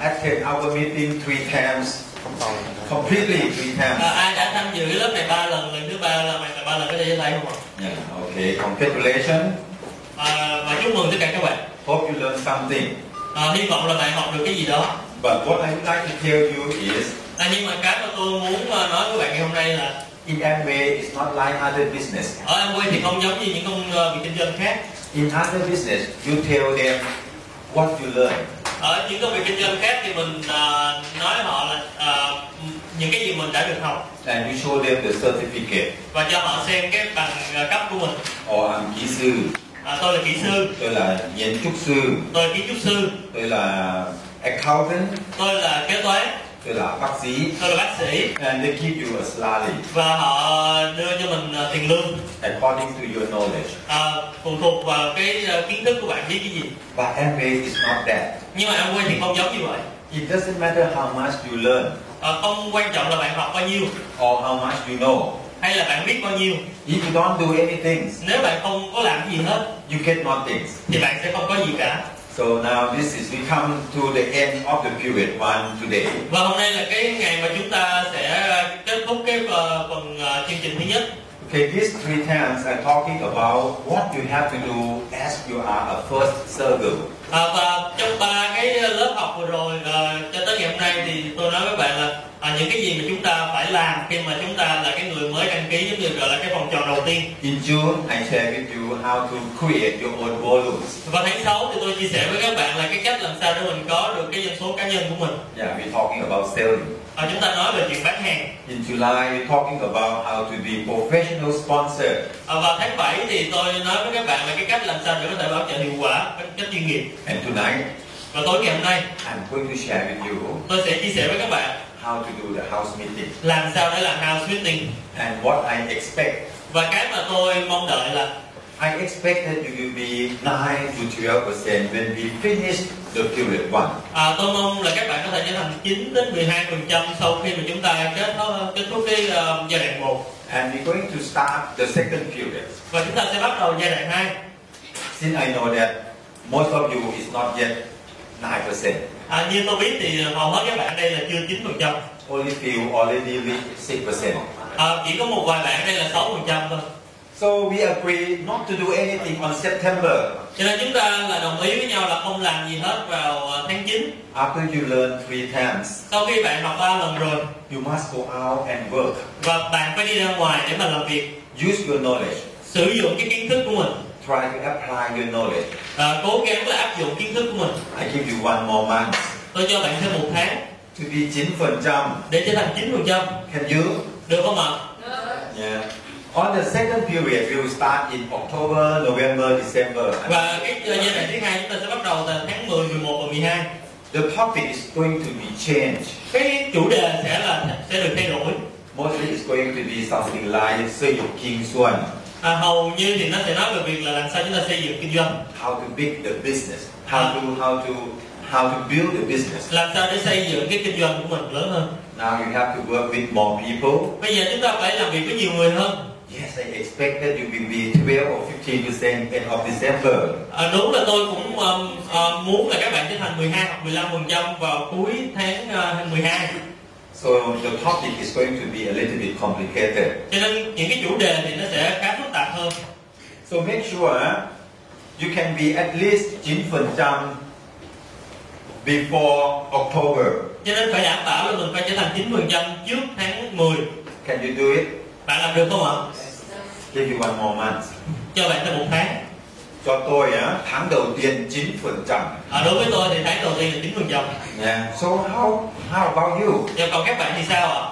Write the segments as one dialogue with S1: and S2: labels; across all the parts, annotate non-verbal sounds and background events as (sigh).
S1: attend our meeting three times, completely three
S2: À,
S1: times.
S2: ai đã tham dự lớp này ba lần lần thứ ba là mày là ba lần có thể giơ tay không ạ
S1: Yeah, okay, congratulations.
S2: à, và chúc mừng tất cả các bạn
S1: Hope you learned something.
S2: à, hy vọng là bạn học được cái gì đó
S1: But what I would like to tell you is,
S2: à, nhưng mà cái mà tôi muốn à, nói với bạn ngày hôm nay là
S1: in Amway is not like other business.
S2: ở em quay thì không giống như những công ờ, việc kinh doanh khác
S1: In other business, you tell them what you learn.
S2: ở những công việc kinh doanh khác thì mình à, nói họ là à, những cái gì mình đã được học
S1: And you show them the certificate.
S2: và cho họ xem cái bằng ờ, cấp của mình
S1: Or I'm kỹ sư, (coughs)
S2: à, tôi là kỹ sư
S1: tôi là kiến trúc sư,
S2: tôi là kiến trúc sư
S1: tôi là accountant,
S2: tôi là kế toán
S1: tôi là bác sĩ.
S2: tôi là bác sĩ
S1: And they give you a salary
S2: và họ đưa cho mình ờ, tiền lương
S1: according to your knowledge.
S2: à, phụ thuộc vào cái ờ, kiến thức của bạn biết cái gì
S1: But Amway is not that.
S2: nhưng mà em quay thì không giống như vậy
S1: It doesn't matter how much you learn
S2: Ờ, không quan trọng là bạn học bao nhiêu
S1: or how much you know.
S2: hay là bạn biết bao nhiêu
S1: If you don't do anything,
S2: nếu bạn không có làm gì hết
S1: you get nothing.
S2: thì bạn sẽ không có gì cả
S1: So now this is we come to the end of the period one today.
S2: và hôm nay là cái ngày mà chúng ta sẽ ờ, kết thúc cái ờ, phần ờ, chương trình thứ nhất
S1: Okay, these three times I'm talking about what you have to do as you are a first circle.
S2: Ờ, và trong ba cái lớp học vừa rồi ờ, cho tới ngày hôm nay thì tôi nói với bạn là ờ, những cái gì mà chúng ta phải làm khi mà chúng ta là cái người mới đăng ký giống như gọi là cái vòng tròn đầu tiên
S1: In June, I share with you how to create your own volumes.
S2: Vào tháng 6 thì tôi chia sẻ với các bạn là cái cách làm sao để mình có được cái doanh số cá nhân của mình.
S1: Yeah, we're talking about selling.
S2: Và chúng ta nói về chuyện bán hàng.
S1: In July, we're talking about how to be professional sponsor.
S2: À, Vào tháng 7 thì tôi nói với các bạn là cái cách làm sao để có thể bảo trợ hiệu quả cách, cách chuyên nghiệp.
S1: And tonight,
S2: Và tối ngày hôm nay
S1: I'm going to share with you
S2: tôi sẽ chia sẻ với các bạn
S1: how to do the house meeting.
S2: làm sao để làm house meeting.
S1: And what I expect,
S2: Và cái mà tôi mong đợi là
S1: I expect that you will be 9 to 12 percent when we finish the period one.
S2: à, tôi mong là các bạn có thể trở thành 9 đến 12% sau khi mà chúng ta kết thúc, kết thúc cái ờ, giai đoạn 1
S1: And we're going to start the second period.
S2: và chúng ta sẽ bắt đầu giai đoạn 2.
S1: Since I know that most of you is not yet 9 percent,
S2: À, như tôi biết thì hầu hết các bạn ở đây là chưa 9%.
S1: only few already reached 6 percent.
S2: Ờ, chỉ có một vài bạn đây là 6% thôi
S1: So we agree not to do anything on September
S2: cho nên chúng ta là đồng ý với nhau là không làm gì hết vào ờ, tháng 9
S1: after you learn three times.
S2: sau khi bạn học 3 lần rồi
S1: You must go out and work.
S2: và bạn phải đi ra ngoài để mà làm việc
S1: Use your knowledge.
S2: sử dụng cái kiến thức của mình
S1: Try to apply your knowledge.
S2: Ờ, cố gắng là áp dụng kiến thức của mình
S1: I give you one more month
S2: tôi cho bạn thêm một tháng
S1: to be 9%.
S2: để trở thành 9%
S1: Can you?
S2: được không ạ
S1: Yeah. On the second period, we will start in October, November, December.
S2: và cái ờ, giai đoạn thứ hai chúng ta sẽ bắt đầu từ tháng 10, 11 và 12
S1: The topic is going to be changed.
S2: cái chủ đề sẽ là sẽ được thay đổi
S1: Mostly it's going to be something like Seyuk King Suan,
S2: à, hầu như thì nó sẽ nói về việc là làm sao chúng ta xây dựng kinh doanh
S1: how to build the business, how to how to how to build the business.
S2: làm sao để xây dựng cái kinh doanh của mình lớn hơn
S1: Now you have to work with more people.
S2: Bây giờ chúng ta phải làm việc với nhiều người hơn
S1: Yes, I expect that you will be 12 or 15 percent end of December.
S2: à, Đúng là tôi cũng um, ờ, muốn là các bạn trở thành 12 hoặc 15 phần trăm vào cuối tháng ờ, 12
S1: So the topic is going to be a little bit complicated.
S2: Cho nên những cái chủ đề thì nó sẽ khá phức tạp hơn
S1: So make sure eh, you can be at least 9% before October.
S2: Cho nên phải đảm bảo là mình phải trở thành 9 phần trăm trước tháng 10
S1: Can you do it?
S2: Bạn làm được không ạ?
S1: Give you one more month.
S2: Cho bạn thêm một tháng
S1: Cho tôi á, tháng đầu tiên 9%.
S2: à, Đối với tôi thì tháng đầu tiên là 9 phần trăm
S1: Yeah. So how how about you?
S2: Và còn các bạn thì sao ạ?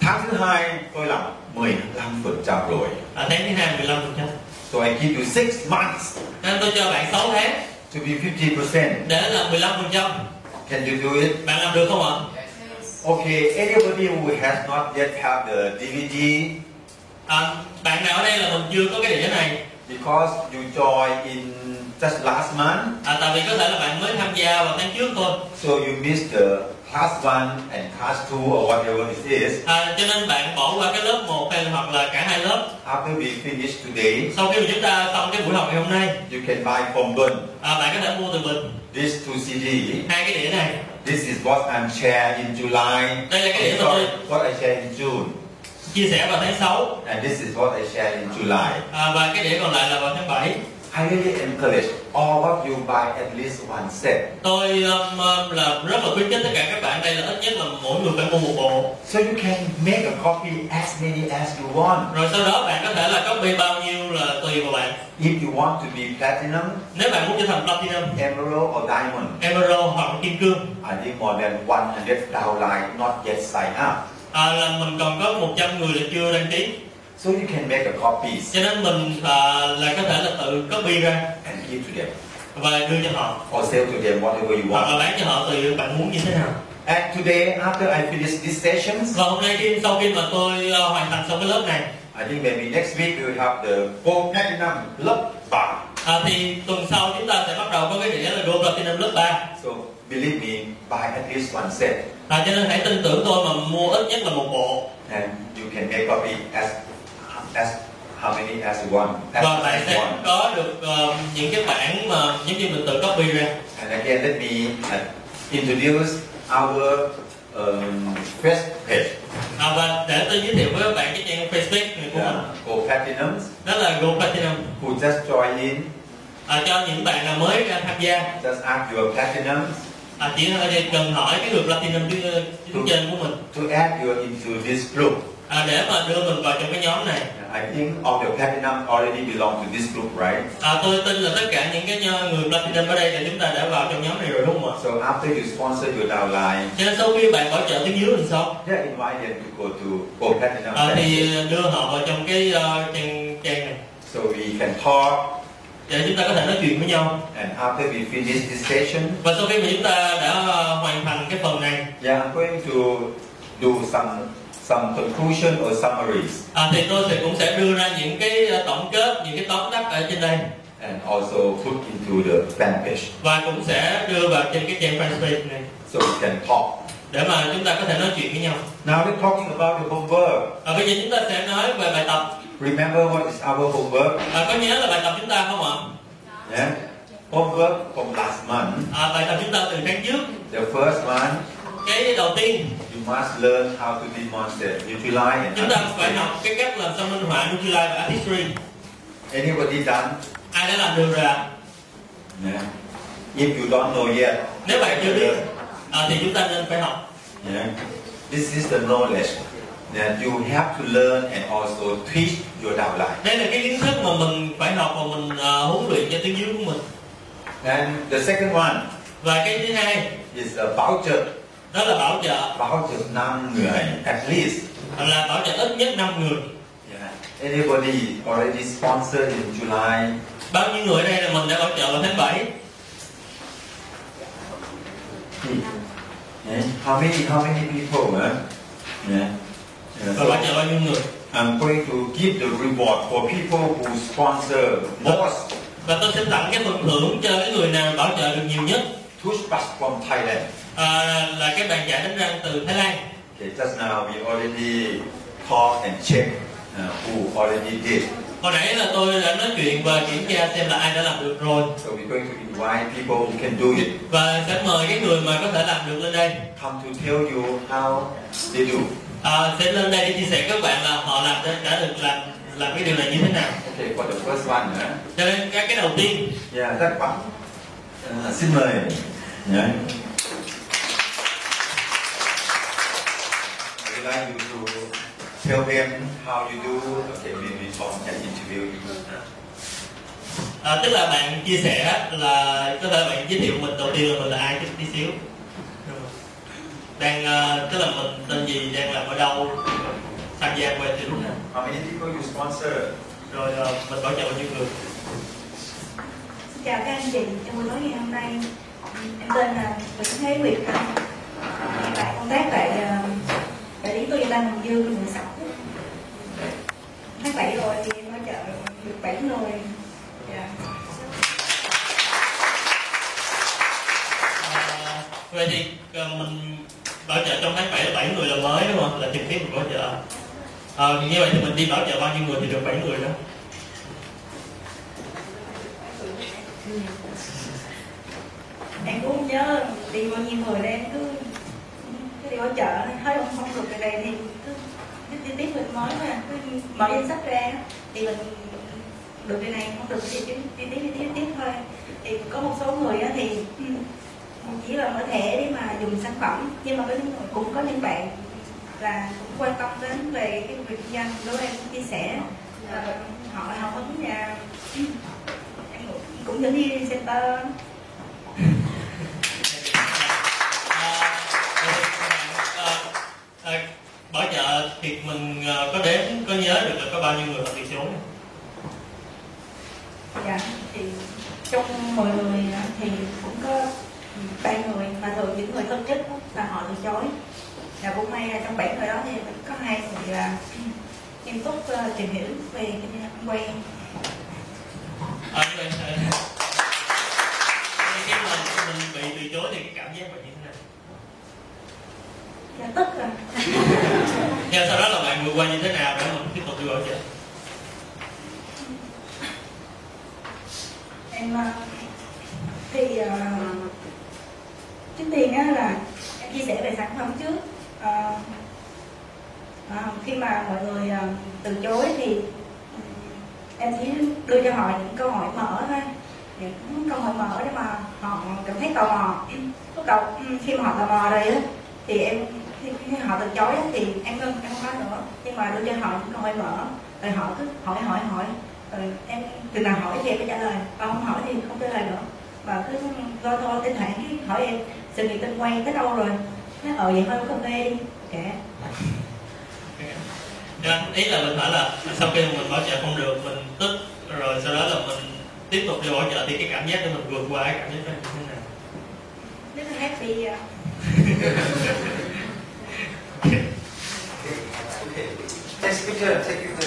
S1: Tháng thứ hai tôi làm 15% rồi.
S2: À, tháng thứ 2 15 phần trăm
S1: So I give you 6 months
S2: Nên tôi cho bạn 6 tháng
S1: to be 50%.
S2: để là 15 phần trăm
S1: Can you do it?
S2: Bạn làm được không ạ?
S1: Okay, anybody who has not yet have the DVD
S2: À, bạn nào ở đây là mình chưa có cái đĩa này
S1: because you joined in just last month,
S2: À, tại vì có thể là bạn mới tham gia vào tháng trước thôi
S1: so you missed the class one and class two or whatever it is.
S2: à, cho nên bạn bỏ qua cái lớp 1 hay hoặc là cả hai lớp
S1: After we finish today,
S2: sau khi mà chúng ta xong cái buổi học ngày hôm nay
S1: you can buy from Bun
S2: à, bạn có thể mua từ mình
S1: these two CD
S2: hai cái đĩa này
S1: This is what I'm share in July.
S2: Đây là cái điểm mà
S1: Sorry,
S2: tôi-
S1: what I share in June.
S2: chia sẻ vào tháng 6
S1: And this is what I share in July.
S2: à, và cái điểm còn lại là vào tháng 7
S1: I really encourage all of you buy at least one set.
S2: tôi um, um, là rất là khuyến khích tất cả các bạn đây là ít nhất là mỗi người phải mua một bộ
S1: So you can make a copy as many as you want.
S2: rồi sau đó bạn có thể là copy bao nhiêu là tùy vào bạn
S1: If you want to be platinum,
S2: nếu bạn muốn trở thành platinum
S1: emerald, or diamond,
S2: emerald hoặc là kim cương
S1: I need more than 100 downline not yet sign up.
S2: à, là mình còn có 100 người là chưa đăng ký
S1: So you can make a copies
S2: cho nên mình à, là có thể là tự copy ra
S1: and give to them
S2: và đưa cho họ
S1: or sell to them whatever you
S2: hoặc
S1: want.
S2: là bán cho họ tùy bạn muốn như thế nào
S1: And today, after I finish these sessions,
S2: và hôm nay khi sau khi mà tôi à, hoàn thành xong cái lớp này
S1: I think maybe next week we will have the Gold Platinum Club Bar.
S2: à, thì tuần sau chúng ta sẽ bắt đầu có cái đĩa là gold platinum lớp 3
S1: So believe me, buy at least one set
S2: à, cho nên hãy tin tưởng tôi mà mua ít nhất là một bộ
S1: and you can make copy as as how many as you want. As
S2: và bạn
S1: as you
S2: sẽ
S1: want.
S2: có được ờ, những cái bản mà giống như mình tự copy ra
S1: And again, let me uh, introduce our um, first page.
S2: à, và để tôi giới thiệu với các bạn cái trang Facebook này của mình
S1: Yeah. Gold Platinums
S2: đó là Gold Platinum
S1: who just join in,
S2: à, cho những bạn nào mới ra tham gia
S1: just ask your platinums
S2: à, chỉ cần hỏi cái người Platinum phía, phía trên của mình
S1: to add you into this group.
S2: à, để mà đưa mình vào trong cái nhóm này
S1: I think all the platinum already belong to this group, right?
S2: à, tôi tin là tất cả những cái nho- người Platinum ở đây là chúng ta đã vào trong nhóm này rồi đúng không ạ
S1: So after you sponsor your downline,
S2: cho nên sau khi bạn bảo trợ tiếng dưới mình xong
S1: yeah, invite them to go to Gold Platinum.
S2: à, thì
S1: session.
S2: đưa họ vào trong cái ờ, trang trang này
S1: So we can talk,
S2: để chúng ta có thể nói chuyện với nhau
S1: and after we finish this session,
S2: Và sau khi mà chúng ta đã ờ, hoàn thành cái phần này
S1: yeah, I'm going to do some some conclusion or summaries,
S2: à, thì tôi sẽ cũng sẽ đưa ra những cái ờ, tổng kết, những cái tóm tắt ở trên đây
S1: and also put into the fan page,
S2: và cũng sẽ đưa vào trên cái trang fanpage này
S1: so we can talk.
S2: để mà chúng ta có thể nói chuyện với nhau.
S1: Now we're talking about the homework.
S2: À, bây giờ chúng ta sẽ nói về bài tập.
S1: Remember what is our homework?
S2: À, có nhớ là bài tập chúng ta không ạ?
S1: Yeah, homework from last month.
S2: À, bài tập chúng ta từ tháng trước.
S1: The first one
S2: Cái đầu tiên
S1: You must learn how to demonstrate, utilize, and
S2: chúng ta phải
S1: understand.
S2: học cái cách làm sao minh họa Nutrilite và Artistry.
S1: Anybody done?
S2: Ai đã làm được rồi ạ?
S1: Yeah. If you don't know yet,
S2: Nếu bạn chưa biết à, thì chúng ta nên phải học.
S1: yeah. this is the knowledge that you have to learn and also teach your downline.
S2: Đây là cái kiến thức mà mình phải học và mình ờ, huấn luyện cho tiếng dưới của mình.
S1: And the second one
S2: và cái thứ hai
S1: is a voucher,
S2: đó là bảo trợ
S1: voucher năm người at least.
S2: là bảo trợ ít nhất 5 người
S1: Yeah. Anybody already sponsored in July?
S2: bao nhiêu người ở đây là mình đã bảo trợ vào tháng 7
S1: Hmm. Yeah. How many? How many people? Huh? Yeah. Yeah.
S2: và
S1: So-
S2: bảo trợ bao nhiêu người
S1: I'm going to give the reward for people who sponsor most
S2: và tôi sẽ tặng cái phần thưởng cho cái người nào bảo trợ được nhiều nhất
S1: toothbrush from Thailand.
S2: à, là cái bàn giải đánh răng từ Thái Lan
S1: Okay, just now we already talk and check uh, who already did.
S2: hồi nãy là tôi đã nói chuyện và kiểm tra xem là ai đã làm được rồi
S1: So we're going to invite people who can do it.
S2: và sẽ mời cái người mà có thể làm được lên đây
S1: Come to tell you how they do.
S2: à, sẽ lên đây để chia sẻ các bạn là họ làm đã, đã được làm làm cái điều này như thế nào
S1: Okay, for the first one, uh, huh?
S2: cho nên cái cái đầu tiên
S1: yeah, that one. Uh, xin mời. Yeah. I would like you to tell them how you do. Okay, we we talk and interview you.
S2: à, tức là bạn chia sẻ là có thể bạn giới thiệu mình đầu tiên là mình là ai chút tí xíu đang ờ, tức là mình tên gì đang làm ở đâu tham gia qua từ lúc nào
S1: How many people you sponsor?
S2: rồi ờ, mình bảo trợ bao nhiêu người
S3: Xin chào các anh chị, em buổi tối ngày hôm nay em tên là Nguyễn Thế Nguyệt Anh hiện tại công tác tại ờ, đại lý Toyota Bình Dương quận 16 tháng 7 rồi thì em hỗ trợ được 7 người Dạ.
S2: À, vậy thì ờ, mình bảo trợ trong tháng 7 là 7 người là mới đúng không là trực tiếp mình bảo trợ Ờ, như vậy thì mình đi bảo trợ bao nhiêu người thì được 7 người đó
S3: em cũng không nhớ đi bao nhiêu người đây em cứ cứ đi ở chợ thấy ông không được cái này thì cứ cứ đi tiếp mình mới mà cứ mở danh sách ra thì mình được cái này không được thì cứ đi tiếp đi tiếp đi tiếp thôi thì có một số người á thì ừ, chỉ là mở thẻ để mà dùng sản phẩm nhưng mà có những người cũng có những bạn là cũng quan tâm đến về cái việc kinh doanh đối với em cũng chia sẻ và họ hào hứng và ừ, em cũng- cũng dẫn đi center
S2: À, à, à, bảo trợ thì mình à, có đếm có nhớ được là có bao nhiêu người họ từ chối
S3: Dạ, thì trong 10 người thì cũng có ba người mà thường những người thân chức là họ từ chối là cũng may là trong bảy người đó thì có hai người là nghiêm túc ờ, tìm hiểu về kinh doanh quen
S2: à, như vậy, à, khi mà mình bị từ chối thì cái cảm giác mình như thế nào
S3: Dạ, tức là
S2: nhưng sau đó là bạn vượt qua như thế nào để mình tiếp tục đi bảo trợ
S3: em ờ, thì ờ, trước tiên á là em chia sẻ về sản phẩm trước Ờ, ờ, khi mà mọi người ờ, từ chối thì ừ, em chỉ đưa cho họ những câu hỏi mở thôi những câu hỏi mở để mà họ cảm thấy tò mò lúc đầu ừ, khi mà họ tò mò rồi á thì em khi khi họ từ chối á, thì em ngưng em không nói nữa nhưng mà đưa cho họ những câu hỏi mở rồi họ cứ hỏi hỏi hỏi rồi Ờ, em từ nào hỏi thì em mới trả lời còn không hỏi thì không trả lời nữa và cứ lo thôi thỉnh thoảng cái hỏi em sự nghiệp tên quay tới đâu rồi nó ờ vậy thôi uống cà phê đi kệ
S2: Dạ, ý là mình hỏi là sau khi mà mình bảo trợ không được mình tức rồi sau đó là mình tiếp tục đi bảo trợ thì cái cảm giác để mình vượt qua cái cảm giác đó như thế nào
S3: nếu mà happy à.
S1: Okay. Next picture, take Hmm. you to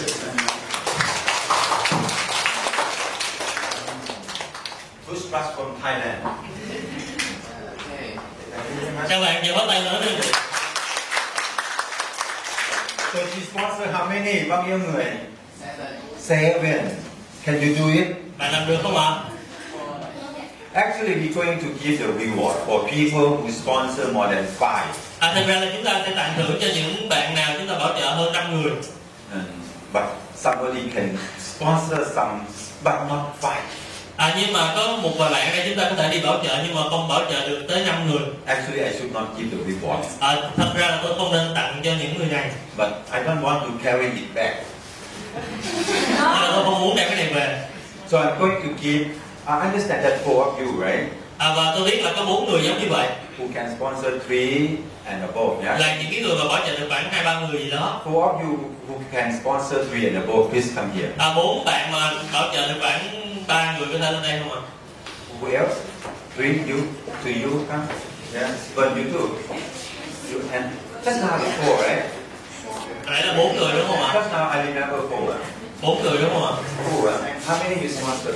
S1: Bush Bus from Thailand.
S4: Okay.
S1: Thank you very much.
S2: các bạn giờ bắt tay nữa đi
S1: So she sponsor how many? Bao nhiêu người?
S4: Seven,
S1: Seven. Can you do it?
S2: bạn làm được không ạ
S4: four,
S1: Actually, we're going to give the reward for people who sponsor more than five.
S2: À, thật ra là chúng ta sẽ tặng thưởng cho những bạn nào chúng ta bảo trợ hơn 5 người
S1: And, but somebody can sponsor some, but not five.
S2: à, nhưng mà có một vài bạn đây chúng ta có thể đi bảo trợ nhưng mà không bảo trợ được tới 5 người
S1: Actually, I should not give the reward,
S2: à, thật ra là tôi không nên tặng cho những người này
S1: but I don't want to carry it back.
S2: Nên là tôi không muốn đem cái này về
S1: So I'm going to give. I understand that four of you, right,
S2: à, và tôi biết là có bốn người giống như vậy
S1: who can sponsor three and above, yeah.
S2: là những cái người mà bảo trợ được khoảng hai ba người gì đó
S1: Four of you who can sponsor three and above, please come here.
S2: à, bốn bạn mà bảo trợ được khoảng ba người có thể lên đây không ạ
S1: Who else? Three you, two you, come. Yeah, but you too. You and just now the four, right?
S2: Hồi nãy là bốn người đúng không ạ
S1: Just now I remember four.
S2: bốn người đúng không ạ
S1: Four. How many you sponsor?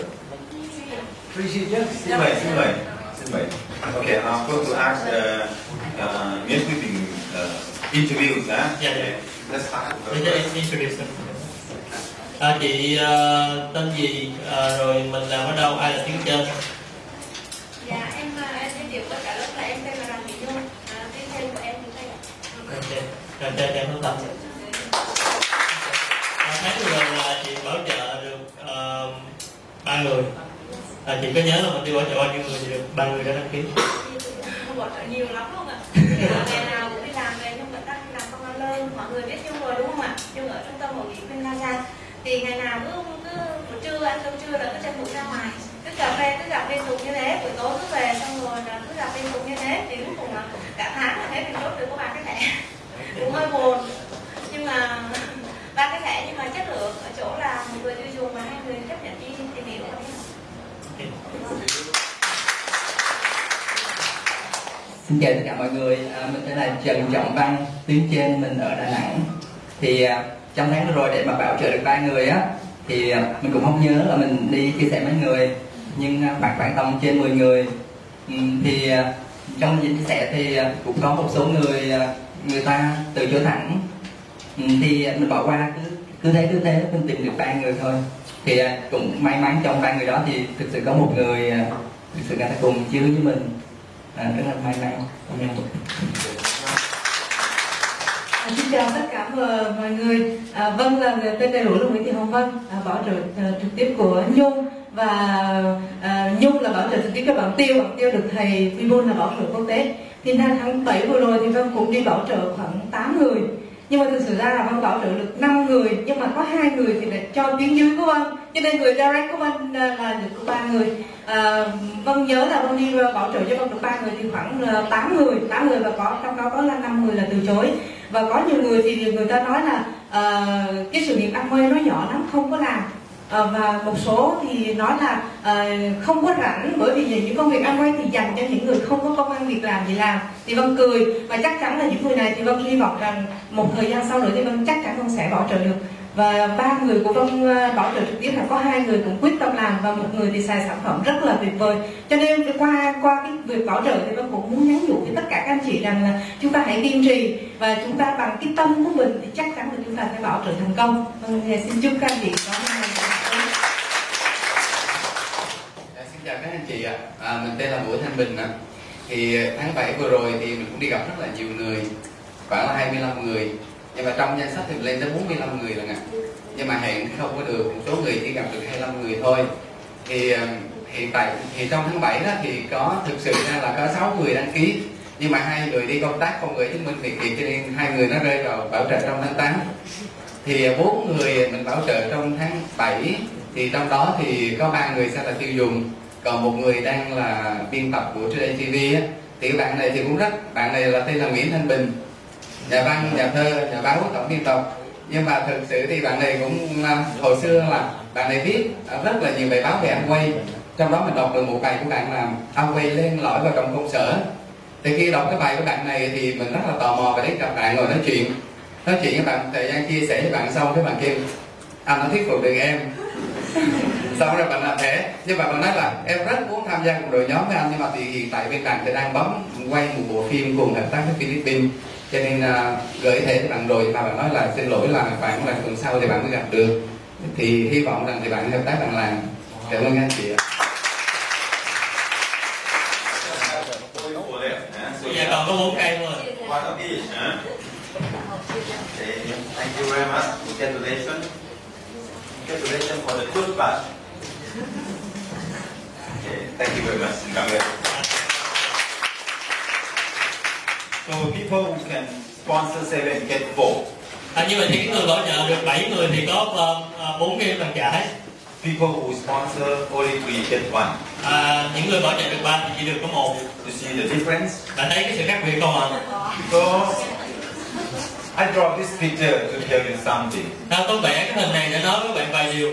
S1: Three. Three. Yeah. Xin mời, xin mời, xin mời. Okay, I'm going to ask the uh, meeting uh, interviews, huh?
S2: Dạ, dạ.
S1: Let's start.
S2: Để cho em introduce mình. À, chị ờ, tên gì Ờ, rồi mình làm ở đâu ai là tiếng trên
S5: Dạ, em à, em giới thiệu với cả lớp là em tên là Đàm Thị Nhung, à, tiếng Anh của em thì thầy ạ.
S2: Rồi chị- dạ. rồi chị- chị không tập. À, tháng vừa rồi là chị bảo trợ được ờ, ba người à, chị có nhớ là mình đi bảo trợ bao nhiêu người thì được ba người đã đăng ký
S5: Không bỏ trợ nhiều lắm không ạ? Ngày nào cũng đi làm về nhưng mà tắt đi làm công an lơn, mọi người biết Nhung rồi đúng không ạ? Nhung ở trung tâm hội nghị Queen Plaza thì ngày nào cứ cứ buổi trưa ăn cơm trưa là cứ tranh thủ ra ngoài cứ cà phê cứ gặp liên tục như thế buổi tối cứ về xong rồi là cứ gặp liên tục như thế thì cuối cùng là cả tháng là thấy mình chốt được có ba cái thẻ cũng hơi buồn nhưng mà ba cái thẻ nhưng mà chất lượng ở chỗ là một người tiêu dùng và hai người chấp nhận đi tìm hiểu và đi học
S4: Xin chào tất cả mọi người, à, mình tên là Trần Trọng Văn, tuyến trên mình ở Đà Nẵng. Thì à, trong tháng vừa rồi để mà bảo trợ được ba người á, thì à, mình cũng không nhớ là mình đi chia sẻ mấy người, nhưng à, khoảng khoảng tầm trên 10 người. Ừm, Thì à, trong những chia sẻ thì à, cũng có một số người à, người ta từ chối thẳng, Ừm, thì à, mình bỏ qua cứ cứ thế cứ thế mình tìm được ba người thôi. Thì à, cũng may mắn trong ba người đó thì thực sự có một người à, thực sự người ta cùng chia với mình à, rất là may mắn Cảm ơn.
S6: À, xin chào tất cả mọi mọi người. À, vâng là người tên đầy đủ là Nguyễn Thị Hồng Vân, à, bảo trợ à, trực tiếp của Nhung và à, Nhung là bảo trợ trực tiếp cho bạn Tiêu, bạn Tiêu được thầy Vibun là bảo trợ quốc tế. Thì ra tháng 7 vừa rồi thì Vân cũng đi bảo trợ khoảng 8 người. Nhưng mà thực sự ra là Vân bảo trợ được 5 người nhưng mà có hai người thì lại cho tuyến dưới của Vân. Cho nên người direct của Vân à, là được có ba người. À, Vân nhớ là Vân đi à, bảo trợ cho Vân được ba người thì khoảng à, 8 người, 8 người và có trong đó có là 5 người là từ chối và có nhiều người thì người ta nói là ờ, cái sự nghiệp ăn mê nó nhỏ lắm không có làm Ờ, và một số thì nói là ờ, không có rảnh bởi vì những công việc ăn quay thì dành cho những người không có công ăn việc làm gì làm thì vân cười và chắc chắn là những người này thì vân hy vọng rằng một thời gian sau nữa thì vân chắc chắn vân sẽ bảo trợ được và ba người của vân ờ, bảo trợ trực tiếp là có hai người cũng quyết tâm làm và một người thì xài sản phẩm rất là tuyệt vời cho nên qua qua cái việc bảo trợ thì vân cũng muốn nhắn nhủ với tất cả các anh chị rằng là chúng ta hãy kiên trì và chúng ta bằng cái tâm của mình thì chắc chắn là chúng ta sẽ bảo trợ thành công vâng thì xin chúc các anh chị có một ngày tốt lành.
S7: Dạ, xin chào các anh chị ạ, à, mình tên là Vũ Thanh Bình ạ. Thì tháng 7 vừa rồi thì mình cũng đi gặp rất là nhiều người, khoảng là 25 người. Nhưng mà trong danh sách thì mình lên tới 45 người lần ạ. Nhưng mà hẹn không có được, một số người chỉ gặp được 25 người thôi. Thì ờ, hiện tại thì trong tháng 7 đó thì có thực sự ra là có 6 người đăng ký nhưng mà hai người đi công tác không gửi chứng minh việc việc cho nên hai người nó rơi vào bảo trợ trong tháng 8 thì à, bốn người mình bảo trợ trong tháng 7 thì trong đó thì có ba người sẽ là tiêu dùng còn một người đang là biên tập của Today TV á thì cái bạn này thì cũng rất bạn này là tên là Nguyễn Thanh Bình nhà văn nhà thơ nhà báo tổng biên tập nhưng mà thực sự thì bạn này cũng à, hồi xưa là bạn này viết à, rất là nhiều bài báo về ăn quay trong đó mình đọc được một bài của bạn là ăn quay lên lõi vào trong công sở thì khi đọc cái bài của bạn này thì mình rất là tò mò và đến gặp bạn rồi nói chuyện nói chuyện với bạn thời gian chia sẻ với bạn xong cái bạn kêu anh đã thuyết phục được em xong rồi bạn làm thế nhưng mà bạn nói là em rất muốn tham gia cùng đội nhóm với anh nhưng mà thì hiện tại bên bạn thì đang bấm quay một bộ phim cùng hợp tác với Philippines cho nên à, gửi thể cho bạn rồi mà bạn nói là xin lỗi là bạn là tuần sau thì bạn mới gặp được thì hy vọng rằng thì bạn hợp tác bạn làm cảm ơn anh chị ạ
S1: Only four left, huh? eh? So
S2: bây giờ Dạ, còn có bốn cây thôi
S1: One of each, huh? Okay, thank you very much. Congratulations. Congratulations for the good part. Okay, thank you very much. Xin cảm ơn. So people who can sponsor seven get four.
S2: à, như vậy thì cái người bảo trợ được 7 người thì có ờ, ờ, bốn cái bàn giải
S1: People who sponsor only three get one.
S2: à, những người bảo trợ được ba thì chỉ được có một
S1: You see the difference?
S2: bạn thấy cái sự khác biệt không ạ
S1: So I draw this picture to tell you something.
S2: à, tôi vẽ cái hình này để nói với bạn vài điều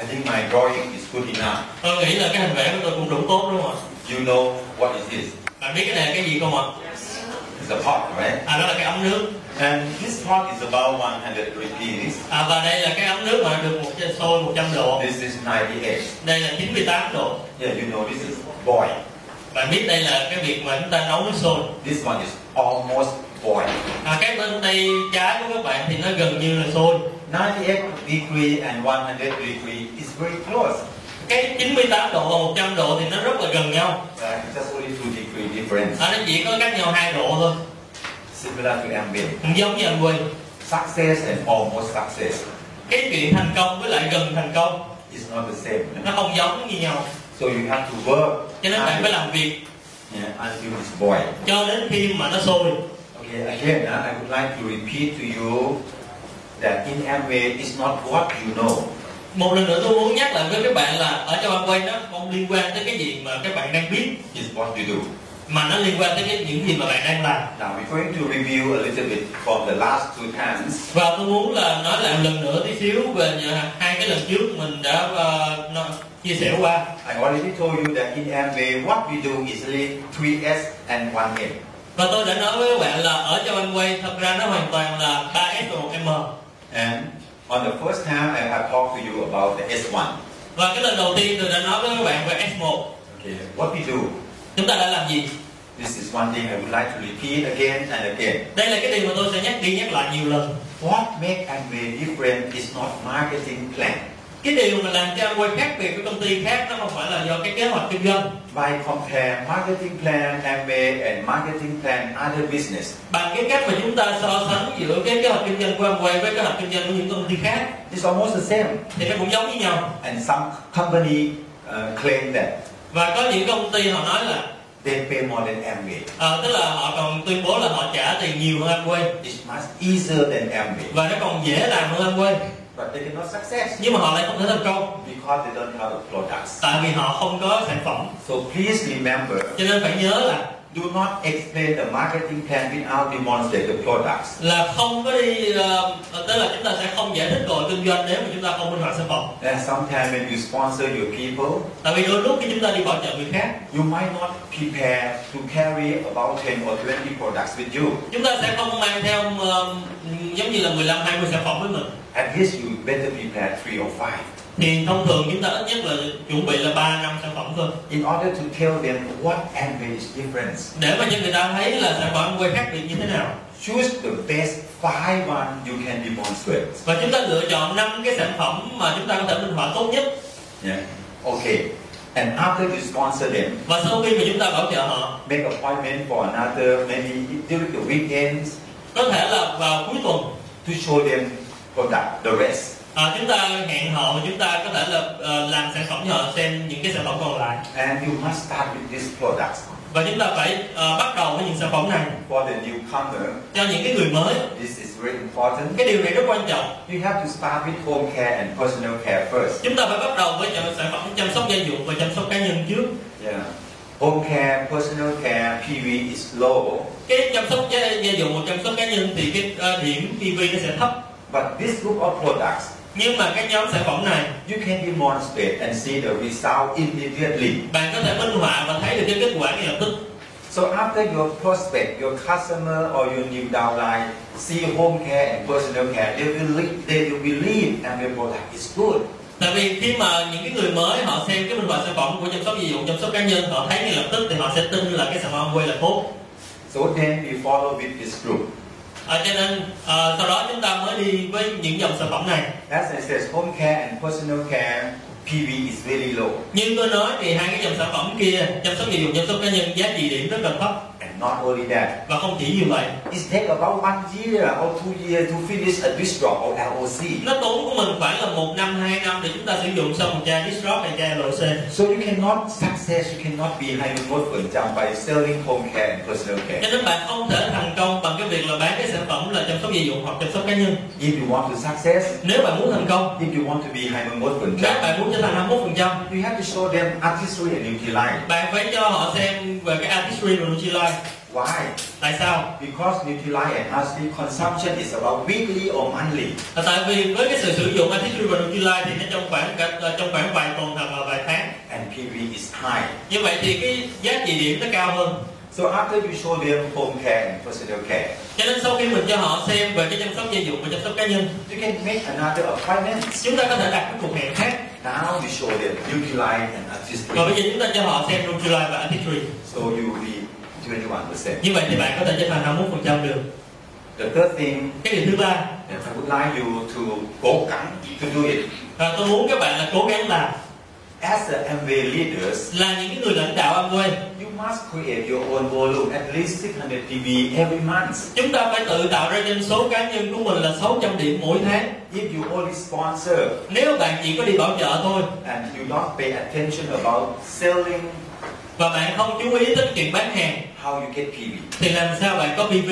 S1: I think my drawing is good enough.
S2: tôi nghĩ là cái hình vẽ của tôi cũng đủ tốt đúng không
S1: You know what is this?
S2: ạ bạn biết cái này là cái gì không ạ
S1: It's a pot, right?
S2: à đó là cái ống nước
S1: And this pot is about 100 rupees.
S2: à, và đây là cái ống nước mà được một cái sôi 100 độ
S1: This is 98.
S2: đây là 98 độ
S1: Yeah, you know this is boil.
S2: bạn biết đây là cái việc mà chúng ta nấu nước sôi
S1: This one is almost boil.
S2: à, cái bên tay trái của các bạn thì nó gần như là sôi
S1: 98 degree and 100 degree is very close.
S2: cái 98 độ và 100 độ thì nó rất là gần nhau
S1: Uh, just only 2 degree difference.
S2: à, nó chỉ có cách nhau hai độ thôi
S1: Similar to ambient.
S2: cũng giống như anh Quỳnh
S1: Success and almost success
S2: cái chuyện thành công với lại gần thành công
S1: is not the same.
S2: nó không giống như nhau
S1: So you have to work
S2: cho nên bạn phải
S1: until,
S2: làm việc
S1: yeah, until it's boiled.
S2: cho đến khi mà nó sôi
S1: Okay, again, uh, I would like to repeat to you that in Amway it's not what you know.
S2: một lần nữa tôi muốn nhắc lại với các bạn là ở trong ăn quay nó không liên quan tới cái gì mà các bạn đang biết
S1: It's what you do.
S2: mà nó liên quan tới cái những gì mà bạn đang làm
S1: Now we're going to review a little bit from the last two times.
S2: và tôi muốn là nói lại một lần nữa tí xíu về nhà- hai cái lần trước mình đã ờ, nó- chia sẻ qua
S1: I already told you that in Amway what we do is really three S and one M.
S2: và tôi đã nói với các bạn là ở trong anh quay thật ra nó hoàn toàn là 3 s và 1 m
S1: And on the first time I have talked to you about the S1.
S2: và cái lần đầu tiên tôi đã nói với các bạn về s 1
S1: Okay, what we do.
S2: chúng ta đã làm gì
S1: This is one thing I would like to repeat again and again.
S2: đây là cái điều mà tôi sẽ nhắc đi nhắc lại nhiều lần
S1: What makes Amway different is not marketing plan.
S2: cái điều mà làm cho Amway khác biệt với công ty khác nó không phải là do cái kế hoạch kinh doanh
S1: By compare marketing plan MBA and marketing plan other business,
S2: bằng cái cách mà chúng ta so sánh giữa cái kế hoạch kinh doanh của Amway với kế hoạch kinh doanh của những công ty khác
S1: it's almost the same.
S2: thì nó cũng giống với nhau
S1: And some company uh, claim that
S2: và có những công ty họ nói là
S1: they pay more than MBA.
S2: ờ, tức là họ còn tuyên bố là họ trả tiền nhiều hơn Amway
S1: It's much easier than MBA,
S2: và nó còn dễ làm hơn Amway
S1: but they cannot success
S2: nhưng mà họ lại không thể thành công
S1: because they don't have the products.
S2: tại vì họ không có sản phẩm
S1: So please remember,
S2: cho nên phải nhớ là
S1: do not explain the marketing plan without demonstrating the products.
S2: là không có đi ờ, tức là chúng ta sẽ không giải thích gọi kinh doanh nếu mà chúng ta không minh hoạch sản phẩm
S1: And sometimes when you sponsor your people,
S2: tại vì đôi lúc khi chúng ta đi bảo trợ người khác
S1: you might not prepare to carry about 10 or 20 products with you.
S2: chúng ta sẽ không mang theo ờ, giống như là 15 20 sản phẩm với mình
S1: At least you better prepare three or five
S2: thì thông thường chúng ta ít nhất là chuẩn bị là 3 năm sản phẩm thôi
S1: in order to tell them what Amway is different.
S2: để mà cho người ta thấy là sản phẩm quay khác biệt như thế nào
S1: Choose the best five one you can demonstrate.
S2: và chúng ta lựa chọn năm cái sản phẩm mà chúng ta có thể minh họa tốt nhất
S1: Yeah. Okay. And after you sponsor them,
S2: và sau khi mà chúng ta bảo trợ họ
S1: make appointment for another maybe during the weekends
S2: có thể là vào cuối tuần
S1: to show them product the rest.
S2: à, chúng ta hẹn họ chúng ta có thể là ờ, làm sản phẩm cho họ xem những cái sản phẩm còn lại
S1: And you must start with these products.
S2: và chúng ta phải ờ, bắt đầu với những sản phẩm này
S1: For the newcomer,
S2: cho những cái người mới
S1: this is very important.
S2: cái điều này rất quan trọng
S1: You have to start with home care and personal care first.
S2: chúng ta phải bắt đầu với những sản phẩm chăm sóc gia dụng và chăm sóc cá nhân trước
S1: Yeah. Home care, personal care, PV is low,
S2: cái chăm sóc gia, gia dụng và chăm sóc cá nhân thì cái ờ, điểm PV nó sẽ thấp
S1: but this group of products
S2: nhưng mà cái nhóm sản phẩm này
S1: you can demonstrate and see the result immediately.
S2: bạn có thể minh họa và thấy được cái kết quả ngay lập tức
S1: So after your prospect, your customer or your new downline see home care and personal care, they will li- they will believe and your product is good.
S2: tại vì khi mà những cái người mới họ xem cái minh họa sản phẩm của chăm sóc gia dụng chăm sóc cá nhân họ thấy ngay lập tức thì họ sẽ tin là cái sản phẩm quay là tốt
S1: So then we follow with this group.
S2: Ờ, cho nên ờ, sau đó chúng ta mới đi với những dòng sản phẩm này
S1: As I said, home care and personal care PV is very low
S2: nhưng tôi nói thì hai cái dòng sản phẩm kia chăm sóc gia dụng chăm sóc cá nhân giá trị điểm rất là thấp
S1: and not only that,
S2: và không chỉ như vậy
S1: it take about one year or two years to finish a disk drop or LOC.
S2: nó tốn của mình khoảng là một năm hai năm để chúng ta sử dụng xong một chai Disrupt hay chai LC
S1: So you cannot success, you cannot be high remote for example by selling home care and personal care.
S2: cho nên bạn không thể thành công bằng cái việc là bán cái sản phẩm là chăm sóc gia dụng hoặc chăm sóc cá nhân
S1: If you want to success,
S2: nếu bạn muốn thành công
S1: if you want to be high remote for
S2: nếu
S1: example,
S2: bạn muốn trở thành 21 phần trăm
S1: you have to show them artistry and Nutrilite.
S2: bạn phải cho họ xem về cái artistry và Nutrilite
S1: Why?
S2: tại sao
S1: Because Nutrilite and artistry consumption is about weekly or monthly.
S2: là tại vì với cái sự sử dụng artistry và Nutrilite thì nó trong khoảng cả, ờ, trong khoảng vài tuần hoặc là vài tháng
S1: And PV is high.
S2: như vậy thì cái giá trị điểm nó cao hơn
S1: So after you show them home care and personal care,
S2: cho nên sau khi mình cho họ xem về cái chăm sóc gia dụng và chăm sóc cá nhân
S1: you can make another appointment.
S2: chúng ta có thể đặt cái cuộc hẹn khác
S1: Now you show them Nutrilite and
S2: và bây
S1: artistry.
S2: giờ chúng ta cho họ xem Nutrilite và artistry
S1: So you will be 21%.
S2: như vậy thì bạn có thể trở thành 21 phần trăm được
S1: The third thing
S2: cái điều thứ ba
S1: And I would like you to cố gắng to do it.
S2: là à, tôi muốn các bạn là cố gắng làm
S1: As the MBA leaders,
S2: là những cái người lãnh đạo Amway
S1: you must create your own volume at least 600 PV every month.
S2: chúng ta phải tự tạo ra doanh số cá nhân của mình là 600 điểm mỗi tháng
S1: If you only sponsor
S2: nếu bạn chỉ có đi bảo trợ thôi
S1: and you not pay attention about selling,
S2: và bạn không chú ý đến chuyện bán hàng
S1: how you get PV.
S2: thì làm sao bạn có PV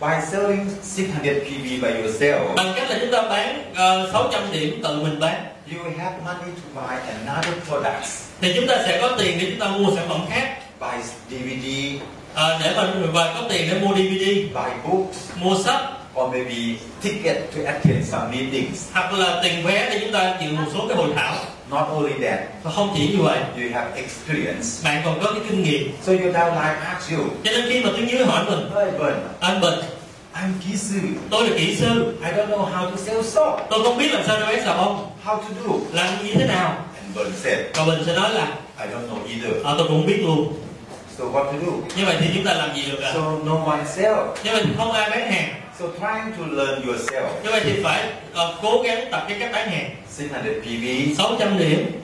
S1: By selling 600 PV by yourself,
S2: bằng cách là chúng ta bán ờ, 600 điểm tự mình bán
S1: you will have money to buy another products.
S2: thì chúng ta sẽ có tiền để chúng ta mua sản phẩm khác
S1: Buy DVD,
S2: ờ, để mình và có tiền để mua DVD
S1: buy books,
S2: mua sách
S1: or maybe ticket to attend some meetings.
S2: hoặc là tiền vé để chúng ta dự một số cái hội thảo
S1: Not only that,
S2: và không chỉ như vậy
S1: you have experience.
S2: bạn còn có cái kinh nghiệm
S1: So your downline asks you,
S2: cho nên khi mà tiếng dưới hỏi mình
S1: Hey, Vân,
S2: anh Bình
S1: I'm Gisu.
S2: tôi là kỹ sư
S1: I don't know how to sell stock.
S2: tôi không biết làm sao để bán xà bông
S1: How to do?
S2: làm như thế nào
S1: And Vân said,
S2: và Bình sẽ nói là
S1: I don't know either.
S2: "Ờ, tôi cũng không biết luôn
S1: So what to do?
S2: như vậy thì chúng ta làm gì được ạ
S1: So know oneself.
S2: như vậy thì không ai bán hàng
S1: So trying to learn yourself.
S2: như vậy thì phải ờ, cố gắng tập cái cách bán hàng
S1: 600 PV.
S2: 600 điểm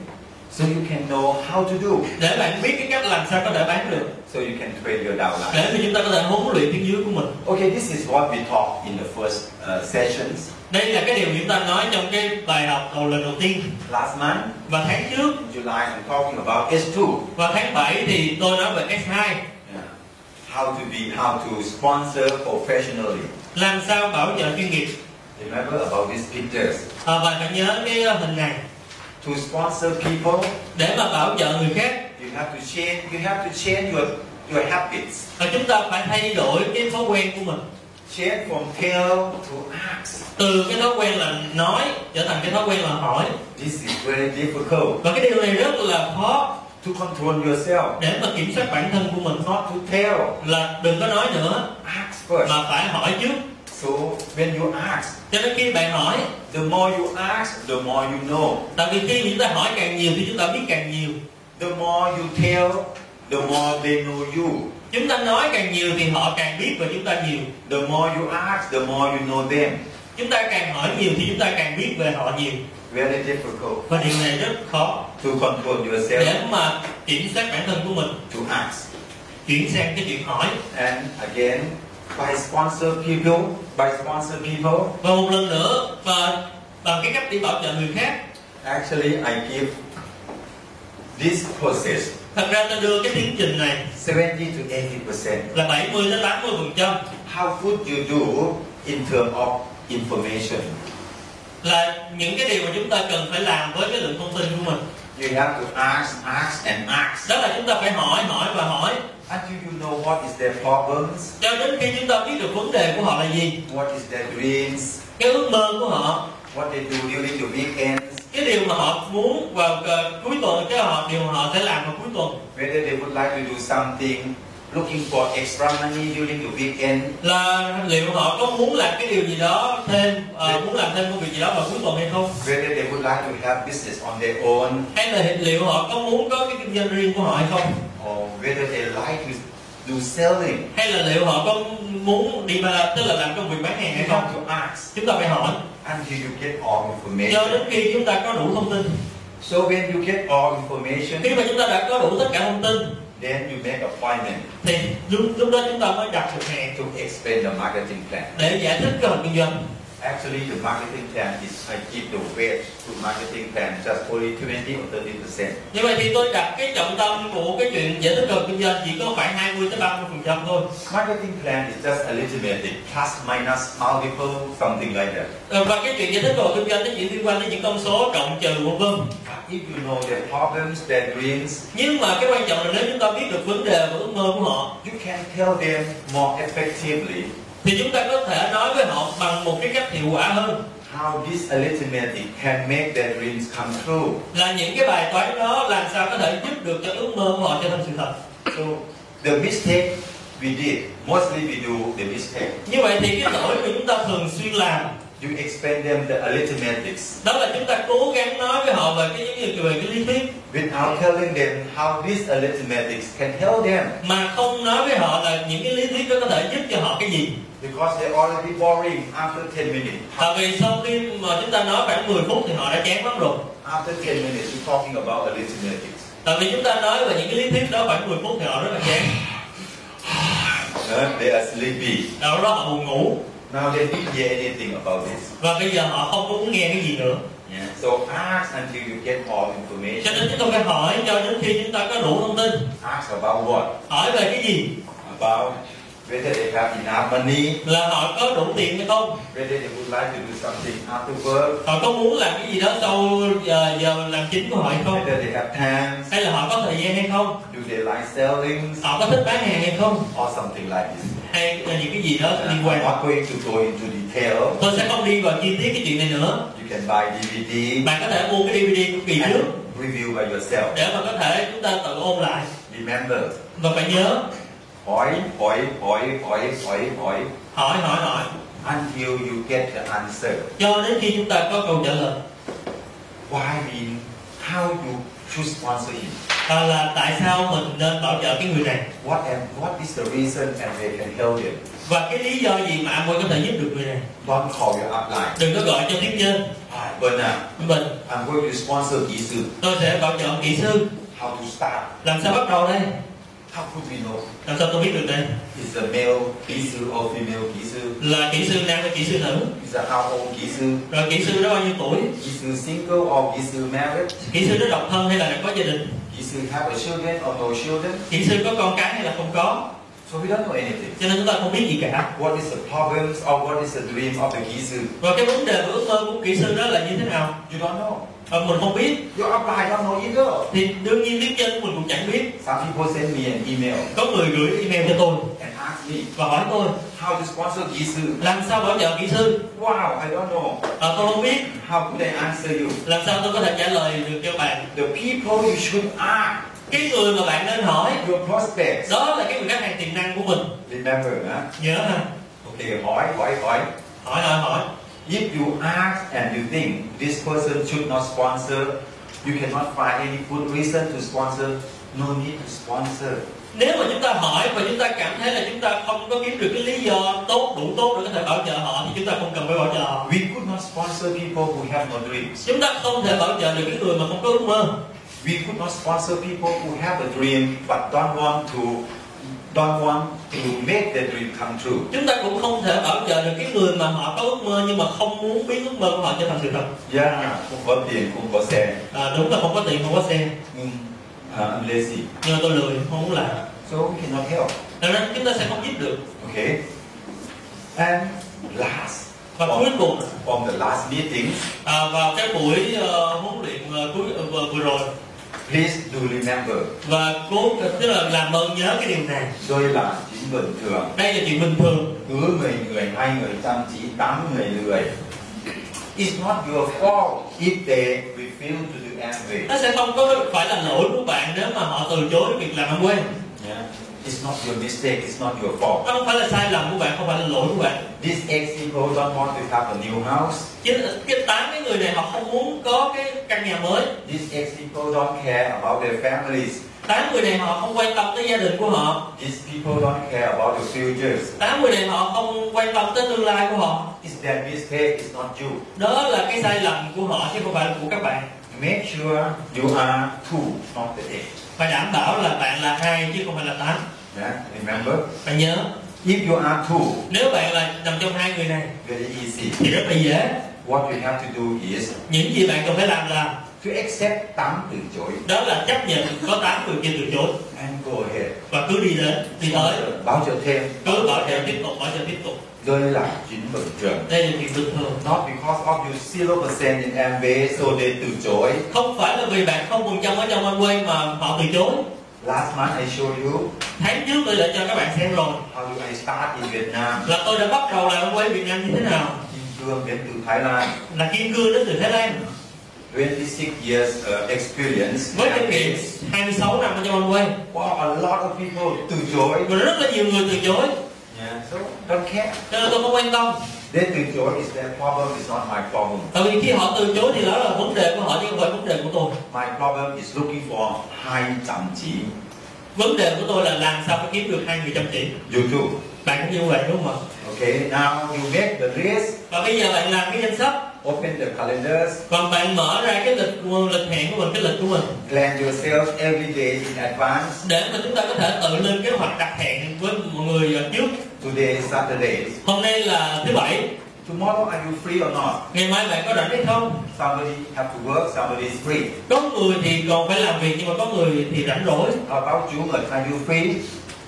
S1: So you can know how to do.
S2: để bạn biết cái cách làm sao có thể bán được
S1: So you can train your downline.
S2: để mà chúng ta có thể huấn luyện tiếng dưới của mình
S1: Okay, this is what we talked in the first uh, sessions
S2: đây là cái điều chúng ta nói trong cái bài học đầu lần đầu tiên
S1: last month.
S2: và tháng trước
S1: In July, I'm talking about S2.
S2: và tháng 7 thì tôi nói về S2
S1: Yeah. How to be, how to sponsor professionally.
S2: làm sao bảo trợ chuyên nghiệp
S1: Remember about these pictures.
S2: à, và phải nhớ cái ờ, hình này
S1: To sponsor people,
S2: để mà bảo trợ người khác
S1: you have to change. You have to change your your habits.
S2: và chúng ta phải thay đổi cái thói quen của mình
S1: Change from tell to ask.
S2: từ cái thói quen là nói trở thành cái thói quen là hỏi
S1: This is very difficult
S2: và cái điều này rất là khó
S1: to control yourself.
S2: để mà kiểm soát bản thân của mình
S1: Not to tell,
S2: là đừng có nói nữa
S1: ask first.
S2: mà phải hỏi trước
S1: So when you ask,
S2: cho nên khi bạn hỏi
S1: the more you ask, the more you know.
S2: tại vì khi chúng ta hỏi càng nhiều thì chúng ta biết càng nhiều
S1: The more you tell, the more they know you.
S2: chúng ta nói càng nhiều thì họ càng biết về chúng ta nhiều
S1: The more you ask, the more you know them.
S2: chúng ta càng hỏi nhiều thì chúng ta càng biết về họ nhiều
S1: Very difficult
S2: và điều này rất khó
S1: to control
S2: để
S1: yourself
S2: mà kiểm soát bản thân của mình
S1: to ask.
S2: chuyển sang cái chuyện hỏi
S1: And again, by sponsor people, by sponsor people,
S2: và một lần nữa và bằng cái cách đi bảo trợ người khác
S1: actually I give this process
S2: thật ra tôi đưa cái tiến trình này
S1: 70 to 80 percent.
S2: là 70 đến 80 phần trăm
S1: How good you do in terms of information.
S2: là những cái điều mà chúng ta cần phải làm với cái lượng thông tin của mình
S1: You have to ask, ask, and ask
S2: đó là chúng ta phải hỏi hỏi và hỏi
S1: until you know what is their problems,
S2: cho đến khi chúng ta biết được vấn đề của họ là gì
S1: what is their dreams,
S2: cái ước mơ của họ
S1: what they do during the weekends,
S2: cái điều mà họ muốn vào ờ, cuối tuần cái họ điều mà họ sẽ làm vào cuối tuần
S1: whether they would like to do something, looking for extra money during the weekend.
S2: là liệu họ có muốn làm cái điều gì đó thêm ờ, muốn làm thêm công việc gì đó vào cuối tuần hay không
S1: Whether they would like to have business on their own,
S2: hay là liệu họ có muốn có cái kinh doanh riêng của họ hay không
S1: or whether they like to do selling.
S2: hay là liệu họ có muốn đi mà tức là làm công việc bán hàng
S1: You
S2: hay
S1: have
S2: không
S1: to ask
S2: chúng ta phải hỏi
S1: until you get all
S2: cho đến
S1: information.
S2: khi chúng ta có đủ thông tin
S1: So when you get all information,
S2: khi mà chúng ta đã có đủ tất cả thông tin
S1: then you make appointment
S2: thì lúc, lúc đó chúng ta mới đặt được hàng
S1: to explain the marketing plan.
S2: để giải thích cơ hội kinh doanh
S1: Actually, the marketing plan is I give the weight to marketing plan just only 20 or 30 percent.
S2: như vậy thì tôi đặt cái trọng tâm của cái chuyện giải thích cơ hội kinh doanh chỉ có khoảng 20 tới 30 phần trăm thôi
S1: Marketing plan is just arithmetic, plus minus multiple, something like that.
S2: Ờ, và cái chuyện giải thích cơ hội kinh doanh nó chỉ liên quan đến những con số cộng trừ vân vân
S1: But if you know their problems, their dreams,
S2: nhưng mà cái quan trọng là nếu chúng ta biết được vấn đề và ước mơ của họ
S1: you can tell them more effectively
S2: thì chúng ta có thể nói với họ bằng một cái cách hiệu quả hơn
S1: how this arithmetic can make their dreams come true.
S2: là những cái bài toán đó làm sao có thể giúp được cho ước mơ của họ trở thành sự thật
S1: So the mistake we did, mostly we do the mistake.
S2: như vậy thì cái lỗi mà chúng ta thường xuyên làm
S1: You explain them the arithmetics
S2: đó là chúng ta cố gắng nói với họ về cái giống như về cái lý thuyết
S1: without telling them how this arithmetics can help them.
S2: mà không nói với họ là những cái lý thuyết đó có thể giúp cho họ cái gì
S1: Because they're already boring after 10 minutes.
S2: tại vì sau khi mà chúng ta nói khoảng 10 phút thì họ đã chán lắm rồi
S1: After 10 minutes, you're talking about arithmetics.
S2: tại vì chúng ta nói về những cái lý thuyết đó khoảng 10 phút thì họ rất là chán
S1: Uh, they are sleepy.
S2: đầu đó họ buồn ngủ
S1: Now they didn't hear anything about this.
S2: và bây giờ họ không có muốn nghe cái gì nữa
S1: Yeah. So ask until you get all information.
S2: cho nên (laughs) chúng ta phải hỏi cho đến khi chúng ta có đủ thông tin
S1: Ask about what?
S2: hỏi về cái gì
S1: About whether they have enough money,
S2: là họ có đủ tiền hay không
S1: whether they would like to do something after work,
S2: họ có muốn làm cái gì đó sau giờ, giờ làm chính của họ hay không
S1: whether they have time,
S2: hay là họ có thời gian hay không
S1: do they like selling,
S2: họ có thích bán hàng hay không
S1: or something like this.
S2: hay là những cái gì đó
S1: I'm
S2: liên quan
S1: not going to go into detail.
S2: tôi sẽ không đi vào chi tiết cái chuyện này nữa
S1: You can buy DVD
S2: bạn có thể mua cái dvd của kỳ trước
S1: and review by yourself.
S2: để mà có thể chúng ta tự ôn lại
S1: Remember,
S2: và phải nhớ
S1: hỏi, hỏi, hỏi, hỏi, hỏi, hỏi
S2: hỏi hỏi hỏi
S1: until you get the answer.
S2: cho đến khi chúng ta có câu trả lời
S1: Why we, how you should sponsor him.
S2: à, là tại sao mình nên bảo trợ cái người này
S1: What am, what is the reason and they can help you?
S2: và cái lý do gì mà anh có thể giúp được người này
S1: Don't call your upline.
S2: đừng có gọi cho tiếp dân
S1: Hi, Bernard,
S2: mình
S1: I'm going to sponsor kỹ sư.
S2: tôi sẽ bảo trợ kỹ sư
S1: How to start?
S2: làm sao bắt đầu đây
S1: How could we know?
S2: làm sao tôi biết được đây
S1: Is a male kỹ sư or female kỹ sư?
S2: là kỹ sư nam hay kỹ sư nữ
S1: Is a how old kỹ sư?
S2: rồi kỹ sư đó bao nhiêu tuổi
S1: Kỹ sư single or kỹ sư married?
S2: kỹ sư đó độc thân hay là đã có gia đình
S1: Kỹ sư have a children or no children?
S2: kỹ sư có con cái hay là không có
S1: So we don't know anything.
S2: cho nên chúng ta không biết gì cả
S1: What is the problems or what is the dream of the kỹ sư?
S2: và cái vấn đề và ước mơ của kỹ sư đó là như thế nào
S1: You don't know.
S2: Ờ, mình không biết
S1: Your upline don't know either.
S2: thì đương nhiên tiếp dân mình cũng chẳng biết
S1: Some people send me an email
S2: có người gửi email cho tôi
S1: and ask me
S2: và hỏi tôi
S1: how to sponsor kỹ sư.
S2: làm sao bảo trợ kỹ sư
S1: Wow, I don't know.
S2: Ờ, tôi không biết
S1: How could I answer you?
S2: làm sao tôi có thể trả lời được cho bạn
S1: The people you should ask,
S2: cái người mà bạn nên hỏi
S1: your prospects.
S2: đó là cái người khách hàng tiềm năng của mình
S1: Remember, huh?
S2: nhớ ha
S1: okay, hỏi, hỏi, hỏi.
S2: hỏi hỏi hỏi
S1: If you ask and you think this person should not sponsor, you cannot find any good reason to sponsor. No need to sponsor.
S2: nếu mà chúng ta hỏi và chúng ta cảm thấy là chúng ta không có kiếm được cái lý do tốt đủ tốt để có thể bảo trợ họ thì chúng ta không cần phải bảo trợ họ
S1: We could not sponsor people who have no dreams.
S2: chúng ta không thể bảo trợ được cái người mà không có ước mơ
S1: We could not sponsor people who have a dream but don't want to don't want to make their dream come true.
S2: chúng ta cũng không thể bảo trợ được cái người mà họ có ước mơ nhưng mà không muốn biến ước mơ của họ trở thành sự thật
S1: Yeah, cũng có tiền, cũng có xe.
S2: à, đúng là không có tiền không có xe
S1: Nhưng uh, I'm lazy.
S2: nhưng mà tôi lười không muốn làm
S1: So we cannot help.
S2: cho nên chúng ta sẽ không giúp được
S1: Okay. And last,
S2: và cuối cùng
S1: on the last meeting,
S2: à, vào cái buổi ờ, huấn luyện ờ, cuối ờ, vừa, vừa rồi
S1: please do remember,
S2: và cố tức là làm ơn nhớ cái điều này
S1: tôi là chính bình thường.
S2: đây là chuyện bình thường
S1: Cứ 10 người, hai người chăm chỉ, 8 người lười. It's not your fault if they refuse to do anything.
S2: nó sẽ không có phải là lỗi của bạn nếu mà họ từ chối việc làm ăn quen
S1: Yeah. It's not your mistake, it's not your fault.
S2: nó không phải là sai lầm của bạn không phải là lỗi của bạn
S1: These ex people don't want to have a new house.
S2: chính là cái tám cái người này họ không muốn có cái căn nhà mới
S1: These ex people don't care about their families.
S2: tám người này họ không quan tâm tới gia đình của họ
S1: These people don't care about the futures.
S2: tám người này họ không quan tâm tới tương lai của họ
S1: It's their mistake, it's not you.
S2: đó là cái sai lầm của họ chứ không phải là của các bạn
S1: Make sure you are two, not the eight.
S2: phải đảm bảo là bạn là hai chứ không phải là tám
S1: Yeah, remember?
S2: bạn nhớ
S1: If you are two,
S2: nếu bạn là nằm trong hai người này
S1: very easy.
S2: thì rất là dễ
S1: What you have to do is
S2: những gì bạn cần phải làm là
S1: to accept tám từ chối
S2: đó là chấp nhận có tám người kia từ chối
S1: and go ahead.
S2: và cứ đi đến đi tới
S1: Báo cho thêm.
S2: cứ bảo trợ tiếp tục bảo trợ tiếp tục
S1: Rơi là chính bình thường.
S2: đây là chuyện bình thường
S1: Not because of you zero percent in MV, so they từ chối.
S2: không phải là vì bạn không phần trăm ở trong Amway mà họ từ chối
S1: Last month I showed you
S2: tháng trước tôi đã cho các bạn xem rồi
S1: how do I start in Vietnam.
S2: là tôi đã bắt đầu làm Amway Việt Nam như thế nào
S1: Kim Cương đến từ Thái Lan.
S2: là kim cương đến từ Thái Lan
S1: 26 years uh, experience.
S2: với kinh nghiệm 26 năm ở trong Amway
S1: Wow, a lot of people từ chối.
S2: và rất là nhiều người từ chối
S1: Yeah, so don't care.
S2: cho nên tôi không quan tâm
S1: They từ chối is their problem, it's not my problem.
S2: tại vì khi họ từ chối thì đó là vấn đề của họ chứ không phải vấn đề của tôi
S1: My problem is looking for high chăm chỉ.
S2: vấn đề của tôi là làm sao phải kiếm được hai người chăm chỉ
S1: You too.
S2: bạn cũng như vậy đúng không ạ
S1: Okay, now you make the list,
S2: và bây giờ bạn làm cái danh sách
S1: open the calendars,
S2: còn bạn mở ra cái lịch lịch hẹn của mình cái lịch của mình
S1: plan yourself every day in advance.
S2: để mà chúng ta có thể tự lên kế hoạch đặt hẹn với mọi người ở trước
S1: Today is Saturday.
S2: hôm nay là thứ bảy
S1: Tomorrow are you free or not?
S2: ngày mai bạn có rảnh hay không
S1: Somebody have to work, somebody is free.
S2: có người thì còn phải làm việc nhưng mà có người thì rảnh rỗi
S1: How about Jumat? Are you free?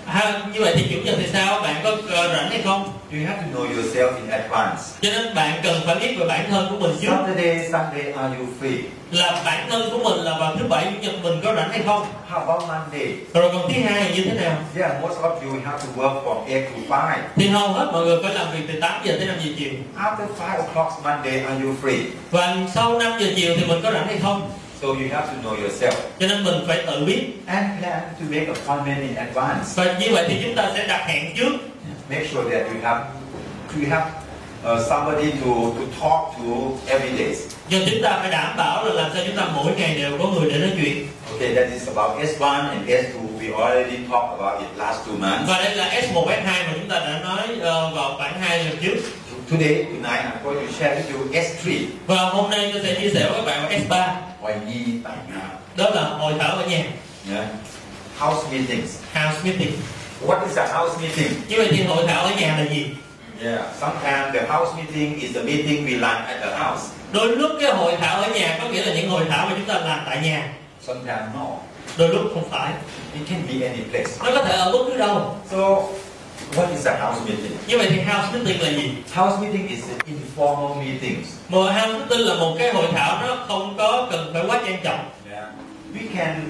S2: ha, như vậy thì chủ nhật thì sao bạn có ờ, rảnh hay không
S1: You have to know yourself in advance.
S2: cho nên bạn cần phải biết về bản thân của mình trước
S1: Saturday, Sunday are you free?
S2: là bản thân của mình là vào thứ bảy chủ nhật mình có rảnh hay không
S1: How about Monday?
S2: rồi còn thứ hai như thế nào
S1: Yeah, most of you have to work from 8 to 5.
S2: thì hầu hết mọi người phải làm việc từ 8 giờ tới 5 giờ chiều
S1: After 5 o'clock Monday are you free?
S2: và sau 5 giờ chiều thì mình có rảnh hay không
S1: So you have to know yourself
S2: cho nên mình phải tự biết
S1: and plan to make appointment in advance.
S2: và như vậy thì chúng ta sẽ đặt hẹn trước
S1: Make sure that you have you have uh, somebody to, to talk to every day.
S2: do chúng ta phải đảm bảo là làm sao chúng ta mỗi ngày đều có người để nói chuyện
S1: Okay, that is about S1 and S2. We already talked about it last two months.
S2: và đây là S1 S2 mà chúng ta đã nói ờ, vào bản 2 lần trước
S1: Today, tonight, I'm going to share with you S3.
S2: và hôm nay tôi sẽ chia sẻ với các bạn vào S3
S1: Why ye by E now?
S2: đó là hội thảo ở nhà
S1: Yeah. House meetings.
S2: house meeting
S1: What is a house meeting?
S2: như vậy thì hội thảo ở nhà là gì
S1: Yeah. Sometimes the house meeting is the meeting we run at the house.
S2: đôi lúc cái hội thảo ở nhà có nghĩa là những hội thảo mà chúng ta làm tại nhà
S1: Sometimes no.
S2: đôi lúc không phải
S1: It can be any place.
S2: nó có thể ở bất cứ đâu
S1: So, what is a house meeting?
S2: như vậy thì house meeting là gì
S1: House meeting is an informal meetings.
S2: mùa house meeting là một cái hội thảo nó không có cần phải quá trang trọng
S1: Yeah. We can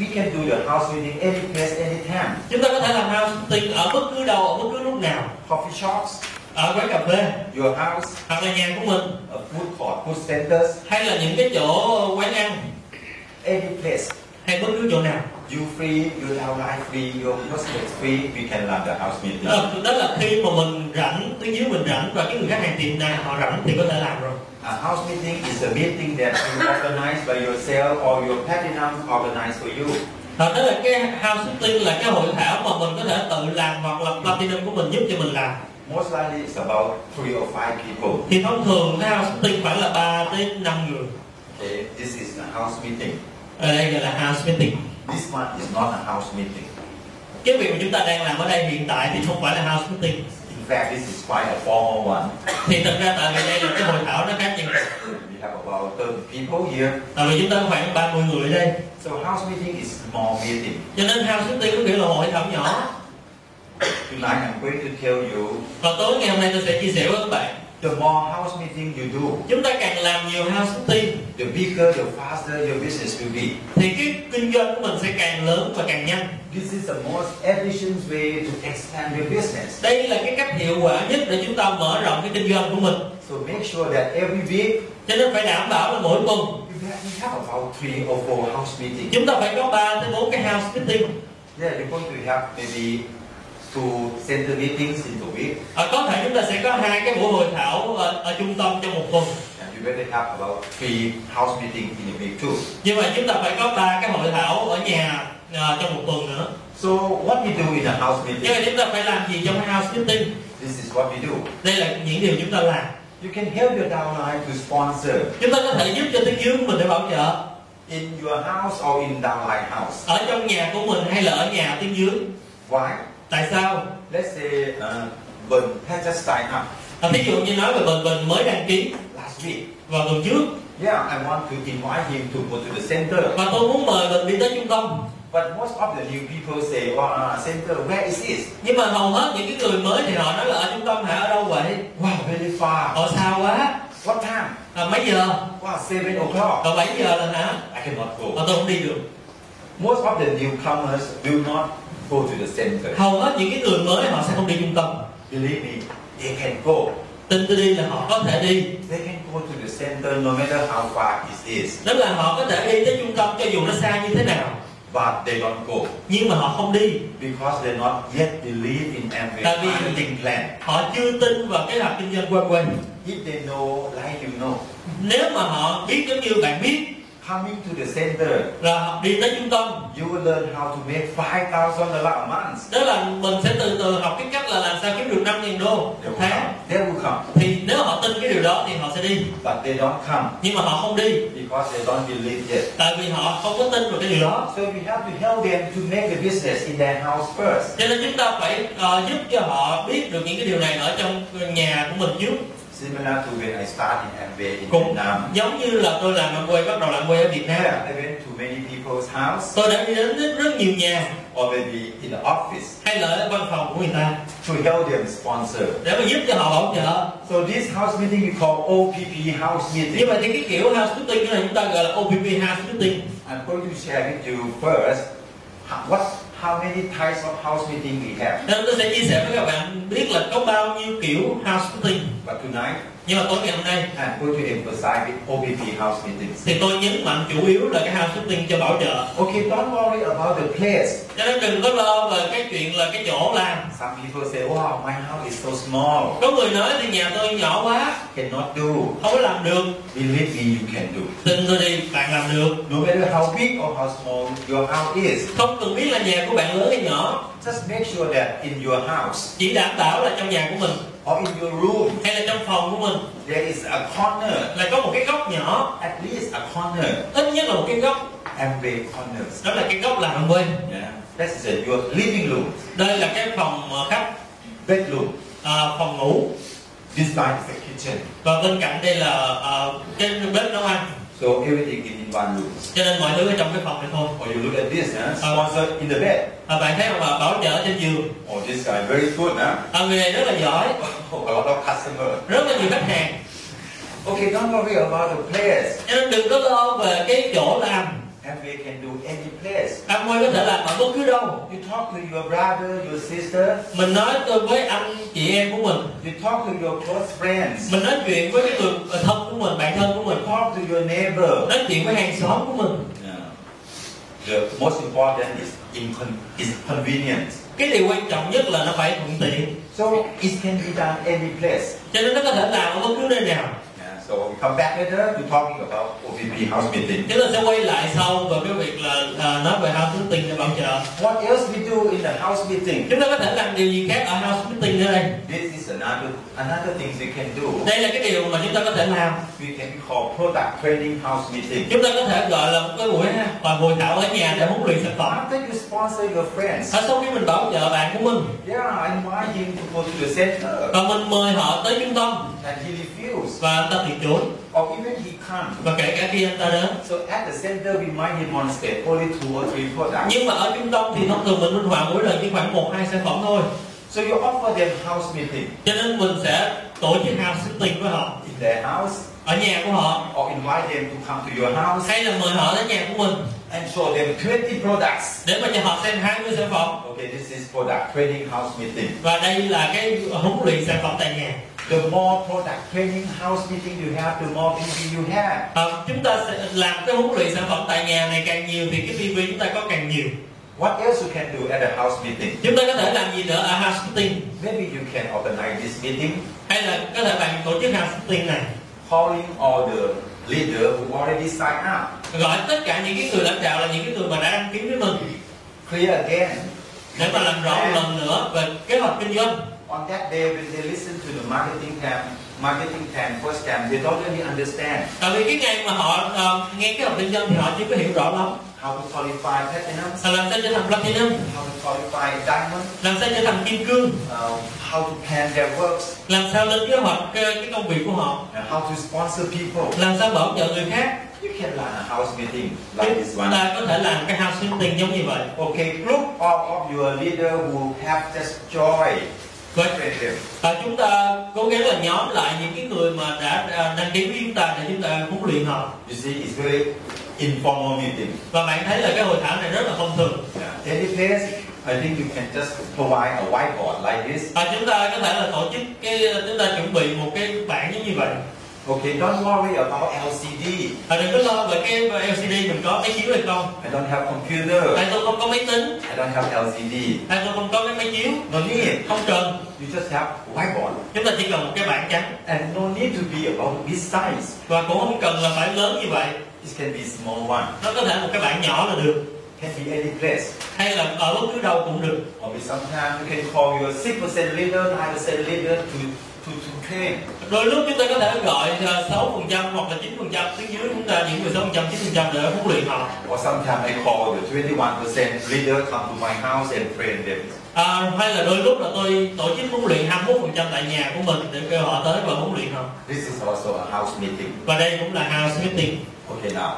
S1: we can do the house meeting any place, any time.
S2: chúng ta có thể làm house meeting ở bất cứ đâu ở bất cứ lúc nào
S1: Coffee shops,
S2: ở quán cà phê
S1: your house,
S2: hoặc là nhà của mình
S1: a food court, food centers,
S2: hay là những cái chỗ quán ăn
S1: any place.
S2: hay bất cứ chỗ nào
S1: You free, you downline free, your prospect free. We can run the house meeting.
S2: Ờ, đó là khi mà mình rảnh tuyến dưới mình rảnh và cái người khách hàng tiềm năng họ rảnh thì có thể làm rồi
S1: A house meeting is a meeting that you organize by yourself or your platinum organize for you.
S2: Thật Ờ, đó là cái house meeting là cái hội thảo mà mình có thể tự làm hoặc là platinum của mình giúp cho mình làm
S1: Most likely it's about three or five people.
S2: thì thông thường cái house meeting khoảng là 3 tới 5 người
S1: Okay, this is a house meeting.
S2: ở đây gọi là house meeting
S1: This one is not a house meeting.
S2: cái việc mà chúng ta đang làm ở đây hiện tại thì không phải là house meeting
S1: In fact, this is quite a formal one.
S2: thì thật ra tại vì đây là cái hội thảo nó khác nhau
S1: We have about 30 people here.
S2: tại vì chúng ta có khoảng 30 người ở đây
S1: So house meeting is small meeting.
S2: cho nên house meeting có nghĩa là hội thảo nhỏ
S1: Tonight I'm going to tell you,
S2: và tối ngày hôm nay tôi sẽ chia sẻ với các bạn
S1: the more house meeting you do,
S2: chúng ta càng làm nhiều house meeting
S1: the bigger, the faster your business will be.
S2: thì cái kinh doanh của mình sẽ càng lớn và càng nhanh
S1: This is the most efficient way to expand your business.
S2: đây là cái cách hiệu quả nhất để chúng ta mở rộng cái kinh doanh của mình
S1: So make sure that every week
S2: cho nên phải đảm bảo là mỗi tuần
S1: you have we have about three or four house meetings.
S2: chúng ta phải có 3 tới 4 cái house meeting
S1: Yeah, you're going to have maybe two center meetings in the week,
S2: à, có thể chúng ta sẽ có hai cái buổi hội thảo ở, ở trung tâm trong một tuần
S1: and you better have about three house meetings in a week too.
S2: nhưng mà chúng ta phải có ba cái hội thảo ở nhà à, trong một tuần nữa
S1: So what we do in a house
S2: như vậy
S1: meeting,
S2: chúng ta phải làm gì trong house meeting
S1: this is what we do.
S2: đây là những điều chúng ta làm
S1: You can help your downline to sponsor
S2: chúng ta có thể giúp cho tiếng dưới của mình để bảo trợ
S1: in your house or in downline house.
S2: ở trong nhà của mình hay là ở nhà tiếng dưới
S1: Why?
S2: tại sao
S1: Let's say uh, Bình had just signed up
S2: à, ví dụ như nói về bình bình mới đăng ký
S1: last week.
S2: vào tuần trước
S1: Yeah, I want to invite him to go to the center.
S2: và tôi muốn mời bình đi tới trung tâm
S1: But most of the new people say, oh, uh, center, where is this?
S2: nhưng mà hầu hết những cái người mới thì họ nói là ở trung tâm hả ở đâu vậy
S1: Wow, very far.
S2: họ xa quá
S1: What time?
S2: à, mấy giờ
S1: Wow, 7 o'clock.
S2: Còn 7 giờ là hả?
S1: I cannot
S2: Mà
S1: go.
S2: tôi không đi được
S1: Most of the newcomers do not go to the center.
S2: Hầu hết những cái người mới họ sẽ không đi trung tâm
S1: Believe me, they can go.
S2: Tin tôi đi là họ có thể đi
S1: They can go to the center no matter how far it is,
S2: Đó là họ có thể đi tới trung tâm cho dù nó xa như thế nào
S1: but they don't go
S2: Nhưng mà họ không đi
S1: because they not yet believe in Amway
S2: Tại vì-
S1: marketing plan.
S2: Họ chưa tin vào cái hoạt kinh doanh quen quen
S1: If they know, like you know,
S2: Nếu mà họ biết giống như bạn biết
S1: coming to the center,
S2: là họ đi tới trung tâm
S1: you will learn how to make five thousand dollars a month.
S2: Đó là mình sẽ từ từ học cái cách là làm sao kiếm được 5.000 đô
S1: They
S2: một
S1: will come.
S2: tháng
S1: They will come,
S2: Thì nếu họ tin cái điều đó thì họ sẽ đi
S1: but they don't come
S2: Nhưng mà họ không đi
S1: because they don't believe yet.
S2: Tại vì họ không có tin vào cái điều đó
S1: So we have to help them to make the business in their house first.
S2: cho nên chúng ta phải ờ, giúp cho họ biết được những cái điều này ở trong nhà của mình trước
S1: Similar to when I started Amway in
S2: cũng
S1: Vietnam.
S2: giống như là tôi làm làm quê bắt đầu làm quê ở Việt Nam
S1: Yeah, I went to many people's house
S2: tôi đã đi đến rất, rất nhiều nhà
S1: or maybe in the office.
S2: hay là ở văn phòng của người ta
S1: to help them sponsor.
S2: để mà giúp cho họ bảo trợ
S1: So this house meeting we call OPP house
S2: nhưng
S1: meeting.
S2: mà thì cái kiểu house meeting này chúng ta gọi là OPP house meeting
S1: I'm going to share with you first how- what how many types of house meeting we have.
S2: nên tôi sẽ chia sẻ với các bạn biết là có bao nhiêu kiểu house meeting
S1: But tonight,
S2: nhưng mà tối ngày hôm nay
S1: and going to emphasize the OBP house meetings.
S2: thì tôi nhấn mạnh chủ yếu là cái house shifting cho bảo trợ
S1: Okay, don't worry about the place.
S2: cho nên đừng có lo về cái chuyện là cái chỗ làm
S1: Some people say, wow, my house is so small.
S2: có người nói thì nhà tôi nhỏ quá
S1: Cannot do.
S2: không có làm được
S1: Believe me, you can do.
S2: tin tôi đi bạn làm được
S1: No matter how big or how small your house is,
S2: không cần biết là nhà của bạn lớn hay nhỏ
S1: just make sure that in your house
S2: chỉ đảm bảo là trong nhà của mình
S1: or in your room
S2: hay là trong phòng của mình
S1: there is a corner,
S2: là có một cái góc nhỏ
S1: at least a corner,
S2: ít nhất là một cái góc
S1: Amway corners.
S2: đó là cái góc làm quên
S1: Yeah, that's the, your living room,
S2: đây là cái phòng ờ, khách
S1: bedroom.
S2: ờ, phòng ngủ
S1: This side is the kitchen.
S2: và bên cạnh đây là ờ, cái bếp nấu ăn
S1: So everything is in one room.
S2: cho nên mọi thứ ở trong cái phòng này thôi
S1: Or you look at this, huh? sponsor in the bed.
S2: à, bạn thấy không ạ bảo trợ trên giường
S1: Oh, this guy very good, huh?
S2: à, người này rất là giỏi
S1: Oh, a lot of customer.
S2: rất là nhiều khách hàng
S1: Okay, don't worry about the place.
S2: cho nên đừng có lo về cái chỗ làm
S1: Amway can do any place.
S2: anh có thể làm ở bất cứ đâu
S1: You talk to your brother, your sister.
S2: mình nói tôi với anh chị em của mình
S1: You talk to your close friends.
S2: mình nói chuyện với cái người thân của mình bạn thân của mình
S1: You talk to your neighbor.
S2: nói chuyện với hàng xóm của mình
S1: Yeah. The most important is incon- is convenience.
S2: cái điều quan trọng nhất là nó phải thuận tiện
S1: So it can be done any place.
S2: cho nên nó có thể làm ở bất cứ nơi nào
S1: Yeah, so we come back later to talking about OVP house meeting.
S2: chúng ta sẽ quay lại sau về cái việc là à, nói về house meeting để bảo trợ
S1: What else we do in the house meeting?
S2: chúng ta có thể làm điều gì khác ở house meeting nữa đây
S1: This is another another thing we can do.
S2: đây là cái điều mà chúng ta có thể làm
S1: We can call product training house meeting.
S2: chúng ta có thể gọi là một cái buổi và buổi thảo ở nhà để huấn luyện sản phẩm
S1: After you sponsor your friends,
S2: ở sau khi mình bảo trợ bạn của mình
S1: yeah, invite him to go to the center,
S2: và mình mời họ tới trung tâm
S1: and he refused,
S2: và anh ta từ chối
S1: or even he can't.
S2: và kể cả khi anh ta đến
S1: So at the center, we might him on stage only two or three products.
S2: nhưng mà ở trung tâm thì thông thường mình minh họa mỗi lần chỉ khoảng một hai sản phẩm thôi
S1: So you offer them house meeting
S2: cho nên mình sẽ tổ chức house meeting với họ
S1: in their house,
S2: ở nhà của họ
S1: or invite them to come to your house
S2: hay là mời họ đến nhà của mình
S1: and show them 20 products.
S2: để mà cho họ xem 20 sản phẩm
S1: Okay, this is product training house meeting.
S2: và đây là cái huấn luyện sản phẩm tại nhà
S1: The more product training house meeting you have, the more PV you have.
S2: Ờ, chúng ta sẽ làm cái huấn luyện sản phẩm tại nhà này càng nhiều thì cái PV chúng ta có càng nhiều
S1: What else you can do at a house meeting?
S2: chúng ta có thể làm gì nữa ở house meeting
S1: Maybe you can organize this meeting,
S2: hay là có thể bạn tổ chức house meeting này
S1: calling all the leader who already signed up.
S2: gọi tất cả những cái người lãnh đạo là những cái người mà đã đăng ký với mình
S1: Clear again.
S2: để mà làm rõ một lần nữa về kế hoạch kinh doanh
S1: On that day, when they listen to the marketing plan, marketing plan first time, they don't really understand
S2: tại vì cái ngày mà họ ờ, nghe kế hoạch kinh doanh thì họ chưa có hiểu rõ lắm
S1: how to qualify platinum,
S2: Sao làm sao trở thành platinum
S1: how to qualify diamond,
S2: làm sao trở thành kim cương
S1: uh, how to plan their works,
S2: làm sao lên kế hoạch cái, cái công việc của họ
S1: and how to sponsor people.
S2: làm sao bảo trợ người khác
S1: You can run a house meeting like this
S2: chúng
S1: one.
S2: ta có thể làm cái house meeting giống như vậy
S1: Okay, group all of your leader who have just joy.
S2: Vậy,
S1: Them.
S2: và chúng ta cố gắng là nhóm lại những cái người mà đã à, đăng ký với chúng ta để chúng ta huấn luyện họ
S1: You see, it's very informal meeting.
S2: và bạn thấy là cái hội thảo này rất là thông thường
S1: Yeah. Any place, I think you can just provide a whiteboard like this.
S2: và chúng ta có thể là tổ chức cái chúng ta chuẩn bị một cái bảng giống như vậy
S1: Okay, don't worry about LCD.
S2: và đừng có lo về cái LCD mình có máy chiếu hay không
S1: I don't have computer.
S2: tại tôi không có máy tính
S1: I don't have LCD.
S2: tại tôi không có cái máy chiếu
S1: No need.
S2: không cần
S1: You just have whiteboard.
S2: chúng ta chỉ cần một cái bảng trắng
S1: And no need to be about this size.
S2: và cũng không cần là phải lớn như vậy
S1: It can be small one.
S2: nó có thể một cái bảng nhỏ là được
S1: Can be any place.
S2: hay là ở bất cứ đâu cũng được
S1: Or with sometimes you can call your 6% leader, 9% leader to, to, to train.
S2: đôi lúc chúng ta có thể gọi sáu phần trăm hoặc là chín phần trăm phía dưới chúng ta những người sáu phần trăm chín phần trăm để huấn luyện họ
S1: Or sometimes I call the 21% leader come to my house and train them.
S2: à, hay là đôi lúc là tôi tổ chức huấn luyện 21 phần trăm tại nhà của mình để kêu họ tới và huấn luyện họ
S1: This is also a house meeting.
S2: và đây cũng là house meeting
S1: Okay, now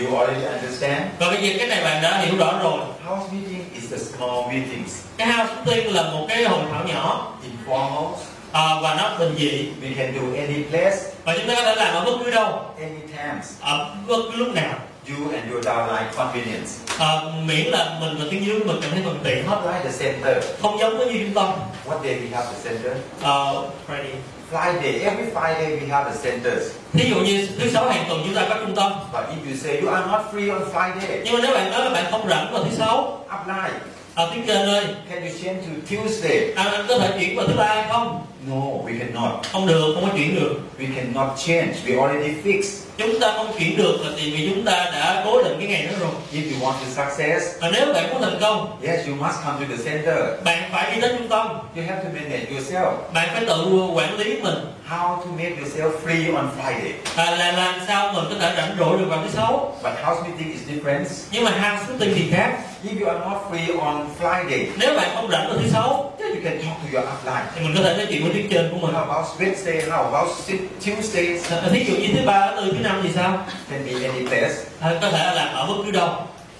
S1: you already understand.
S2: và bây giờ cái này bạn đã hiểu rõ rồi
S1: House meeting is the small meetings,
S2: cái house meeting là một cái hội thảo nhỏ
S1: informal.
S2: à, và nó bình dị
S1: We can do any place,
S2: và chúng ta có thể làm ở bất cứ đâu
S1: any times.
S2: ở bất cứ lúc nào
S1: You and your downline convenience,
S2: à, miễn là mình và tiếng dưới mình cảm thấy thuận tiện
S1: not like the center.
S2: không giống với như trung tâm
S1: What day we have the center?
S2: Ờ, Friday.
S1: Friday. Every Friday we have the centers.
S2: Thí dụ như thứ sáu hàng tuần chúng ta có trung tâm.
S1: But if you say you are not free on Friday,
S2: Nhưng mà nếu bạn nói là bạn không rảnh vào thứ sáu,
S1: apply.
S2: à, tiếng kênh ơi,
S1: Can you change to Tuesday?
S2: anh, anh có thể chuyển vào thứ ba không?
S1: No, we cannot.
S2: Không được, không có chuyển được.
S1: We cannot change. We already fixed.
S2: Chúng ta không chuyển được là tại vì chúng ta đã cố định cái ngày đó rồi.
S1: If you want to success,
S2: Và nếu bạn muốn thành công,
S1: yes, you must come to the center.
S2: bạn phải đi đến trung tâm,
S1: You have to manage yourself.
S2: bạn phải tự quản lý mình.
S1: How to make yourself free on Friday?
S2: À, là làm sao mình có thể rảnh rỗi được vào thứ sáu.
S1: But house meeting is different.
S2: Nhưng mà house meeting thì khác.
S1: If you are not free on Friday,
S2: Nếu bạn không rảnh vào thứ sáu,
S1: then you can talk to your upline.
S2: thì mình có thể nói chuyện với tiếng trên của mình.
S1: How about Wednesday? How about Si- Tuesday?
S2: À, Thí dụ như thứ ba, thứ tư, thứ năm thì sao?
S1: Can be any place.
S2: À, có thể làm ở bất cứ đâu.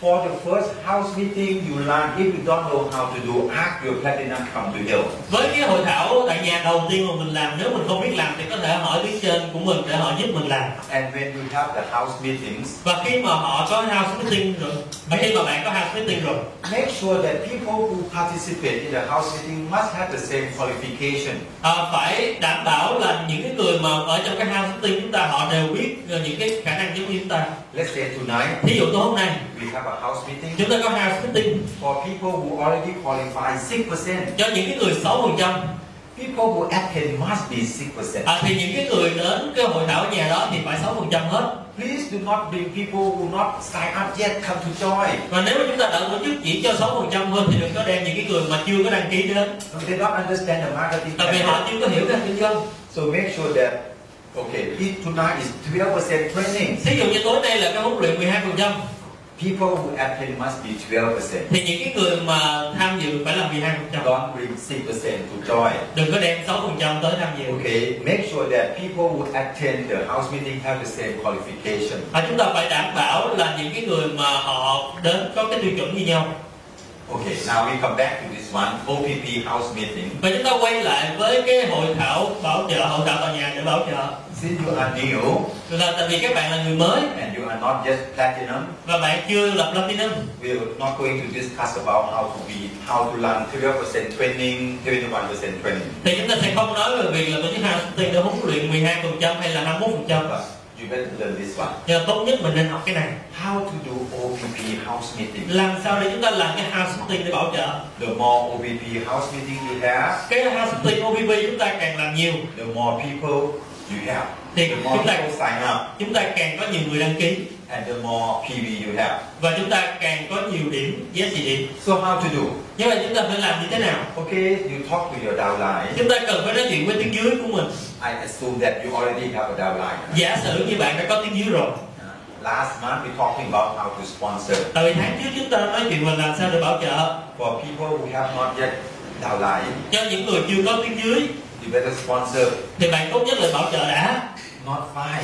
S1: For the first house meeting, you learn if you don't know how to do, ask your platinum come to help.
S2: với cái hội thảo tại nhà đầu tiên mà mình làm nếu mình không biết làm thì có thể hỏi tiếng trên của mình để họ giúp mình làm
S1: And when you have the house meetings,
S2: và khi mà họ có house meeting rồi và khi mà bạn có house meeting rồi
S1: make sure that people who participate in the house meeting must have the same qualification.
S2: à, phải đảm bảo là những cái người mà ở trong cái house meeting chúng ta họ đều biết ờ, những cái khả năng giống như chúng ta
S1: Let's say tonight
S2: thí dụ tối hôm nay
S1: we have a house meeting
S2: chúng ta có house meeting
S1: for people who already qualify 6%.
S2: cho những cái người 6% phần trăm
S1: People who attend must be 6%.
S2: à, thì những cái người đến cái hội thảo ở nhà đó thì phải 6% phần trăm hết
S1: Please do not bring people who not sign up yet come to join.
S2: và nếu mà chúng ta đã tổ chức chỉ cho 6% phần trăm thôi thì đừng có đem những cái người mà chưa có đăng ký đến
S1: They don't understand the marketing.
S2: tại vì họ chưa có hiểu cái kinh doanh
S1: So make sure that okay, if tonight is 12% training,
S2: Thí dụ như tối nay là cái huấn luyện 12%
S1: people who attend must be 12%.
S2: thì những cái người mà tham dự phải làm 12%.
S1: Don't bring 6% to join.
S2: Đừng có đem 6% tới tham dự.
S1: Okay, make sure that people who attend the house meeting have the same qualification.
S2: Và chúng ta phải đảm bảo là những cái người mà họ đến có cái tiêu chuẩn như nhau.
S1: Okay, now we come back to this one OPP house meeting.
S2: Và chúng ta quay lại với cái hội thảo bảo trợ, hội thảo tòa nhà để bảo trợ.
S1: Since you are new
S2: Là tại vì các bạn là người mới
S1: and you are not yet platinum,
S2: và bạn chưa lập platinum
S1: we are not going to discuss about how to be, how to learn 12% training, 21% training.
S2: thì chúng ta sẽ không nói về việc là tổ chức marketing để huấn luyện 12% hay là 21%.
S1: But you better learn this one.
S2: Nhưng mà tốt nhất mình nên học cái này.
S1: How to do OPP house meeting.
S2: Làm sao để chúng ta làm cái marketing để bảo trợ?
S1: The more OBP house meeting you have,
S2: Cái marketing OBB chúng ta càng làm nhiều
S1: the more people you have.
S2: thì
S1: The more
S2: chúng ta
S1: people sign up,
S2: chúng ta càng có nhiều người đăng ký
S1: and the more PV you have.
S2: và chúng ta càng có nhiều điểm giá trị điểm
S1: So how to do?
S2: như vậy chúng ta phải làm như thế nào
S1: Okay, you talk to your downline.
S2: chúng ta cần phải nói chuyện với tiếng dưới của mình
S1: I assume that you already have a downline. Uh,
S2: giả sử như bạn đã có tiếng dưới rồi
S1: Last month we talking about how to sponsor.
S2: tại vì tháng trước chúng ta nói chuyện mình làm sao để bảo trợ
S1: For people who have not yet downline,
S2: cho những người chưa có tiếng dưới
S1: you better sponsor
S2: thì bạn tốt nhất là bảo trợ đã
S1: not five,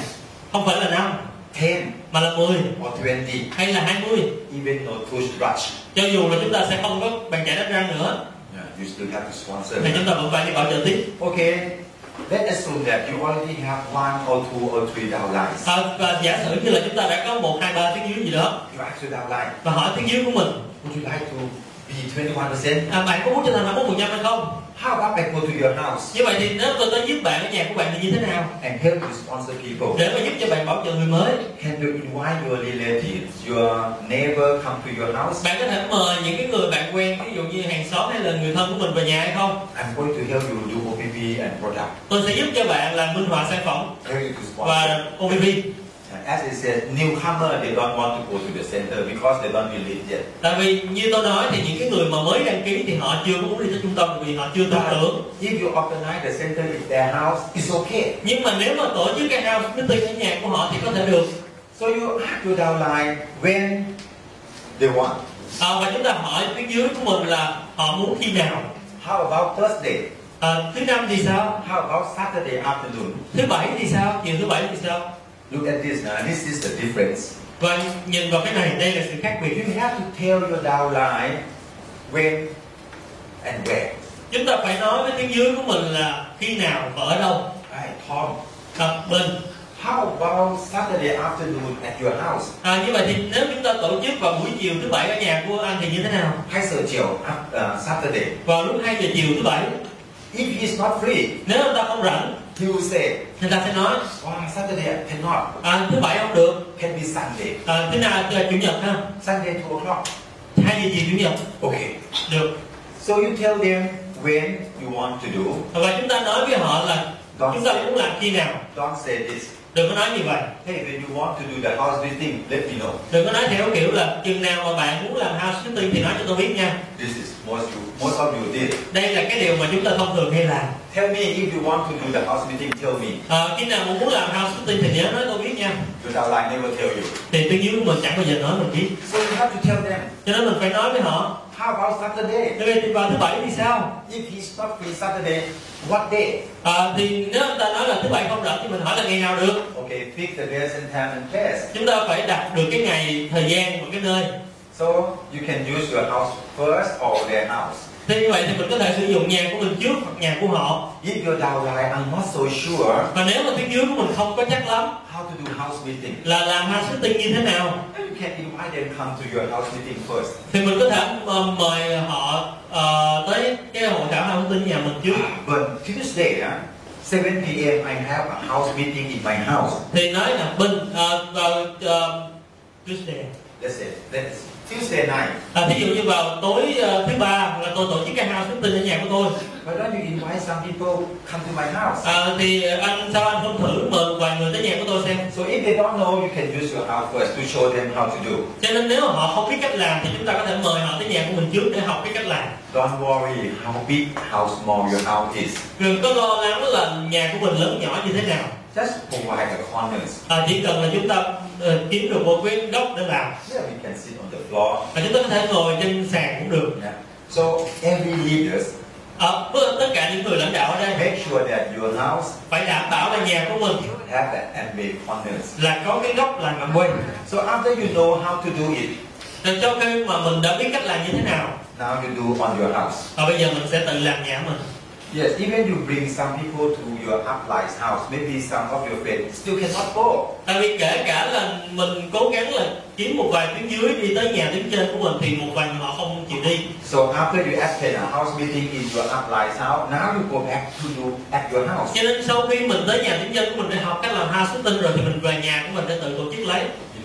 S2: không phải là năm
S1: ten,
S2: mà là 10
S1: or twenty,
S2: hay là 20
S1: even no toothbrush.
S2: cho dù là chúng ta sẽ không có bàn chải đánh răng nữa
S1: Yeah, you still have to sponsor.
S2: thì chúng ta vẫn phải đi bảo trợ tiếp
S1: Okay, let's assume that you already have one or two or three downlines.
S2: à, và giả sử như là chúng ta đã có một hai ba tiếng dưới gì đó
S1: You ask your downline,
S2: và hỏi tiếng dưới của mình
S1: would you like to be 21%?
S2: à, bạn có muốn trở thành 21 phần trăm hay không
S1: How about I go to your house
S2: như vậy thì nếu tôi tới giúp bạn ở nhà của bạn thì như thế nào
S1: and help you sponsor people?
S2: để mà giúp cho bạn bảo trợ người mới
S1: Can you invite your relatives, your neighbor come to your house?
S2: bạn có thể mời những cái người bạn quen ví dụ như hàng xóm hay là người thân của mình về nhà hay không
S1: I'm going to help you do OPP and product.
S2: tôi sẽ giúp cho bạn làm minh họa sản phẩm
S1: Help you to sponsor.
S2: và OPP
S1: And As it says, newcomer, they don't want to go to the center because they don't believe yet.
S2: tại vì như tôi nói thì những cái người mà mới đăng ký thì họ chưa có muốn đi tới trung tâm tại vì họ chưa tin tưởng
S1: If you organize the center in their house, it's okay.
S2: nhưng mà nếu mà tổ chức cái house meeting ở nhà của họ thì có thể được
S1: So you ask your downline when they want.
S2: à, và chúng ta hỏi phía dưới của mình là họ muốn khi nào
S1: How about Thursday?
S2: à, thứ năm thì sao
S1: How about Saturday afternoon?
S2: thứ bảy thì sao chiều thứ bảy thì sao
S1: Look at this now. This is the difference.
S2: và nhìn vào cái này đây là sự khác biệt
S1: If you have to tell your downline when and where.
S2: chúng ta phải nói với tiếng dưới của mình là khi nào và ở đâu
S1: Hey Tom,
S2: à, bên
S1: how about Saturday afternoon at your house?
S2: à, như vậy thì nếu chúng ta tổ chức vào buổi chiều thứ bảy ở nhà của anh thì như thế nào
S1: Hai giờ chiều uh, Saturday.
S2: vào lúc 2 giờ chiều thứ bảy
S1: If he's not free,
S2: nếu ông ta không rảnh
S1: he will say,
S2: thì ta sẽ nói
S1: oh, Saturday I cannot,
S2: à, thứ bảy không được
S1: can be Sunday.
S2: à, thứ nào thứ chủ nhật ha
S1: Sunday 2 o'clock.
S2: hay gì gì chủ nhật
S1: Okay.
S2: được
S1: So you tell them when you want to do.
S2: và chúng ta nói với họ là chúng ta muốn làm khi nào
S1: Don't say this.
S2: đừng có nói như vậy
S1: Hey, when you want to do the house visiting, let me know.
S2: đừng có nói theo kiểu là chừng nào mà bạn muốn làm house shifting thì nói cho tôi biết nha
S1: This is most you, most of you did.
S2: đây là cái điều mà chúng ta thông thường hay làm
S1: Tell me if you want to do the house meeting. Tell me.
S2: à, khi nào mà muốn làm house shifting thì nhớ nói tôi biết nha
S1: Because our line never tell you.
S2: thì tôi dưới mình chẳng bao giờ nói mình biết
S1: So you have to tell them.
S2: cho nên mình phải nói với họ
S1: How about Saturday?
S2: thế thì vào thứ bảy thì sao
S1: If he's not free Saturday, what day?
S2: à, thì nếu người ta nói là thứ bảy không rảnh thì mình hỏi là ngày nào được
S1: Okay, pick the days and time and place.
S2: chúng ta phải đặt được cái ngày thời gian và cái nơi
S1: So you can use your house first or their house.
S2: thế như vậy thì mình có thể sử dụng nhà của mình trước hoặc nhà của họ
S1: If your downline are not so sure
S2: và nếu mà tiếng dưới của mình không có chắc lắm
S1: how to do house meeting,
S2: là làm house shifting như thế nào
S1: you can invite them come to your house meeting first.
S2: thì mình có thể ờ, mời họ ờ, tới cái hội thảo house shifting nhà mình trước
S1: But Tuesday, huh, 7 p.m. I have a house meeting in my house.
S2: thì nói là bình ờ, ờ, ờ, Tuesday.
S1: That's it. That's Tuesday night.
S2: À, thí dụ như vào tối ờ, thứ ba là tôi tổ chức cái house shifting ở nhà của tôi
S1: Why don't you invite some people come to my house?
S2: Ờ, thì anh sao anh không thử mời vài người tới nhà của tôi xem
S1: So if they don't know, you can use your house first to show them how to do.
S2: cho nên nếu họ không biết cách làm thì chúng ta có thể mời họ tới nhà của mình trước để học cái cách làm
S1: Don't worry how big, how small your house is.
S2: đừng có lo lắng là nhà của mình lớn nhỏ như thế nào
S1: Just provide the corners.
S2: à, chỉ cần là chúng ta ờ, kiếm được một cái góc để làm
S1: Yeah, we can sit on the floor.
S2: và chúng ta có thể ngồi trên sàn cũng được
S1: Yeah. So every leaders
S2: à, với tất cả những người lãnh đạo ở đây
S1: make sure that your house
S2: phải đảm bảo là nhà của mình
S1: have the ambient corners.
S2: là có cái góc làm bằng
S1: Wait. So after you know how to do it,
S2: rồi cho khi mà mình đã biết cách làm như thế nào
S1: now you do on your house.
S2: và bây giờ mình sẽ tự làm nhà mình
S1: Yes, even you bring some people to your uplines house, maybe some of your friends still cannot go.
S2: tại vì kể cả là mình cố gắng là kiếm một vài tuyến dưới đi tới nhà tuyến trên của mình thì một vài người họ không chịu đi
S1: So after you attend a house meeting in your uplines house, now you go back to do at your house.
S2: cho nên sau khi mình tới nhà tuyến trên của mình để học cách làm house shifting rồi thì mình về nhà của mình để tự tổ chức lấy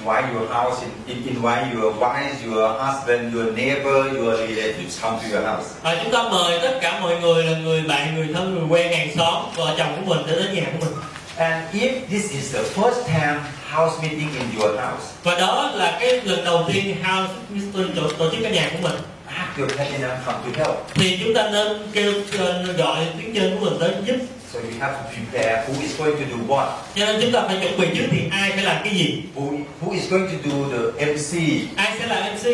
S1: Invite your house, in- in- invite your wife, your husband, your neighbor, your relatives come to your house.
S2: và chúng ta mời tất cả mọi người là người bạn người thân người quen hàng xóm vợ chồng của mình để đến nhà của mình
S1: And if this is the first time house meeting in your house,
S2: và đó là cái lần đầu tiên house Mr. tổ, tổ chức cái nhà của mình
S1: ask your platinum come to help.
S2: thì chúng ta nên kêu kêu gọi tuyến trên của mình tới giúp
S1: So you have to prepare who is going to do what,
S2: cho nên chúng ta phải chuẩn bị trước thì ai phải làm cái gì
S1: who, who is going to do the MC
S2: ai sẽ là MC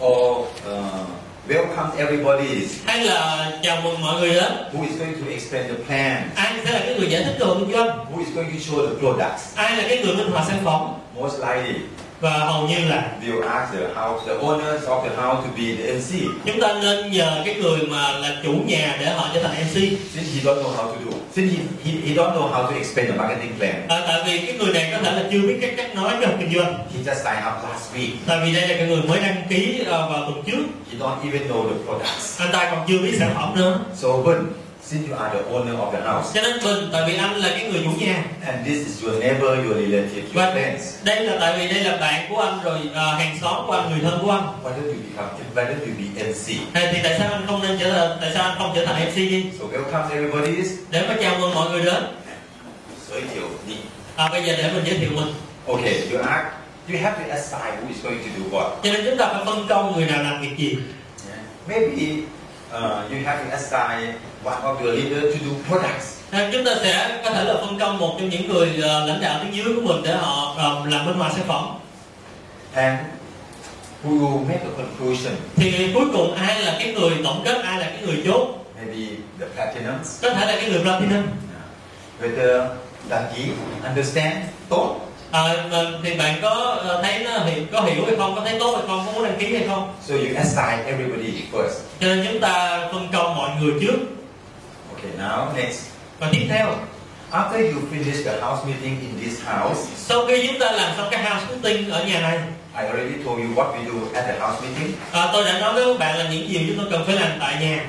S1: or uh, welcome everybody,
S2: hay là chào mừng mọi người đến
S1: who is going to explain the plan,
S2: ai sẽ là cái người giải thích đồ kinh doanh
S1: who is going to show the products.
S2: ai là cái người minh họa sản phẩm
S1: Most likely,
S2: và hầu như là
S1: they will ask the house, the owners of the house to be the MC
S2: chúng ta nên nhờ cái người mà là chủ nhà để họ trở thành MC
S1: since he don't know how to do, since he, he, he don't know how to explain the marketing plan.
S2: à, tại vì cái người này có thể là chưa biết cái cách nói về kinh doanh
S1: He just signed up last week.
S2: tại vì đây là cái người mới đăng ký à, vào tuần trước
S1: He don't even know the products.
S2: anh ta còn chưa biết sản phẩm nữa
S1: So Bun, since you are the owner of the house,
S2: cho nên mình tại vì anh là cái người chủ nhà
S1: and this is your neighbor, your relative, your
S2: và
S1: friends,
S2: đây là tại vì đây là bạn của anh rồi à, hàng xóm của anh người thân của anh
S1: why don't you become, why don't you be MC?
S2: Thế thì tại sao anh không nên trở thành tại sao anh không trở thành MC đi
S1: So welcome everybody.
S2: để mà chào mừng mọi người đến
S1: So you need-
S2: à, bây giờ để mình giới thiệu mình
S1: Okay, you act. You have to assign who is going to do what.
S2: cho nên chúng ta phải phân công người nào làm việc gì
S1: Maybe uh, you have to assign one of your leader to do products.
S2: Nên chúng ta sẽ có thể là phân công một trong những người ờ, lãnh đạo tuyến dưới của mình để họ ờ, làm bên ngoài sản phẩm
S1: And who will make a conclusion?
S2: thì cuối cùng ai là cái người tổng kết ai là cái người chốt
S1: Maybe the platinums.
S2: có thể là cái người platinum
S1: Whether Dagi understand tốt.
S2: Ờ, mà thì bạn có ờ, thấy nó hiểu có hiểu hay không có thấy tốt hay không có muốn đăng ký hay không
S1: So you assign everybody first.
S2: cho nên chúng ta phân công mọi người trước
S1: Okay, now next.
S2: và tiếp theo
S1: After you finish the house meeting in this house,
S2: sau khi chúng ta làm xong cái house meeting ở nhà này
S1: I already told you what we do at the house meeting.
S2: ờ, tôi đã nói với các bạn là những gì chúng tôi cần phải làm tại nhà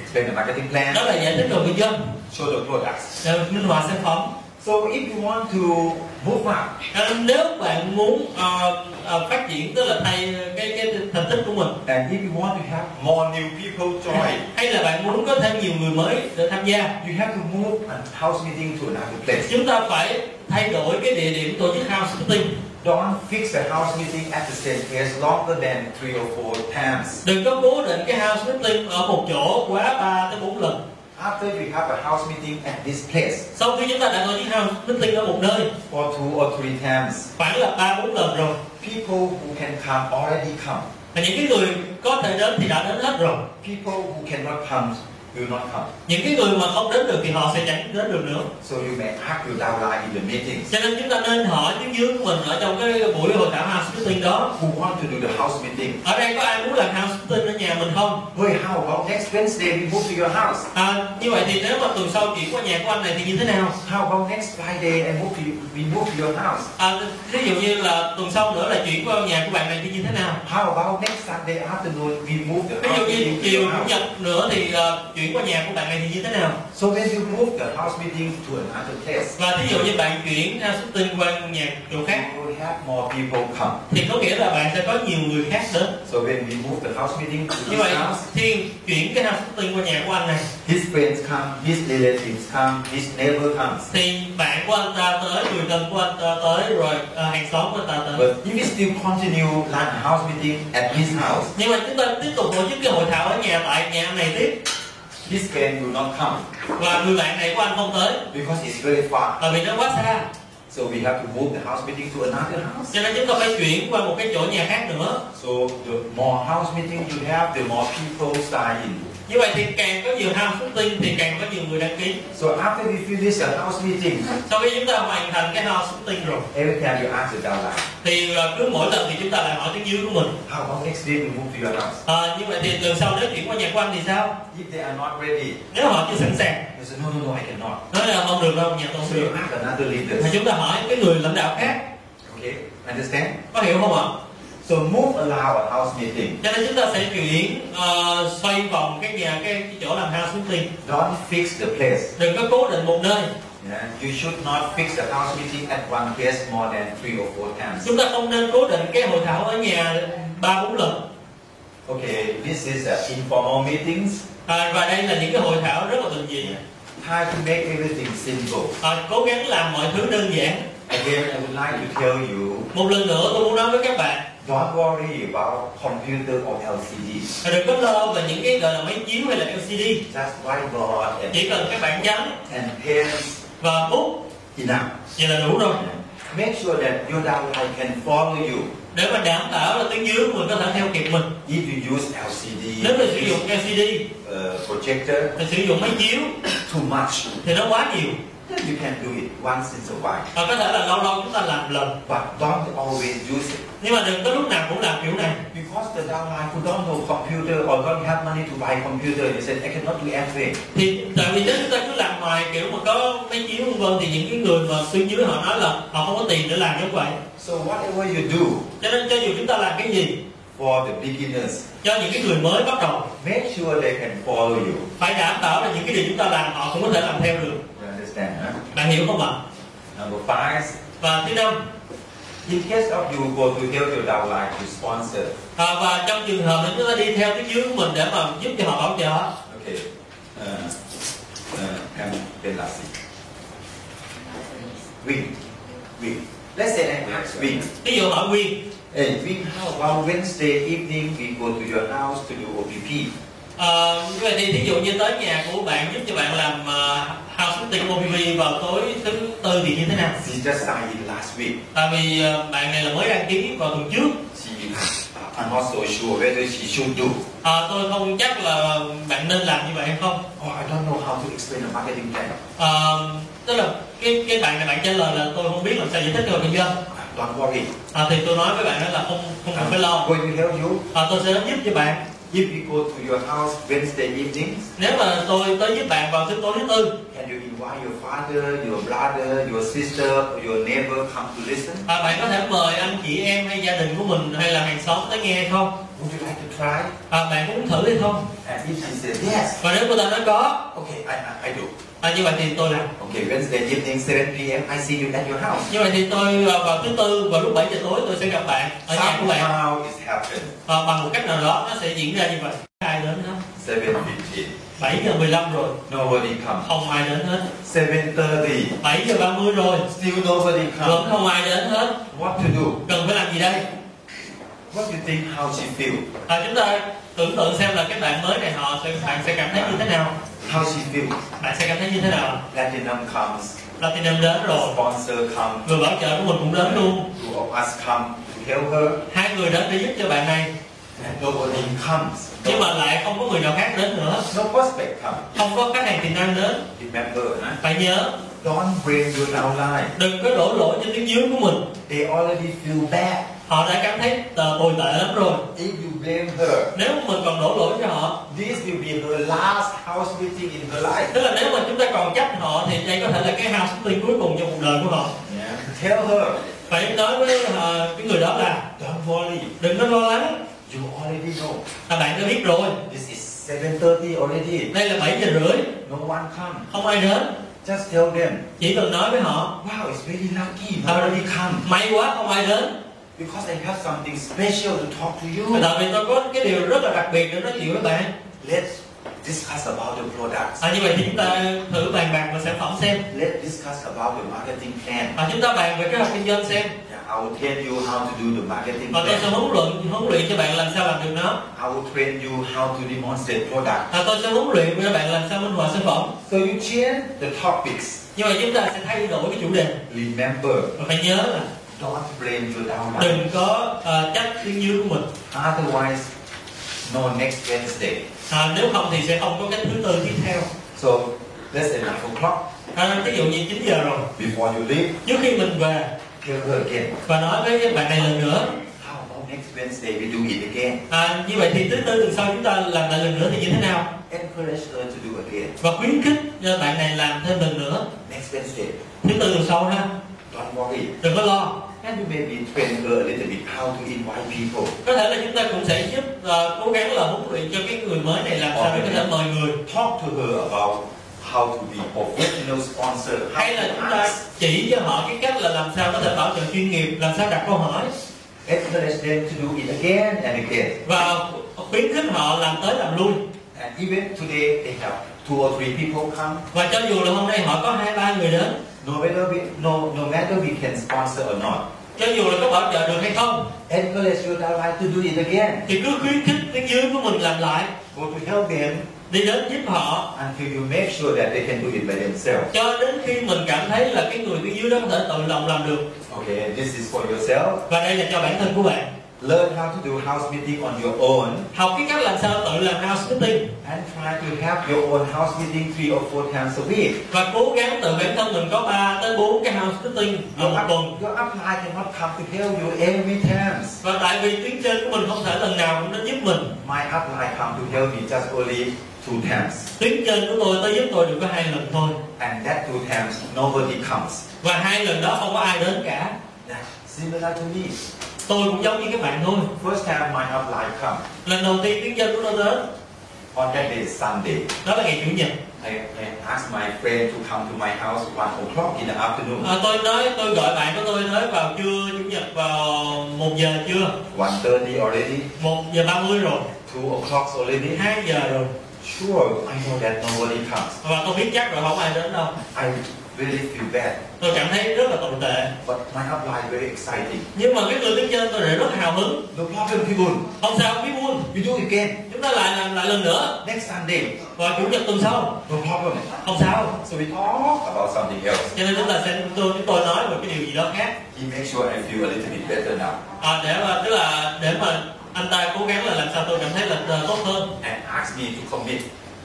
S1: explain the marketing plan,
S2: đó là giải thích đồ kinh doanh
S1: show the products.
S2: ờ, minh họa sản phẩm
S1: So if you want to move up,
S2: Ờ, nếu bạn muốn ờ, ờ, phát triển tức là thay cái cái thành tích của mình
S1: and if you want to have more new people join,
S2: hay là bạn muốn có thêm nhiều người mới để tham gia
S1: you have to move a house meeting to another place.
S2: chúng ta phải thay đổi cái địa điểm tổ chức house meeting
S1: Don't fix the house meeting at the same place longer than three or four times.
S2: đừng có cố định cái house meeting ở một chỗ quá 3 tới 4 lần
S1: After you have a house meeting at this place
S2: sau khi chúng ta đã tổ chức house meeting ở một nơi
S1: for two or three times,
S2: khoảng là ba bốn lần rồi
S1: people who can come already come.
S2: và những cái người có thể đến thì đã đến hết rồi
S1: People who cannot come will not come.
S2: những cái người mà không đến được thì họ sẽ chẳng đến được nữa
S1: So you may argue down line in the meetings.
S2: cho nên chúng ta nên hỏi tiếng dưới của mình ở trong cái buổi hội thảo house meeting đó
S1: Who want to do the house meeting?
S2: ở đây có ai muốn làm house meeting ở nhà mình không
S1: Hey, how about next Wednesday we move to your house?
S2: à, như vậy thì nếu mà tuần sau chuyển qua nhà của anh này thì như thế nào
S1: How about next Friday and move to we move to your house?
S2: à, ví dụ như là tuần sau nữa là chuyển qua nhà của bạn này thì như thế nào
S1: How about next Sunday afternoon we move the
S2: ví
S1: house
S2: dụ như
S1: meeting to
S2: chiều
S1: your
S2: chủ
S1: house?
S2: nhật nữa thì ờ, chuyển qua nhà của bạn này thì như thế nào
S1: So when you move the house meeting to another place,
S2: và thí dụ như bạn chuyển house meeting qua nhà chỗ khác
S1: you will have more people come.
S2: thì có nghĩa là bạn sẽ có nhiều người khác đến
S1: So when we move the house meeting to
S2: như
S1: his
S2: vậy
S1: house,
S2: thiên chuyển cái house meeting qua nhà của anh này
S1: his friends come, his relatives come, his neighbor comes.
S2: thì bạn của anh ta tới người thân của anh ta tới rồi ờ, hàng xóm của anh ta tới
S1: But if we still continue like a house meeting at his house,
S2: nhưng mà chúng ta tiếp tục tổ chức cái hội thảo ở nhà tại nhà anh này tiếp
S1: his friend will not come
S2: và người bạn này của anh không tới
S1: because it's very far.
S2: tại vì nó quá xa
S1: So we have to move the house meeting to another house.
S2: cho nên chúng ta phải chuyển qua một cái chỗ nhà khác nữa
S1: So the more house meeting you have, the more people sign in.
S2: như vậy thì càng có nhiều house meeting thì càng có nhiều người đăng ký
S1: So after we finish the house meeting,
S2: sau khi chúng ta hoàn thành cái house meeting rồi
S1: every time you ask the downline,
S2: thì ờ, cứ mỗi lần thì chúng ta lại hỏi tiếng dưới của mình
S1: how about next day we move to your house?
S2: Ờ, như vậy thì lần sau nếu chuyển qua nhà của anh thì sao
S1: If they are not ready,
S2: nếu họ chưa sẵn sàng
S1: they say, no, no, no, I cannot.
S2: nói là không được đâu nhà tôi không
S1: So
S2: được
S1: you ask another leader. Eh?
S2: mà chúng ta hỏi cái người lãnh đạo khác
S1: Okay, understand?
S2: có hiểu không ạ
S1: So move allow a house meeting.
S2: cho nên chúng ta sẽ chuyển ờ, xoay vòng cái nhà cái, cái chỗ làm house meeting
S1: Don't fix the place.
S2: đừng có cố định một nơi
S1: Yeah? You should not fix the house meeting at one place more than three or four times.
S2: chúng ta không nên cố định cái hội thảo ở nhà ba bốn lần
S1: Okay, this is uh, informal meetings.
S2: à, và đây là những cái hội thảo rất là bình dị
S1: Try to make everything simple.
S2: à, cố gắng làm mọi thứ đơn giản
S1: Again, I would like to tell you,
S2: một lần nữa tôi muốn nói với các bạn
S1: don't worry about computer or LCD.
S2: là đừng có lo về những cái gọi là máy chiếu hay là LCD
S1: Just whiteboard and,
S2: chỉ cần các bạn trắng
S1: and pens
S2: và bút
S1: enough.
S2: vậy là đủ rồi
S1: Make sure that your downline can follow you.
S2: để mà đảm bảo là tiếng dưới mình có thể theo kịp mình
S1: If you use LCD,
S2: nếu mình sử dụng LCD
S1: uh, projector
S2: mình sử dụng máy chiếu
S1: too much,
S2: thì nó quá nhiều
S1: then you can do it once in a while.
S2: và có thể là lâu lâu chúng ta làm lần
S1: But don't always use it
S2: nhưng mà đừng có lúc nào cũng làm kiểu này
S1: because the downline who don't know computer or don't have money to buy computer, they said I cannot do everything.
S2: thì tại vì nếu chúng ta cứ làm hoài kiểu mà có máy chiếu vân vân thì những cái người mà tuyến dưới họ nói là họ không có tiền để làm như vậy
S1: So whatever you do
S2: cho nên cho dù chúng ta làm cái gì
S1: for the beginners,
S2: cho những cái người mới bắt đầu
S1: make sure they can follow you.
S2: phải đảm bảo là những cái điều chúng ta làm họ cũng có thể làm theo được
S1: You understand? Huh?
S2: bạn hiểu không ạ
S1: Number five,
S2: và thứ năm
S1: in case of you go to help your downline to sponsor,
S2: à, và trong trường hợp là chúng ta đi theo tuyến dưới của mình để mà giúp cho họ bảo trợ
S1: okay, uh, uh, em tên là gì? Wing, Wing. Let's say I ask Wing.
S2: ví dụ họ quyên
S1: Hey, we how about Wednesday evening we go to your house to do OPP.
S2: à, như vậy thì ví dụ như tới nhà của bạn giúp cho bạn làm uh, house meeting OPV vào tối thứ tư thì như thế nào
S1: She just signed in last week.
S2: tại vì ờ, bạn này là mới đăng ký vào tuần trước
S1: She, uh, I'm not so sure whether she should do.
S2: Ờ, tôi không chắc là bạn nên làm như vậy hay không
S1: Oh, I don't know how to explain the marketing plan.
S2: Ờ, tức là cái cái bạn này bạn trả lời là tôi không biết làm sao giải thích cho kinh doanh
S1: Ah, Don't worry.
S2: Ờ, thì tôi nói với bạn đó là không không cần phải lo
S1: I'm going to help you.
S2: Ờ, tôi sẽ giúp cho bạn
S1: If we go to your house Wednesday evenings,
S2: nếu mà tôi tới giúp bạn vào thứ tối thứ tư
S1: can you invite your father, your brother, your sister, or your neighbor come to listen?
S2: ờ, à, bạn có thể mời anh chị em hay gia đình của mình hay là hàng xóm tới nghe hay không
S1: Would you like to try?
S2: à, bạn có muốn thử hay không
S1: And if she says yes,
S2: và nếu cô ta nói có
S1: okay, I, I, I do.
S2: à, như vậy thì tôi làm
S1: Okay, Wednesday evening, 7 p.m., I see you at your house.
S2: như vậy thì tôi à, vào thứ tư vào lúc 7 giờ tối tôi sẽ gặp bạn ở nhà của bạn
S1: Somehow it's happened.
S2: à, bằng một cách nào đó nó sẽ diễn ra như vậy ai đến hết
S1: 7.15.
S2: 7 giờ 15 rồi
S1: Nobody comes.
S2: không ai đến hết
S1: 7.30.
S2: 7 giờ 30 rồi
S1: Still nobody
S2: vẫn
S1: comes.
S2: không ai đến hết
S1: What to do?
S2: cần phải làm gì đây
S1: What do you think how she feel?
S2: à, chúng ta tưởng tượng xem là các bạn mới này họ sẽ bạn sẽ cảm thấy như thế nào
S1: How she feel?
S2: bạn sẽ cảm thấy như thế nào
S1: Platinum comes,
S2: Platinum đến rồi
S1: sponsor comes,
S2: người bảo trợ của mình cũng đến luôn
S1: two of us come to help her,
S2: hai người đến để giúp cho bạn này
S1: and nobody comes.
S2: nhưng
S1: No,
S2: mà lại không có người nào khác đến nữa
S1: no prospect come.
S2: không có khách hàng tiềm năng đến
S1: Remember, huh?
S2: phải nhớ
S1: don't blame your downline.
S2: đừng có đổ lỗi cho tiếng dưới của mình
S1: They already feel bad.
S2: họ đã cảm thấy tờ tồi tệ lắm rồi
S1: If you blame her,
S2: nếu mà mình còn đổ lỗi cho họ
S1: this will be her last house meeting in her life.
S2: tức là nếu mà chúng ta còn trách họ thì đây có thể là cái house meeting cuối cùng trong cuộc đời của họ
S1: Yeah. Tell her,
S2: phải nói với ờ, cái người đó là
S1: don't worry.
S2: đừng có lo lắng
S1: You already know.
S2: là bạn đã biết rồi
S1: This is 7.30 already.
S2: đây là 7 giờ rưỡi
S1: No one come.
S2: không ai đến
S1: Just tell them,
S2: chỉ cần nói với họ
S1: wow, it's very lucky. Nobody come.
S2: may quá không ai đến
S1: Because I have something special to talk to you.
S2: Và tại vì tôi có cái điều rất là đặc biệt để nói chuyện với bạn
S1: Let's discuss about the products.
S2: à, như vậy thì chúng ta thử bàn bạc về sản phẩm xem
S1: Let's discuss about the marketing plan.
S2: và chúng ta bàn về kế hoạch kinh doanh xem
S1: Yeah, I will tell you how to do the marketing
S2: và tôi sẽ
S1: plan.
S2: huấn luyện huấn luyện cho bạn làm sao làm được nó
S1: I will train you how to demonstrate product.
S2: và tôi sẽ huấn luyện cho bạn làm sao minh họa sản phẩm
S1: So you change the topics.
S2: như vậy chúng ta sẽ thay đổi cái chủ đề
S1: Remember,
S2: và phải nhớ là
S1: don't blame your downline.
S2: đừng có ờ, trách tiếng dưới của mình
S1: Otherwise, no next Wednesday.
S2: à, nếu không thì sẽ không có cách thứ tư tiếp theo
S1: So that's enough o'clock.
S2: à, ví dụ như 9 giờ rồi
S1: Before you leave,
S2: trước khi mình về
S1: tell her again.
S2: và nói với bạn này lần nữa
S1: How about next Wednesday we do it again?
S2: à, như vậy thì thứ tư tuần sau chúng ta làm lại lần nữa thì như thế nào
S1: Encourage her to do again.
S2: và khuyến khích cho bạn này làm thêm lần nữa
S1: Next Wednesday,
S2: thứ tư tuần sau ha
S1: don't worry.
S2: đừng có lo
S1: And you maybe train her a little bit how to invite people.
S2: có thể là chúng ta cũng sẽ giúp ờ, cố gắng là huấn luyện cho cái người mới này làm sao để có thể mời người
S1: Talk to her about how to be professional sponsor. How
S2: hay là chúng
S1: to
S2: ta
S1: ask.
S2: chỉ cho họ cái cách là làm sao có thể bảo trợ chuyên nghiệp làm sao đặt câu hỏi
S1: Encourage them to do it again and again.
S2: và khuyến khích họ làm tới làm lui
S1: And even today they have two or three people come.
S2: và cho dù là hôm nay họ có hai ba người đến
S1: No matter we, no no matter we can sponsor or not.
S2: cho dù là có bảo trợ được hay không
S1: Encourage your downline to do it again.
S2: thì cứ khuyến khích tiếng dưới của mình làm lại
S1: Go to help them
S2: đi đến giúp họ
S1: until you make sure that they can do it by themselves.
S2: cho đến khi mình cảm thấy là cái người tiếng dưới đó có thể tự lòng làm được
S1: Okay, this is for yourself.
S2: và đây là cho bản thân của bạn
S1: Learn how to do house meeting on your own
S2: học cái cách làm sao tự làm house meeting
S1: and try to have your own house meeting three or four times a week.
S2: và cố gắng tự bản thân mình có 3 tới 4 cái house meeting ở
S1: Your,
S2: một
S1: up,
S2: tuần
S1: your upline cannot come to help you every time.
S2: và tại vì tiếng trên của mình không thể lần nào cũng đến giúp mình
S1: My upline come to help me just only two times.
S2: tiếng trên của tôi tới giúp tôi được có hai lần thôi
S1: And that two times, nobody comes.
S2: và hai lần đó không có ai đến cả
S1: Now, Similar to me.
S2: tôi cũng giống như các bạn thôi
S1: First time my upline come,
S2: lần đầu tiên tiếng trên của tôi đến
S1: on that day, Sunday,
S2: đó là ngày chủ nhật
S1: I, I asked my friend to come to my house 1 o'clock in the afternoon,
S2: à, tôi nói tôi gọi bạn của tôi nói vào trưa chủ nhật vào một giờ trưa
S1: 1.30 already,
S2: một giờ ba mươi rồi
S1: 2 o'clock already.
S2: hai giờ rồi
S1: Sure, I know that nobody comes.
S2: và tôi biết chắc rồi không ai đến đâu
S1: I really feel bad.
S2: tôi cảm thấy rất là tồi tệ
S1: But my upline very exciting.
S2: nhưng mà cái người tiếng trên tôi lại rất hào hứng
S1: No problem, people.
S2: không sao không biết buồn
S1: You do again.
S2: chúng ta lại làm lại lần nữa
S1: Next Sunday.
S2: vào chủ nhật tuần sau
S1: No problem.
S2: không sao
S1: So we talk about something else.
S2: cho nên chúng ta sẽ tôi chúng tôi nói về cái điều gì đó khác
S1: He makes sure I feel a little bit better now.
S2: à, để mà tức là để mà anh ta cố gắng là làm sao tôi cảm thấy là ờ, tốt hơn
S1: And asks me to commit.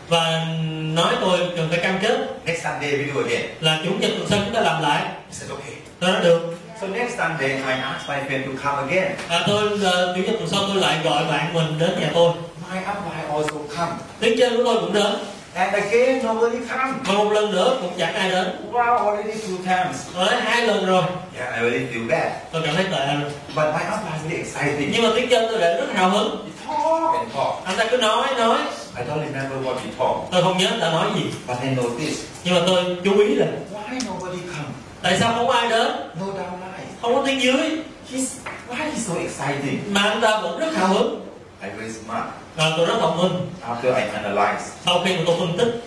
S2: và nói tôi cần phải cam kết
S1: Next Sunday we do again.
S2: là chủ nhật tuần sau chúng ta làm lại
S1: I said, okay.
S2: tôi nói được
S1: So next Sunday I asked my friend to come again.
S2: à, tôi ờ, chủ nhật tuần sau tôi lại gọi bạn mình đến nhà tôi
S1: My upline also come.
S2: tiếng trên của tôi cũng đến
S1: And again, nobody come.
S2: Mà một lần nữa cũng chẳng ai đến
S1: Wow, already two times.
S2: Tôi nói hai lần rồi
S1: Yeah, I really feel bad.
S2: Tôi cảm thấy tệ rồi
S1: But my husband is really exciting.
S2: Nhưng mà tiếng chân tôi đã rất hào hứng
S1: He talk and talk.
S2: Anh ta cứ nói nói
S1: I don't remember what we talk,
S2: Tôi không nhớ anh ta nói gì
S1: but I noticed.
S2: Nhưng mà tôi chú ý là
S1: Why nobody come?
S2: Tại sao không ai đến
S1: No downline.
S2: Không có tiếng dưới
S1: He's why he's so exciting?
S2: Mà anh ta vẫn rất hào hứng
S1: I raised mark.
S2: Và tôi rất thông minh
S1: After I analyzed,
S2: Sau khi mà tôi phân tích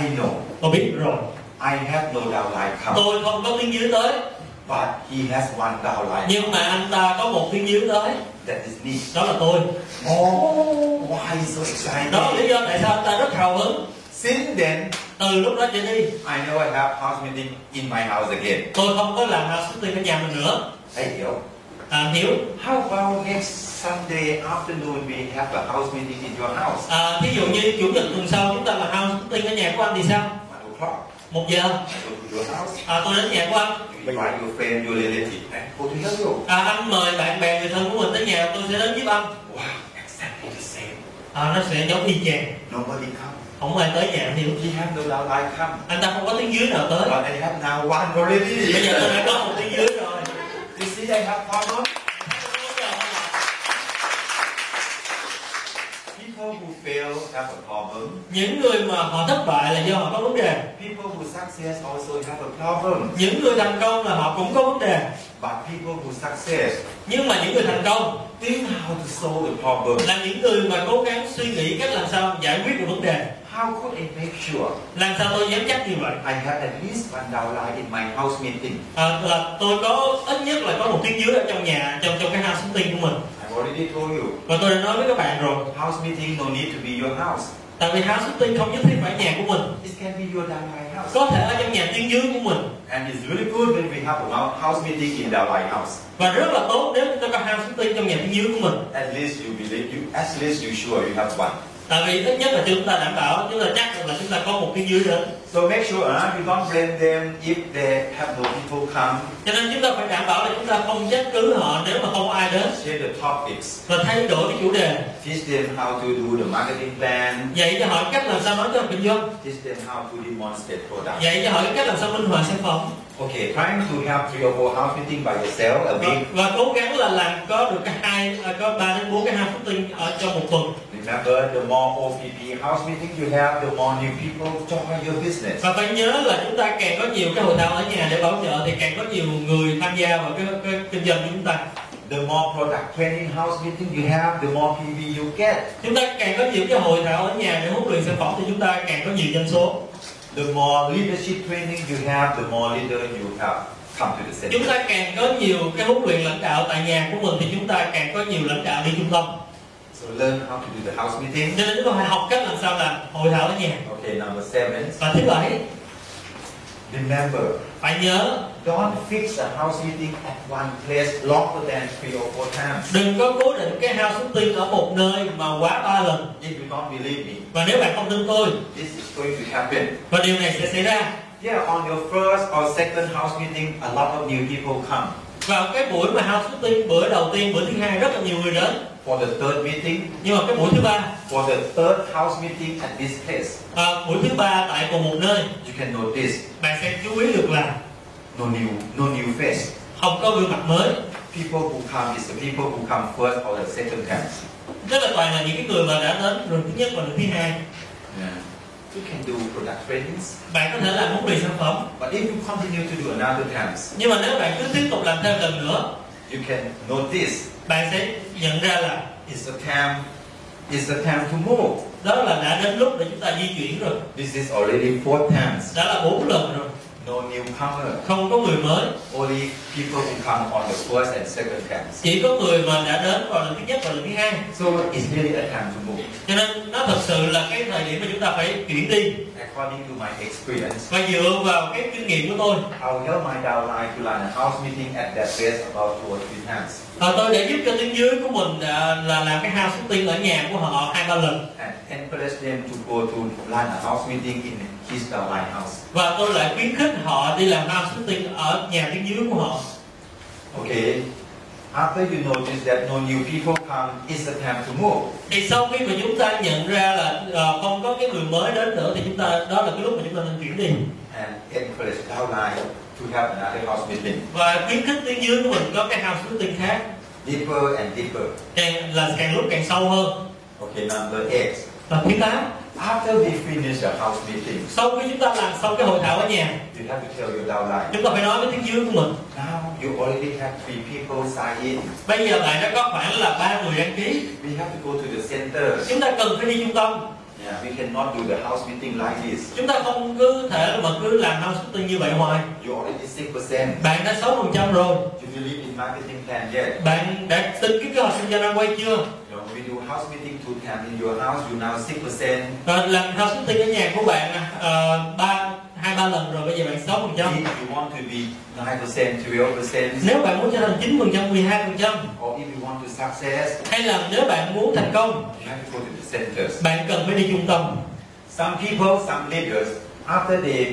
S1: I know
S2: Tôi biết rồi
S1: I have no downline come,
S2: Tôi không có tiếng dưới tới
S1: but he has one downline.
S2: Nhưng mà anh ta có một tiếng dưới tới
S1: That is me.
S2: Đó là tôi
S1: Oh, why he's so exciting?
S2: Đó là lý do tại sao anh ta rất hào hứng
S1: Since then,
S2: Từ lúc đó trở đi
S1: I never have house meeting in my house again.
S2: Tôi không có làm housekeeping ở nhà mình nữa
S1: Hey, yo.
S2: à, anh Hiếu
S1: How about next Sunday afternoon we have a house meeting in your house?
S2: à, Ví dụ như chủ nhật tuần sau chúng ta làm housekeeping ở nhà của anh thì sao?
S1: One o'clock.
S2: Một giờ
S1: I go to your house.
S2: à, tôi đến nhà của anh
S1: You invite your friend, your relative, and go to your room.
S2: à, Anh mời bạn bè người thân của mình tới nhà tôi sẽ đến giúp anh
S1: Wow, exactly the same.
S2: à, Nó sẽ giống y chang
S1: Nobody come.
S2: Không ai tới nhà anh Hiếu
S1: He have no doubt I come.
S2: Anh ta không có tiếng dưới nào tới
S1: But I have now one
S2: Bây giờ tôi
S1: already.
S2: đã có một tiếng dưới rồi
S1: you see, I have problem. People who fail have a problem.
S2: Những người mà họ thất bại là do họ có vấn đề
S1: People who success also have a problem.
S2: Những người thành công là họ cũng có vấn đề
S1: But people who success
S2: Nhưng mà những người thành công
S1: think how to solve the problem.
S2: là những người mà cố gắng suy nghĩ cách làm sao giải quyết được vấn đề
S1: How could I make sure
S2: Làm sao tôi dám chắc như vậy
S1: I have at least one downline in my house meeting?
S2: à, là tôi có ít nhất là có một tiếng dưới ở trong nhà trong trong cái house meeting của mình
S1: I already told you.
S2: và tôi đã nói với các bạn rồi
S1: House meeting no need to be your house.
S2: tại vì house meeting không nhất thiết phải nhà của mình
S1: It can be your downline house.
S2: có thể ở trong nhà tiếng dưới của mình
S1: And it's really good when we have a house meeting in downline house.
S2: và rất là tốt nếu chúng ta có house meeting trong nhà tiếng dưới của mình
S1: At least you believe you. At least you sure you have one.
S2: tại vì ít nhất là chúng ta đảm bảo chúng ta chắc được là chúng ta có một tiếng dưới đến
S1: So make sure uh, you don't blame them if they have no people come.
S2: cho nên chúng ta phải đảm bảo là chúng ta không trách cứ họ nếu mà không ai đến
S1: Share the topics.
S2: và thay đổi cái chủ đề
S1: Teach them how to do the marketing plan.
S2: dạy cho họ cách làm sao nói cho kinh doanh
S1: Teach them how to demonstrate product.
S2: dạy cho họ cách làm sao minh họa sản phẩm
S1: Okay, trying to have three or four house meeting by yourself a
S2: và,
S1: week.
S2: và cố gắng là làm có được cái hai à, có ba đến bốn cái house meeting ở trong một tuần
S1: Remember, the more OPP house meeting you have, the more new people join your business.
S2: và phải nhớ là chúng ta càng có nhiều cái hội thao ở nhà để bảo trợ thì càng có nhiều người tham gia vào cái, cái kinh doanh của chúng ta
S1: The more product training house meeting you have, the more PV you get.
S2: chúng ta càng có nhiều cái hội thảo ở nhà để huấn luyện sản phẩm thì chúng ta càng có nhiều doanh số
S1: The more leadership training you have, the more leader you have come to the center.
S2: chúng ta càng có nhiều cái huấn luyện lãnh đạo tại nhà của mình thì chúng ta càng có nhiều lãnh đạo đi trung tâm
S1: So learn how to do the house meeting.
S2: cho nên chúng ta phải học cách làm sao làm hội thảo ở nhà
S1: Okay, number seven.
S2: và thứ bảy
S1: Remember,
S2: phải nhớ
S1: don't fix a house meeting at one place longer than three or four times.
S2: đừng có cố định cái house meeting ở một nơi mà quá ba lần
S1: If you don't believe me,
S2: và nếu bạn không tin tôi
S1: this is going to happen.
S2: và điều này sẽ xảy ra
S1: Yeah, on your first or second house meeting, a lot of new people come.
S2: vào cái buổi mà house meeting bữa đầu tiên bữa thứ hai rất là nhiều người đến
S1: For the third meeting,
S2: nhưng mà cái buổi thứ ba
S1: for the third house meeting at this place,
S2: à, buổi thứ ba tại cùng một nơi
S1: you can notice
S2: bạn sẽ chú ý được là
S1: no new, no new face.
S2: không có gương mặt mới
S1: People who come is the people who come first or the second time.
S2: tức là toàn là những cái người mà đã đến lần thứ nhất và lần thứ hai
S1: Yeah. You can do product trainings,
S2: bạn có thể làm huấn luyện sản phẩm
S1: but if you continue to do another times,
S2: nhưng mà nếu bạn cứ tiếp tục làm thêm lần nữa
S1: You can notice
S2: bạn sẽ nhận ra là
S1: it's the time, it's the time to move.
S2: đó là đã đến lúc để chúng ta di chuyển rồi
S1: This is already four times.
S2: đã là bốn lần rồi
S1: No newcomer,
S2: không có người mới
S1: only people who come on the first and second times.
S2: chỉ có người mà đã đến vào lần thứ nhất và lần thứ hai
S1: So it's really a time to move.
S2: cho nên nó thật sự là cái thời điểm mà chúng ta phải chuyển đi
S1: According to my experience,
S2: và dựa vào cái kinh nghiệm của tôi
S1: I'll help my downline to run a house meeting at that place about two or three times.
S2: Ờ, tôi đã giúp cho tiếng dưới của mình à, là làm cái house tiên ở nhà của họ hai ba lần
S1: And encourage them to go to run a house meeting in his downline house.
S2: và tôi lại khuyến khích họ đi làm house tiên ở nhà tiếng dưới của họ
S1: Okay, After you notice that no new people come, it's the time to move.
S2: thì sau khi mà chúng ta nhận ra là ờ, không có cái người mới đến nữa thì chúng ta đó là cái lúc mà chúng ta nên chuyển đi
S1: And encourage downline to have another house meeting,
S2: và khuyến khích tuyến dưới của mình có cái house meeting khác
S1: deeper and deeper.
S2: càng là càng lúc càng sâu hơn
S1: Okay, number eight.
S2: và thứ tám
S1: After we finish the house meeting,
S2: sau khi chúng ta làm xong cái hội thảo ở nhà
S1: you have to tell your downline.
S2: chúng ta phải nói với tuyến dưới của mình
S1: Now you already have three people sign in.
S2: bây giờ bạn đã có khoảng là ba người đăng ký
S1: We have to go to the center.
S2: chúng ta cần phải đi trung tâm
S1: Yeah, we cannot do the house meeting like this.
S2: chúng ta không cứ thể mà cứ làm house meeting như vậy hoài
S1: You already six percent.
S2: bạn đã 6% rồi
S1: You believe in marketing plan yet?
S2: bạn đã tính cái kế hoạch kinh doanh quay chưa
S1: No, we do house meeting two times in your house. You now six percent.
S2: Ờ, làm house meeting ở nhà của bạn ờ, ba hai ba lần rồi bây giờ bạn 6%
S1: If you want to be nine percent, twelve percent,
S2: nếu bạn muốn trở thành 9 phần trăm 12 phần trăm
S1: or if you want to success,
S2: hay là nếu bạn muốn thành công
S1: you have to go to the centers.
S2: bạn cần phải đi trung tâm
S1: Some people, some leaders, after they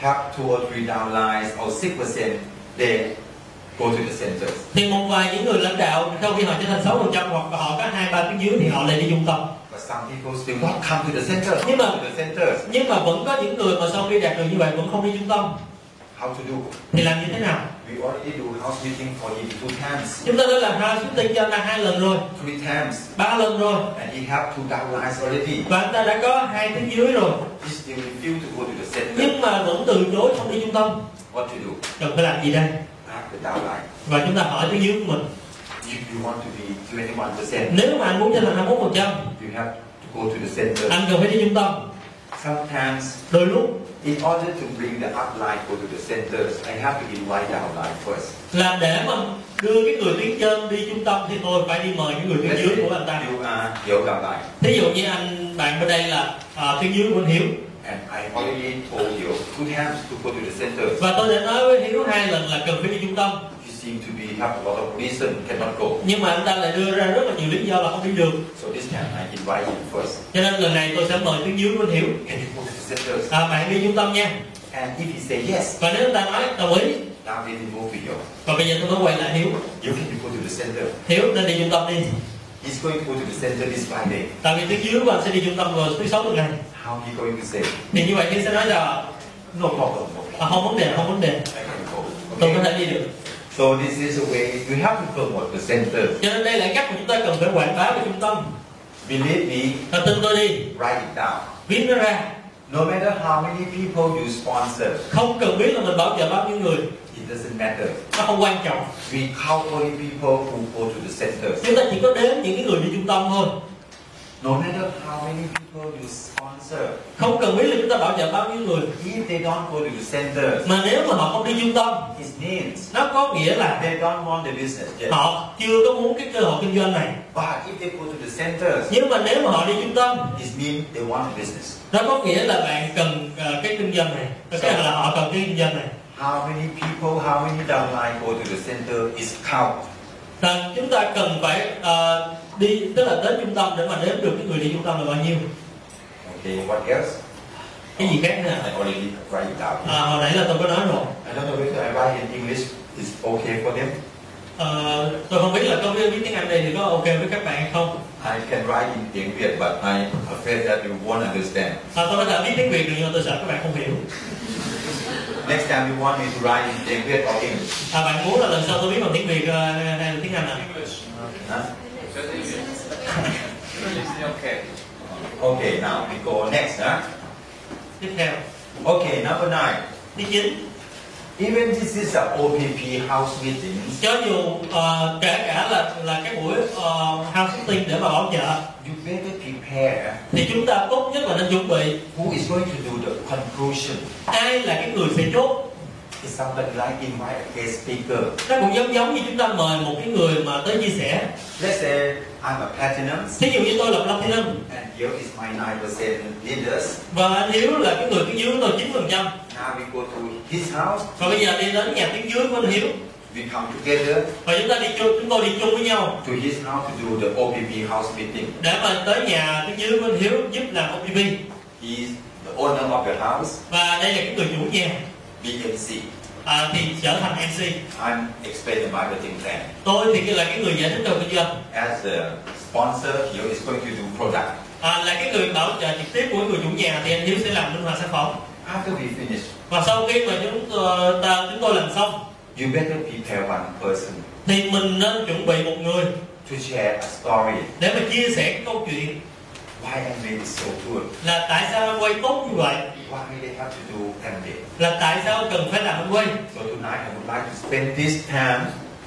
S1: have two or three downlines or six percent, they go to the centers.
S2: thì một vài những người lãnh đạo sau khi họ trở thành 6 phần trăm hoặc họ có hai ba tiếng dưới thì họ lại đi trung tâm
S1: But some people still not come to the centers.
S2: Nhưng mà-
S1: Come to the centers.
S2: nhưng mà vẫn có những người mà sau khi đạt được như vậy vẫn không đi trung tâm
S1: How to do?
S2: thì làm như thế nào
S1: We already do house meeting for him two times,
S2: chúng ta đã làm house meeting cho anh ta hai lần rồi
S1: three times,
S2: ba lần rồi
S1: and he have two downlines already.
S2: và anh ta đã có hai tiếng dưới rồi
S1: He still refuse to go to the center.
S2: nhưng mà vẫn từ chối không đi trung tâm
S1: What to do?
S2: cần phải làm gì đây
S1: Ask the downline.
S2: và chúng ta hỏi tiếng dưới của mình
S1: If you want to be 21%,
S2: nếu mà anh muốn trở thành 21 phần trăm
S1: you have to go to the center.
S2: anh cần phải đi trung tâm
S1: Sometimes,
S2: đôi lúc
S1: in order to bring the upline go to the centers, I have to invite downline first.
S2: là để mà đưa cái người tuyến trên đi trung tâm thì tôi phải đi mời những người tuyến
S1: Let's say
S2: dưới của anh ta
S1: you are your downline,
S2: thí dụ như anh bạn bên đây là à, tuyến dưới của anh hiếu
S1: and I already told you two times to go to the centers.
S2: và tôi đã nói với hiếu hai lần là cần phải đi trung tâm
S1: You seem to be have a lot of reason cannot go.
S2: nhưng mà anh ta lại đưa ra rất là nhiều lý do là không đi được
S1: So this time I invite him first.
S2: cho nên lần này tôi sẽ mời tuyến dưới của anh hiểu
S1: Can you go to the centers?
S2: à, bạn đi trung tâm nha
S1: And if he say yes,
S2: và nếu anh ta nói đồng ý
S1: now we will move to you.
S2: và bây giờ tôi nói quay lại hiếu
S1: You can go to the center.
S2: hiếu nên đi trung tâm đi
S1: He's going to go to the center this Friday.
S2: tại vì tuyến dưới của anh sẽ đi trung tâm vào thứ sáu tuần này
S1: How he going to say?
S2: thì như vậy hiếu sẽ nói là
S1: No problem. no problem.
S2: à, không vấn đề không vấn đề
S1: I can go.
S2: tôi có
S1: Okay?
S2: thể đi được
S1: So this is a way you have to promote the center.
S2: cho nên đây là cách mà chúng ta cần phải quảng bá về trung tâm
S1: Believe me,
S2: và tin tôi đi
S1: write it down.
S2: viết nó ra
S1: No matter how many people you sponsor,
S2: không cần biết là mình bảo trợ bao nhiêu người
S1: it doesn't matter.
S2: nó không quan trọng
S1: We count only people who go to the center.
S2: chúng ta chỉ có đến những cái người đi trung tâm thôi
S1: No matter how many people you sponsor,
S2: không cần biết là chúng ta bảo trợ bao nhiêu người
S1: if they don't go to the center,
S2: mà nếu mà họ không đi trung tâm
S1: it means
S2: nó có nghĩa là
S1: they don't want the business yet.
S2: họ chưa có muốn cái cơ hội kinh doanh này
S1: But if they go to the centers,
S2: nhưng mà nếu mà họ đi trung tâm
S1: it means they want the business.
S2: nó có nghĩa là bạn cần ờ, cái kinh doanh này tức là họ cần cái kinh doanh này
S1: How many people, how many downline go to the center is count.
S2: là chúng ta cần phải ờ, đi tức là tới trung tâm để mà đếm được cái người đi trung tâm là bao nhiêu
S1: Okay, what else?
S2: cái gì khác nữa
S1: I already write it down.
S2: à, hồi nãy là tôi có nói rồi
S1: I don't know whether I write in English is okay for them.
S2: Ờ, tôi không biết là có biết tiếng Anh đây thì có ok với các bạn hay không
S1: I can write in tiếng Việt, but I'm afraid that you won't understand.
S2: à, tôi có thể biết tiếng Việt được nhưng mà tôi sợ các bạn không hiểu
S1: Next time you want me to write in tiếng Việt or English?
S2: à, bạn muốn là lần sau tôi biết bằng tiếng Việt ờ, hay là tiếng Anh à
S1: Huh?
S8: Okay.
S1: Okay, now we go next. Huh?
S2: tiếp theo
S1: Okay, number nine.
S2: thứ chín
S1: Even this is a OPP house meeting,
S2: cho dù ờ, kể cả là là cái buổi ờ, house meeting để mà bảo trợ
S1: you better prepare
S2: thì chúng ta tốt nhất là nên chuẩn bị
S1: Who is going to do the conclusion?
S2: ai là cái người sẽ chốt
S1: Is somebody like invite a guest speaker?
S2: nó cũng giống giống như chúng ta mời một cái người mà tới chia sẻ
S1: Let's say I'm a platinum
S2: thí dụ như tôi là platinum
S1: and here is my 9% leaders.
S2: và anh hiếu là cái người tiếng dưới của tôi chín phần trăm
S1: Now we go to his house,
S2: và bây giờ đi đến nhà tiếng dưới của anh hiếu
S1: we come together
S2: và chúng ta đi chung chúng tôi đi chung với nhau
S1: to his house to do the OPP house meeting.
S2: để mà tới nhà tiếng dưới của anh hiếu giúp làm OPP
S1: He's the owner of the house,
S2: và đây là cái người chủ nhà
S1: BMC.
S2: à, thì trở thành MC
S1: I'm explaining marketing plan.
S2: tôi thì là cái người giải thích đầu kinh doanh
S1: As the sponsor, Hio is going to do product.
S2: à, là cái người bảo trợ trực tiếp của người chủ nhà thì anh Hiếu sẽ làm linh hoạt sản phẩm
S1: After we finish,
S2: và sau khi mà chúng tôi- ta chúng tôi làm xong
S1: you better prepare one person
S2: thì mình nên chuẩn bị một người
S1: to share a story.
S2: để mà chia sẻ cái câu chuyện
S1: Why MBA is so good?
S2: là tại sao anh quay tốt như vậy
S1: Why they have to do MBA?
S2: là tại sao cần phải làm anh quay
S1: So tonight I would like to spend this time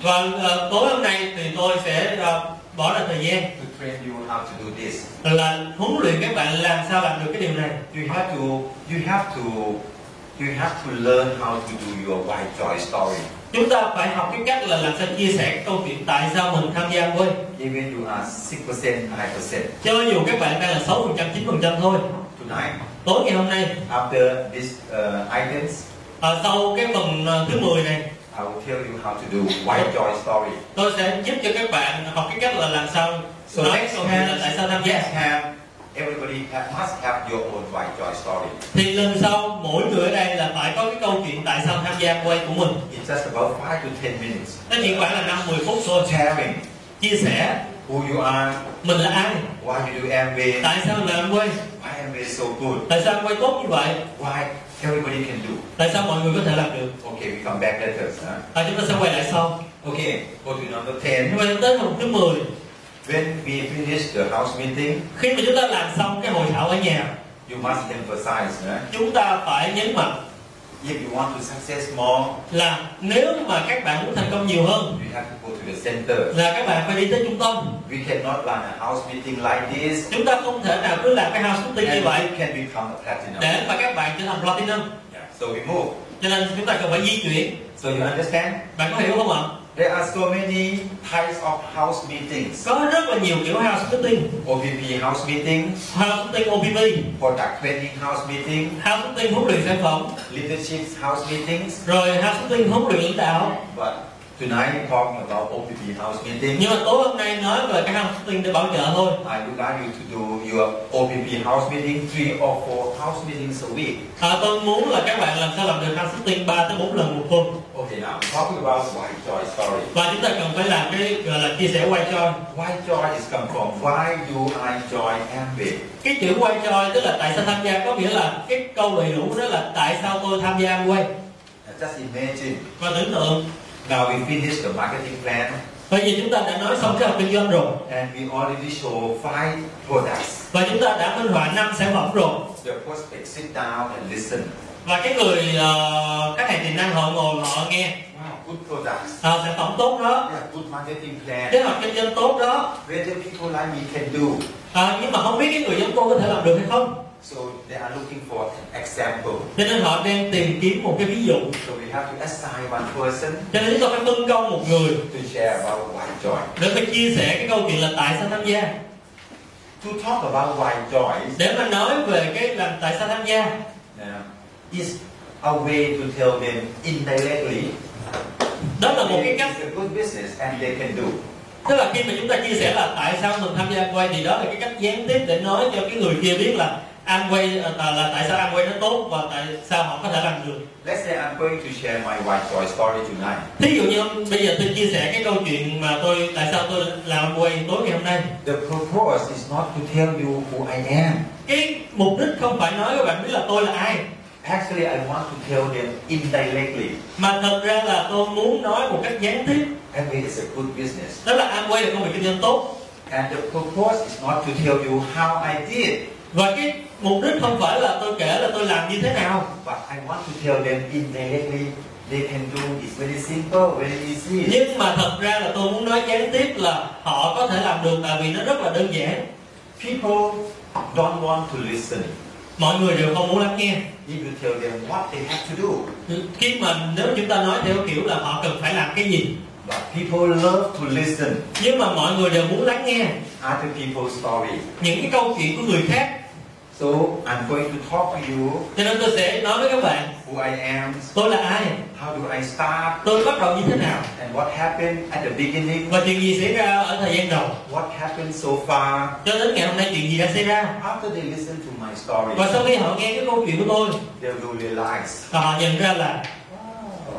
S2: và ờ, tối hôm nay thì tôi sẽ ờ, bỏ ra thời gian
S1: to train you how to do this.
S2: là huấn luyện các bạn làm sao làm được cái điều này
S1: You have to, you have to, you have to learn how to do your why joy story.
S2: chúng ta phải học cái cách là làm sao chia sẻ cái câu chuyện tại sao mình tham gia quay
S1: Even you are six percent, nine percent
S2: cho dù các bạn đang là 6% 9% thôi
S1: tonight.
S2: tối ngày hôm nay
S1: After these uh, items,
S2: ờ, sau cái phần ờ, thứ 10 này
S1: I will tell you how to do why joy story.
S2: tôi sẽ giúp cho các bạn học cái cách là làm sao
S1: So
S2: nói
S1: next
S2: câu chuyện là
S1: time-
S2: tại sao tham
S1: Yes,
S2: gia
S1: have everybody have, must have your own why joy story.
S2: thì lần sau mỗi người ở đây là phải có cái câu chuyện tại sao tham gia quay của mình
S1: It's just about five to ten minutes.
S2: nó chỉ khoảng là 5 10 phút thôi
S1: Sharing
S2: chia sẻ
S1: who you are,
S2: mình là ai
S1: why you do MBA,
S2: tại sao là anh quay
S1: why MBA is so good,
S2: tại sao anh quay tốt như vậy
S1: why everybody can do.
S2: tại sao mọi người có thể làm được
S1: Okay, we come back later. Huh?
S2: à, chúng ta sẽ quay lại sau
S1: Okay, go to number
S2: nhưng
S1: 10.
S2: mà tới hôm thứ 10
S1: When we finish the house meeting,
S2: khi mà chúng ta làm xong cái hội thảo ở nhà
S1: you must emphasize. Huh?
S2: chúng ta phải nhấn mạnh
S1: If you want to success more,
S2: là nếu mà các bạn muốn thành công nhiều hơn
S1: you have to go to the center.
S2: là các bạn phải đi tới trung tâm
S1: We cannot run a house meeting like this.
S2: chúng ta không thể nào cứ làm cái house meeting như vậy
S1: And you can become a platinum.
S2: để mà các bạn trở thành platinum
S1: Yeah, so we move.
S2: cho nên chúng ta cần phải di chuyển
S1: So you understand?
S2: bạn có hiểu không ạ
S1: There are so many types of house meetings.
S2: có rất là nhiều kiểu house meeting
S1: OPP house meeting,
S2: house meeting OPP
S1: product training house meeting,
S2: house meeting huấn luyện sản phẩm
S1: leadership house meetings.
S2: rồi house meeting huấn luyện lãnh đạo
S1: But tonight we're talking about OPP house meeting.
S2: nhưng mà tối hôm nay nói về cái house meeting để bảo trợ thôi
S1: I would like you to do your OPP house meeting three or four house meetings a week.
S2: à, tôi muốn là các bạn làm sao làm được house meeting 3 tới 4 lần một tuần
S1: Okay, now talking about why joy story.
S2: và chúng ta cần phải làm cái gọi là chia sẻ quay cho
S1: Why joy is come from why do I join MBA?
S2: cái chữ quay cho tức là tại sao tham gia có nghĩa là cái câu đầy đủ đó là tại sao tôi tham gia quay
S1: Just imagine.
S2: và tưởng tượng
S1: Now we finish the marketing plan
S2: Bây giờ chúng ta đã nói xong kế hoạch kinh doanh rồi
S1: and we already show five products.
S2: và chúng ta đã minh họa năm sản phẩm rồi
S1: The prospect sit down and listen.
S2: và cái người ờ, khách hàng tiềm năng họ ngồi họ nghe
S1: Wow, good products.
S2: ờ, sản phẩm tốt đó
S1: Yeah, good marketing plan.
S2: kế hoạch kinh doanh tốt đó
S1: Whether people like me can do.
S2: Ờ, nhưng mà không biết cái người giống tôi có thể làm được hay không
S1: So they are looking for an example.
S2: cho nên họ đang tìm kiếm một cái ví dụ
S1: So we have to assign one person
S2: cho nên chúng ta phải phân công một người
S1: to share about why joy.
S2: để phải chia sẻ cái câu chuyện là tại sao tham gia
S1: To talk about why joy
S2: để mà nói về cái làm tại sao tham gia
S1: uh, is a way to tell them indirectly
S2: đó là một cái cách
S1: it's a good business and they can do.
S2: tức là khi mà chúng ta chia sẻ là tại sao mình tham gia quay thì đó là cái cách gián tiếp để nói cho cái người kia biết là ăn quay à, là, là tại sao ăn quay nó tốt và tại sao họ có thể làm được
S1: Let's say I'm going to share my why joy story tonight.
S2: thí dụ như bây giờ tôi chia sẻ cái câu chuyện mà tôi tại sao tôi làm ăn quay tối ngày hôm nay
S1: The purpose is not to tell you who I am.
S2: cái mục đích không phải nói các bạn biết là tôi là ai
S1: Actually, I want to tell them indirectly.
S2: mà thật ra là tôi muốn nói một cách gián tiếp
S1: Amway is a good business.
S2: đó là ăn quay là công việc kinh doanh tốt
S1: And the purpose is not to tell you how I did,
S2: và cái mục đích không phải là tôi kể là tôi làm như thế nào
S1: but I want to tell them indirectly they can do. It's very simple, very easy.
S2: nhưng mà thật ra là tôi muốn nói gián tiếp là họ có thể làm được tại vì nó rất là đơn giản
S1: People don't want to listen
S2: mọi người đều không muốn lắng nghe
S1: if you tell them what they have to do.
S2: khi mà nếu chúng ta nói theo kiểu là họ cần phải làm cái gì
S1: But people love to listen
S2: nhưng mà mọi người đều muốn lắng nghe
S1: other people's story.
S2: những cái câu chuyện của người khác
S1: So I'm going to talk to you
S2: cho nên tôi sẽ nói với các bạn
S1: who I am,
S2: tôi là ai
S1: how do I start,
S2: tôi bắt đầu như thế nào
S1: and what happened at the beginning,
S2: và chuyện gì xảy ra ở thời gian đầu
S1: what happened so far.
S2: cho đến ngày hôm nay chuyện gì đã xảy ra
S1: After they listen to my story,
S2: và sau khi họ nghe cái câu chuyện của tôi
S1: they will realize
S2: và họ nhận ra là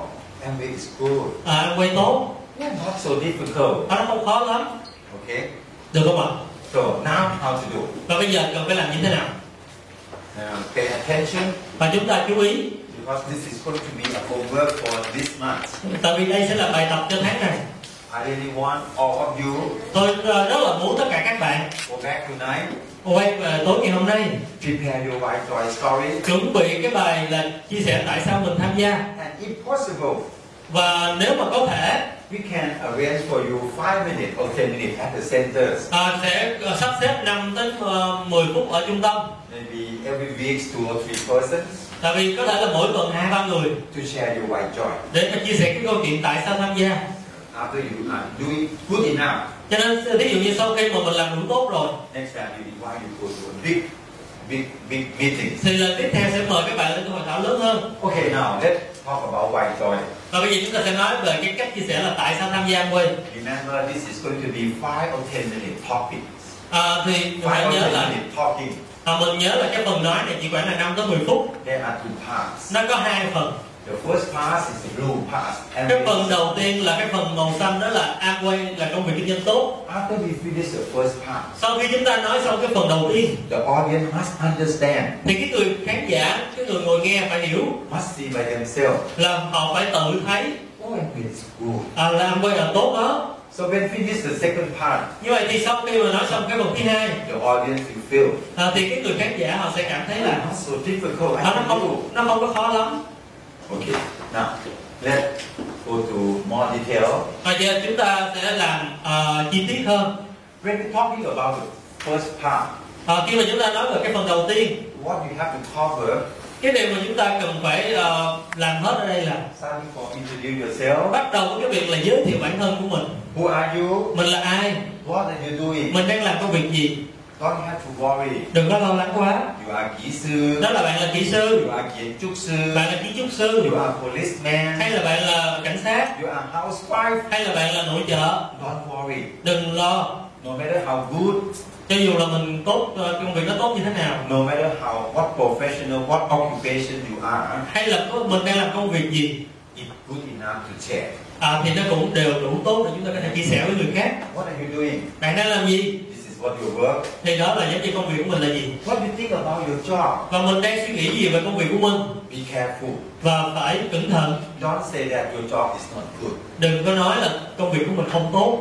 S1: oh, and with school.
S2: à, quay tốt
S1: Yeah, not so difficult.
S2: nó không khó lắm
S1: Okay.
S2: được không ạ
S1: So now how to do?
S2: và bây giờ cần phải làm như thế nào
S1: Uh, pay attention
S2: và chúng ta chú ý
S1: because this is going to be a homework for this month.
S2: tại vì đây sẽ là bài tập cho tháng này
S1: I really want all of you
S2: tôi ờ, rất là muốn tất cả các bạn
S1: go back tonight,
S2: quay về tối ngày hôm nay
S1: prepare your white joy story,
S2: chuẩn bị cái bài là chia sẻ tại sao mình tham gia
S1: and if possible,
S2: và nếu mà có thể
S1: We can arrange for you five minutes or ten minutes at the centers.
S2: à, sẽ ờ, sắp xếp 5 đến ờ, 10 phút ở trung tâm
S1: Maybe every week two or three persons
S2: tại vì có thể là mỗi tuần hai ba người
S1: to share your white joy.
S2: để mà chia sẻ cái câu chuyện tại sao tham gia
S1: After you are doing good enough,
S2: cho nên ví dụ như sau khi mà mình làm đủ tốt rồi
S1: next time you invite you go to a big, big, big meeting.
S2: thì lần tiếp theo sẽ mời các bạn lên cái hội thảo lớn hơn
S1: Okay, now let's talk about white joy.
S2: và bây giờ chúng ta sẽ nói về cái cách chia sẻ là tại sao tham gia Amway
S1: Remember, this is going to be five or ten minute topic.
S2: à, thì
S1: Five
S2: phải
S1: or
S2: nhớ
S1: ten
S2: là
S1: minute talking.
S2: à, mình nhớ là cái phần nói này chỉ khoảng là 5 tới 10 phút
S1: There are two parts.
S2: nó có hai phần
S1: The first part is the blue part. And
S2: cái phần đầu tiên là cái phần màu xanh đó là Amway là công việc kinh doanh tốt
S1: after we finish the first part,
S2: sau khi chúng ta nói xong cái phần đầu tiên
S1: the audience must understand
S2: thì cái người khán giả cái người ngồi nghe phải hiểu
S1: must see by themselves.
S2: là họ phải tự thấy
S1: Oh, it's good.
S2: à, là Amway là tốt đó
S1: So when finish the second part,
S2: như vậy thì sau khi mà nói xong cái phần thứ hai
S1: the audience will feel
S2: à, thì cái người khán giả họ sẽ cảm thấy là
S1: not so difficult.
S2: à, nó
S1: I can
S2: không nó không có khó lắm
S1: do. Okay, now let's go to more detail.
S2: và giờ chúng ta sẽ làm à, chi tiết hơn
S1: When we're talking about the first part,
S2: à, khi mà chúng ta nói về cái phần đầu tiên
S1: what we have to cover,
S2: cái điều mà chúng ta cần phải ờ, làm hết ở đây là
S1: starting from introduce yourself.
S2: bắt đầu với cái việc là giới thiệu bản thân của mình
S1: Who are you?
S2: mình là ai
S1: What are you doing?
S2: mình đang làm công việc gì
S1: Don't have to worry.
S2: đừng có lo lắng quá
S1: You are kỹ sư.
S2: đó là bạn là kỹ
S1: You
S2: sư
S1: are kiến trúc sư.
S2: bạn là kiến trúc
S1: You
S2: sư
S1: are policeman.
S2: hay là bạn là cảnh sát
S1: You are housewife.
S2: hay là bạn là nội trợ
S1: Don't worry.
S2: đừng lo
S1: No matter how good
S2: cho dù là mình tốt ờ, công việc nó tốt như thế nào
S1: No matter how, what professional, what occupation you are,
S2: hay là có- mình đang làm công việc gì
S1: it's good enough to share.
S2: à, thì nó cũng đều đủ tốt để chúng ta có thể chia sẻ với người khác
S1: What are you doing?
S2: bạn đang làm gì
S1: This is what you work.
S2: thì đó là giống như công việc của mình là gì
S1: What do you think about your job?
S2: và mình đang suy nghĩ gì về công việc của mình
S1: Be careful.
S2: và phải cẩn thận
S1: Don't say that your job is not good.
S2: đừng có nói là công việc của mình không tốt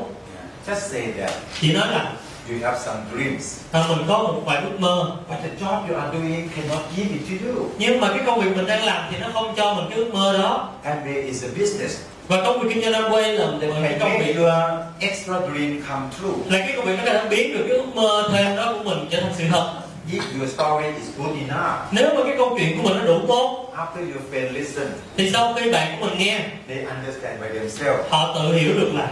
S1: Just say that
S2: chỉ nói là
S1: you have some dreams,
S2: à, mình có một vài ước mơ
S1: but the job you are doing cannot give it to you.
S2: nhưng mà cái công việc mình đang làm thì nó không cho mình cái ước mơ đó
S1: And there is a business
S2: và công việc kinh doanh Amway là một
S1: that
S2: cái
S1: can
S2: công
S1: make
S2: việc
S1: your extra dream come true.
S2: là cái công việc nó đã biến được cái ước mơ thêm đó của mình trở thành sự thật
S1: If your story is good enough,
S2: nếu mà cái câu chuyện của mình nó đủ tốt
S1: after your friend listen,
S2: thì sau khi bạn của mình nghe
S1: they understand by themselves.
S2: họ tự hiểu được là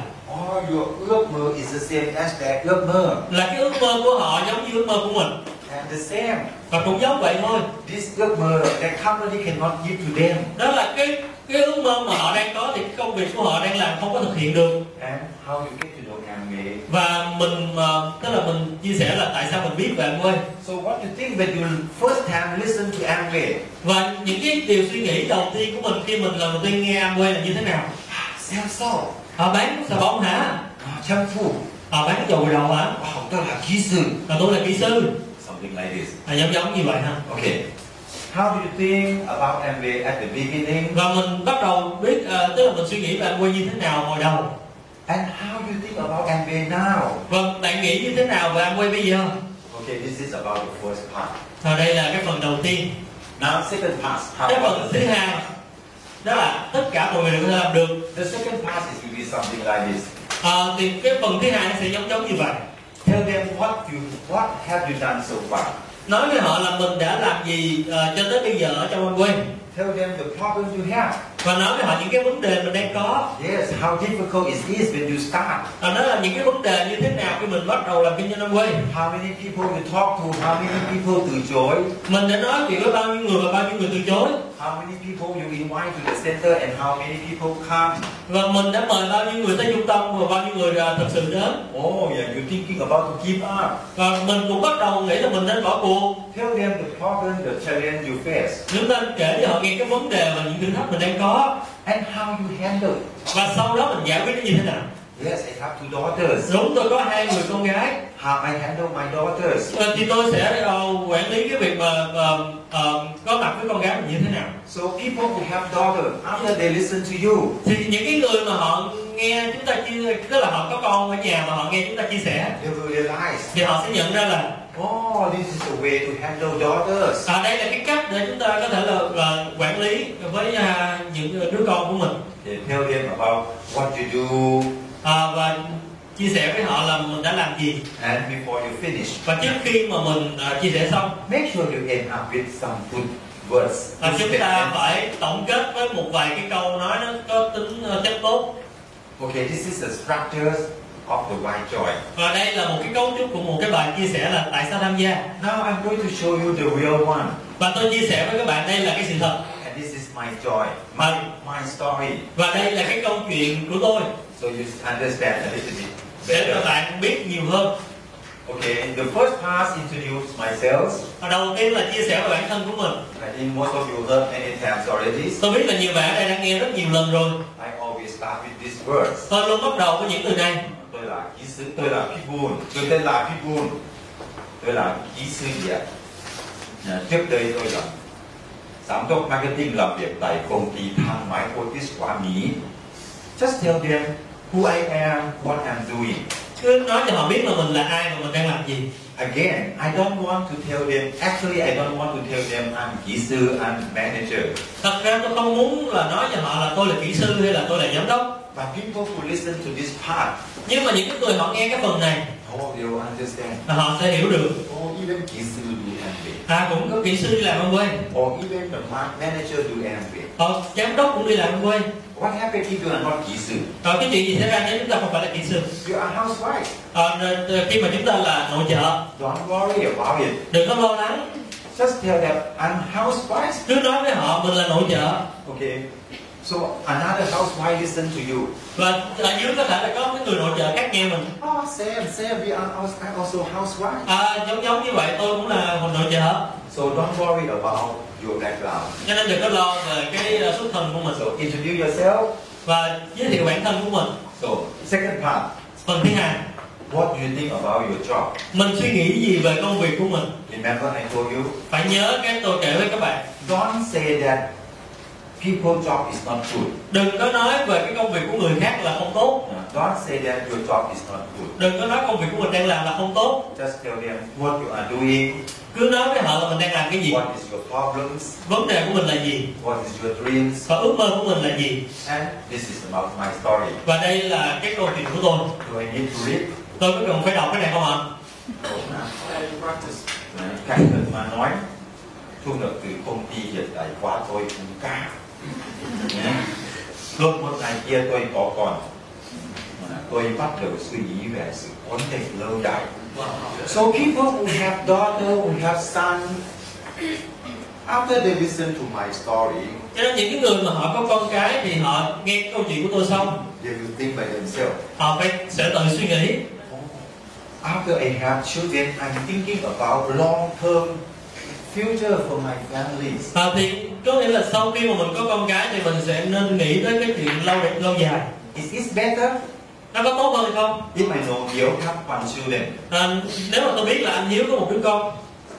S1: All your ước mơ is the same as their ước mơ.
S2: là cái ước mơ của họ giống như ước mơ của mình
S1: And the same.
S2: và cũng giống vậy thôi
S1: This ước mơ that company cannot give to them.
S2: đó là cái cái ước mơ mà họ đang có thì cái công việc của họ đang làm không có thực hiện được
S1: And how you get to know Amway.
S2: và mình ờ, tức là mình chia sẻ là tại sao mình biết về Amway
S1: So what you think when you first time listen to Amway?
S2: và những cái điều suy nghĩ đầu tiên của mình khi mình lần đầu tiên nghe Amway là như thế nào
S1: Sell salt.
S2: họ bán xà bông hả
S1: Chăm phu.
S2: họ bán dầu gội đầu hả
S1: Wow, đó là kỹ sư.
S2: là tôi là kỹ sư
S1: Ah, Something like this.
S2: à, giống giống như vậy ha
S1: Okay. How do you think about Amway at the beginning?
S2: và mình bắt đầu biết ờ, tức là mình suy nghĩ về Amway như thế nào hồi đầu
S1: And how do you think about Amway now?
S2: vâng bạn nghĩ như thế nào về Amway bây giờ
S1: Okay, this is about the first part.
S2: Và đây là cái phần đầu tiên
S1: Now second part. How
S2: Cái
S1: about
S2: phần thứ hai Đó là tất cả mọi người đều có thể làm được
S1: The second part is to be something like this.
S2: Ờ, Thì cái phần thứ hai nó sẽ giống giống như vậy
S1: Tell them what you what have you done so far.
S2: Nói với họ là mình đã làm gì ờ, cho tới bây giờ ở trong Amway
S1: Tell them the problem you have.
S2: Và nói với họ những cái vấn đề mình đang có
S1: Yes, how difficult it is when you start.
S2: Và nói là những cái vấn đề như thế nào khi mình bắt đầu làm kinh doanh Amway
S1: How many people you talk to, how many people từ chối.
S2: Mình đã nói chuyện với bao nhiêu người và bao nhiêu người từ chối
S1: how many people you invite to the center and how many people come.
S2: và mình đã mời bao nhiêu người tới trung tâm và bao nhiêu người à, thực sự đến
S1: Oh, yeah, you're thinking about to give up.
S2: và mình cũng bắt đầu nghĩ là mình nên bỏ cuộc
S1: Tell them the problem, the challenge you face,
S2: chúng ta kể cho họ nghe cái vấn đề và những thử thách mình đang có
S1: and how you handle it.
S2: và sau đó mình giải quyết nó như thế nào
S1: Yes, I have two daughters.
S2: đúng tôi có hai người con gái
S1: How I handle my daughters.
S2: Ờ, thì tôi sẽ ờ, quản lý cái việc mà ờ, ờ, có mặt với con gái mình như thế nào
S1: So people who have daughters, after they listen to you,
S2: thì những cái người mà họ nghe chúng ta chia tức là họ có con ở nhà mà họ nghe chúng ta chia sẻ
S1: they will realize,
S2: thì họ sẽ nhận ra là
S1: oh, this is the way to handle daughters.
S2: À, đây là cái cách để chúng ta có thể là, là quản lý với à, những đứa con của mình
S1: They tell them about what you do,
S2: à, và chia sẻ với họ là mình đã làm gì
S1: and before you finish,
S2: và trước khi mà mình à, chia sẻ xong
S1: make sure you end up with some good words.
S2: à,
S1: good
S2: chúng ta
S1: statements.
S2: phải tổng kết với một vài cái câu nói nó có tính à, chất tốt
S1: Okay, this is the structures of the white joy.
S2: và đây là một cái cấu trúc của một cái bài chia sẻ là tại sao tham gia
S1: Now I'm going to show you the real one,
S2: và tôi chia sẻ với các bạn đây là cái sự thật
S1: and this is my joy, my my story.
S2: và đây là cái câu chuyện của tôi
S1: So you understand a little bit
S2: để các
S1: better.
S2: bạn biết nhiều hơn
S1: Okay, the first pass introduce myself.
S2: Và đầu tiên là chia sẻ về bản thân của mình
S1: I think most of you heard many times already.
S2: tôi biết là nhiều bạn ở đây đã nghe rất nhiều lần rồi
S1: I always start with these words.
S2: Tôi luôn bắt đầu với những từ này
S1: Tôi là kỹ sư, tôi là Phi Bùn, tôi tên là Phi Bùn. Tôi là kỹ sư điện. À, Trước đây tôi là giám đốc marketing làm việc tại công ty thang oh, máy Otis của Mỹ. Just tell them who I am, what I'm doing.
S2: cứ nói cho họ biết là mình là ai và mình đang làm gì
S1: Again, I don't want to tell them. Actually, I don't want to tell them I'm kỹ sư, I'm manager.
S2: thật ra tôi không muốn là nói cho họ là tôi là kỹ sư hay là tôi là giám đốc
S1: But people who listen to this part,
S2: nhưng mà những cái người họ nghe cái phần này
S1: oh, they will understand.
S2: là họ sẽ hiểu được
S1: Oh, even kỹ sư do Amway.
S2: à cũng có kỹ sư đi làm ăn quê
S1: Or even the ma- manager do Amway.
S2: ờ, giám đốc cũng đi làm ăn quê
S1: What happens if you are not kỹ sư?
S2: rồi Ờ, cái chuyện gì xảy ra nếu chúng ta không phải là kỹ sư
S1: You are housewife.
S2: ờ, nên, ờ, khi mà chúng ta là nội trợ
S1: Don't worry about it.
S2: đừng có lo lắng
S1: Just tell them I'm housewife.
S2: cứ nói với họ mình là nội trợ
S1: Okay. So another housewife listen to you.
S2: và ở dưới có thể là có cái người nội trợ khác nghe mình
S1: Oh, Sam, Sam, we are als- I'm also housewife.
S2: à, giống giống như vậy tôi cũng là một nội trợ
S1: So don't worry about your background.
S2: cho nên đừng có lo về cái ờ, xuất thân của mình
S1: So introduce yourself.
S2: và giới thiệu bản thân của mình
S1: So second part,
S2: phần thứ hai
S1: what do you think about your job?
S2: mình suy nghĩ gì về công việc của mình
S1: Remember I told you,
S2: phải nhớ cái tôi kể với các bạn
S1: don't say that people job is not good.
S2: đừng có nói về cái công việc của người khác là không tốt
S1: Don't say that your job is not good.
S2: đừng có nói công việc của mình đang làm là không tốt
S1: Just tell them what you are doing,
S2: cứ nói với họ là mình đang làm cái gì
S1: what is your problems,
S2: vấn đề của mình là gì
S1: what is your dreams,
S2: và ước mơ của mình là gì
S1: and this is about my story.
S2: và đây là cái câu chuyện của tôi
S1: Do I need to read?
S2: tôi có cần phải đọc cái này không ạ
S1: Đấy, Cảnh thật mà nói, thu nhập từ công ty hiện tại quá tôi cũng cao. Nhé. Lúc một ngày kia tôi có còn, mà tôi bắt đầu suy nghĩ về sự ổn định lâu dài. So people who have daughter, who have son, after they listen to my story,
S2: cho nên những cái người mà họ có con cái thì họ nghe cái câu chuyện của tôi xong
S1: they will think by themselves.
S2: họ phải sẽ tự suy nghĩ
S1: After I have children, I'm thinking about long-term future for my families.
S2: à, thì có nghĩa là sau khi mà mình có con cái thì mình sẽ nên nghĩ tới cái chuyện lâu đẹp lâu dài
S1: Is this better?
S2: nó có tốt hơn hay không
S1: If I know you have one children,
S2: À, nếu mà tôi biết là anh Hiếu có một đứa con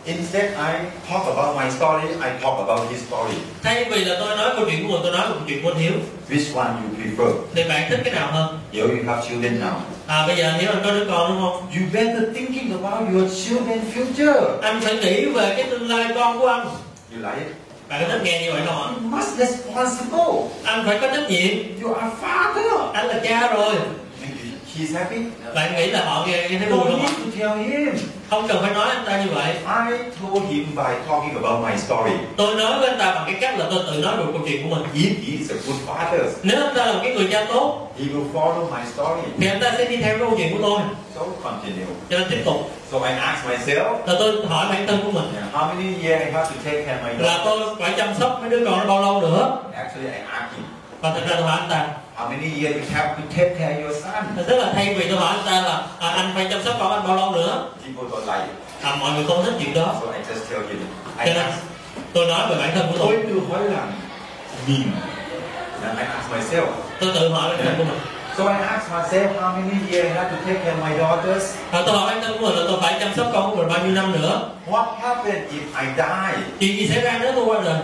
S1: instead I talk about my story, I talk about his story.
S2: Thay vì là tôi nói câu chuyện của mình, tôi nói một chuyện của anh Hiếu
S1: Which one you prefer?
S2: Thì bạn thích cái nào hơn?
S1: You you have children now.
S2: À bây giờ anh Hiếu anh có đứa con đúng không?
S1: You better thinking about your children future.
S2: Anh phải nghĩ về cái tương lai con của anh
S1: You like it?
S2: Bạn có thích nghe như vậy không ạ?
S1: You must responsible.
S2: Anh phải có trách nhiệm
S1: You are father.
S2: Anh là cha rồi
S1: And you He's happy.
S2: bạn nghĩ là họ nghe nghe thấy vui
S1: No
S2: không ạ?
S1: need to tell him.
S2: không cần phải nói anh ta như vậy
S1: I told him by talking about my story.
S2: tôi nói với anh ta bằng cái cách là tôi tự nói được câu chuyện của mình
S1: If he is a good father,
S2: nếu anh ta là một cái người cha tốt
S1: he will follow my story.
S2: thì anh ta sẽ đi theo cái câu chuyện của tôi
S1: So continue.
S2: cho nên tiếp tục
S1: So I asked myself,
S2: là tôi hỏi bản thân của mình
S1: yeah, how many years I have to take care of my
S2: là
S1: daughter?
S2: tôi phải chăm sóc mấy đứa con nó bao lâu nữa
S1: Actually, I asked him,
S2: và thật ra tôi hỏi anh ta
S1: how many years you have to take care of your son?
S2: tức là thay vì tôi hỏi anh ta là à, anh phải chăm sóc con anh bao lâu nữa
S1: People don't like it.
S2: à, mọi người không thích chuyện đó
S1: So I just tell him, I
S2: cho nên
S1: asked,
S2: tôi nói về bản thân của tôi
S1: tôi từ hỏi là mình. And I asked myself,
S2: tôi tự hỏi bản thân của mình
S1: So I asked myself how many years I have to take care of my daughters.
S2: và Ờ, tôi hỏi bản thân của mình là tôi phải chăm sóc con của mình bao nhiêu năm nữa
S1: What happened if I die?
S2: chuyện gì xảy ra nếu tôi qua đời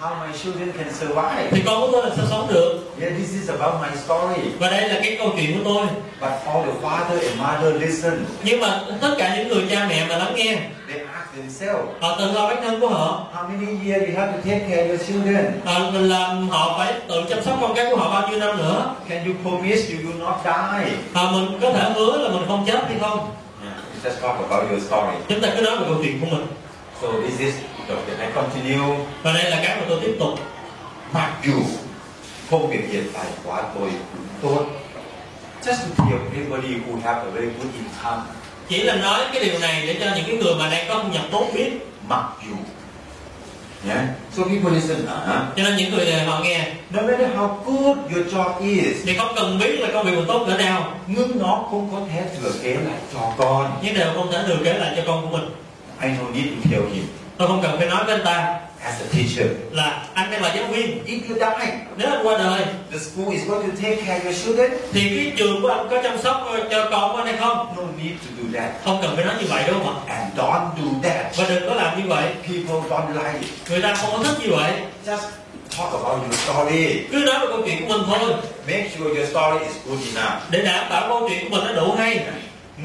S1: How my children can survive?
S2: thì con của tôi làm sao sống được
S1: Yeah, this is about my story.
S2: và đây là cái câu chuyện của tôi
S1: But all the father and mother listen.
S2: nhưng mà tất cả những người cha mẹ mà lắng nghe
S1: They ask themselves,
S2: họ tự lo bản thân của họ
S1: how many years you have to take care of your children?
S2: Ờ, mình làm họ phải tự chăm sóc con cái của họ bao nhiêu năm nữa
S1: Can you promise you will not die?
S2: Ờ, mình có thể hứa là mình không chết hay không
S1: Yeah, we just talk about your story.
S2: chúng ta cứ nói về câu chuyện của mình
S1: So this is okay. I continue.
S2: và đây là cái mà tôi tiếp tục
S1: Mặc dù công việc hiện tại của tôi cũng tốt. Just to tell everybody who have a very good income.
S2: chỉ là nói cái điều này để cho những cái người mà đang có thu nhập tốt biết
S1: mặc dù yeah. so people listen uh-huh.
S2: cho nên những người này họ nghe
S1: no matter how good your job is
S2: thì không cần biết là công việc mình tốt cỡ nào
S1: nhưng nó cũng có thể thừa kế lại cho con
S2: nhưng đều không thể thừa kế lại cho con của mình
S1: I no need to tell him
S2: tôi không cần phải nói với anh ta
S1: as a teacher
S2: là anh đang là giáo viên
S1: if you die
S2: nếu anh qua đời
S1: the school is going to take care of your children
S2: thì cái trường của anh có chăm sóc cho con của anh hay không
S1: no need to do that
S2: không cần phải nói như vậy đúng không ạ
S1: and don't do that
S2: và đừng có làm như vậy
S1: people don't like it
S2: người ta không có thích như vậy
S1: just talk about your story
S2: cứ nói về câu chuyện của mình thôi
S1: make sure your story is good enough
S2: để đảm bảo câu chuyện của mình nó đủ hay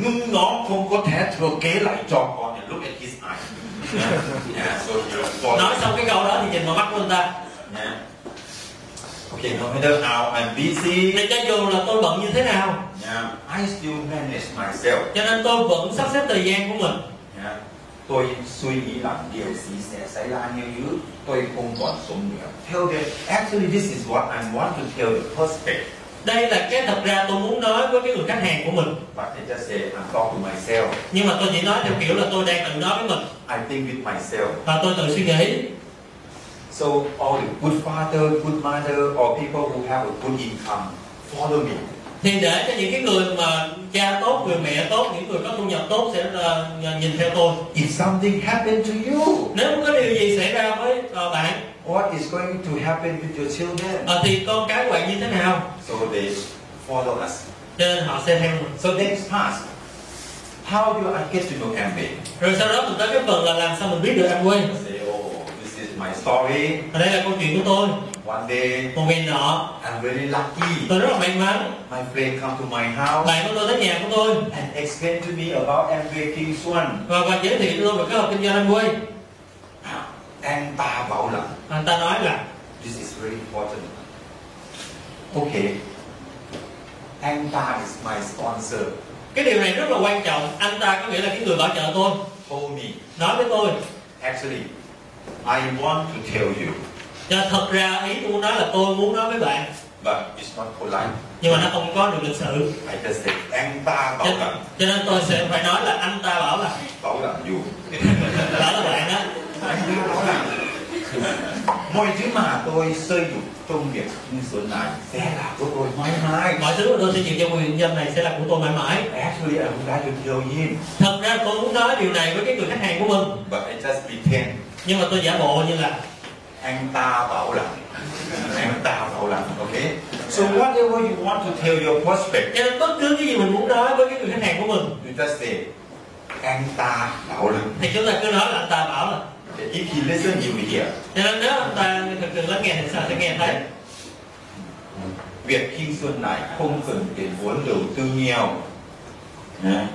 S1: nhưng nó không có thể thừa kế lại cho con And look at his
S2: (laughs)
S1: eye yeah. Yeah. so he was born.
S2: nói xong cái câu đó thì nhìn vào mắt của anh ta
S1: Yeah. Okay, no matter how I'm busy,
S2: thì cho dù là tôi bận như thế nào
S1: yeah, I still manage myself.
S2: cho nên tôi vẫn sắp xếp thời gian của mình
S1: Yeah. Tôi suy nghĩ rằng điều gì sẽ xảy ra nếu như tôi không còn sống nữa. Theo them, actually this is what I want to tell the prospect.
S2: đây là cái thật ra tôi muốn nói với cái người khách hàng của mình
S1: But I just say I'm talking to myself.
S2: nhưng mà tôi chỉ nói theo kiểu là tôi đang tự nói với mình
S1: I think with myself.
S2: và tôi tự suy nghĩ
S1: So all the good father, good mother, or people who have a good income, follow me.
S2: thì để cho những cái người mà cha tốt người mẹ tốt những người có thu nhập tốt sẽ là nhìn theo tôi
S1: If something happened to you,
S2: nếu có điều gì xảy ra với ờ, bạn
S1: what is going to happen with your children?
S2: ờ, thì con cái của bạn như thế nào
S1: So they follow us.
S2: cho nên họ sẽ theo mình
S1: So next task, how do I get to know Amway?
S2: rồi sau đó mình tới cái phần là làm sao mình biết được anh quên
S1: Say, oh, this is my story.
S2: Và đây là câu chuyện của tôi
S1: One day,
S2: Một ngày nọ
S1: I'm really lucky.
S2: Tôi rất là may mắn
S1: My friend come to my house
S2: Bạn của tôi tới nhà của tôi
S1: and explain to me about Amway King Swan.
S2: Và, và giới thiệu tôi về cái hợp kinh doanh Amway
S1: Anh ta bảo là,
S2: Anh ta nói là
S1: this is very important. Okay. Anh ta is my sponsor.
S2: Cái điều này rất là quan trọng Anh ta có nghĩa là cái người bảo trợ tôi
S1: Told me.
S2: Nói với tôi
S1: Actually, I want to tell you,
S2: Cho thật ra ý tôi muốn nói là tôi muốn nói với bạn
S1: but it's not polite.
S2: Nhưng mà nó không có được lịch sự
S1: I just say, anh ta bảo
S2: cho,
S1: là,
S2: cho nên tôi sẽ phải nói là anh ta bảo là
S1: bảo là you.
S2: Bảo là bạn á
S1: Anh ta nói là mọi thứ mà tôi xây dựng trong việc kinh doanh này sẽ là của tôi mãi mãi.
S2: Mọi thứ mà tôi sẽ chịu cho quyền kinh doanh này sẽ là của tôi mãi mãi
S1: Actually, I would like to tell him,
S2: Thật ra tôi muốn nói điều này với cái người khách hàng của mình
S1: but I just pretend.
S2: Nhưng mà tôi giả bộ như là
S1: Anh ta bảo là, anh ta bảo là, okay. So whatever you want to tell your prospect,
S2: Cho nên bất cứ cái gì mình muốn nói với cái người khách hàng của mình
S1: you just say, anh ta bảo là.
S2: thì chúng ta cứ nói là anh ta bảo là
S1: If he listen, he will hear.
S2: cho nên nếu anh ta thực sự lắng nghe thì sao sẽ Dạ, nghe thấy
S1: Việc kinh doanh này không cần tiền vốn đầu tư nhiều. Nè,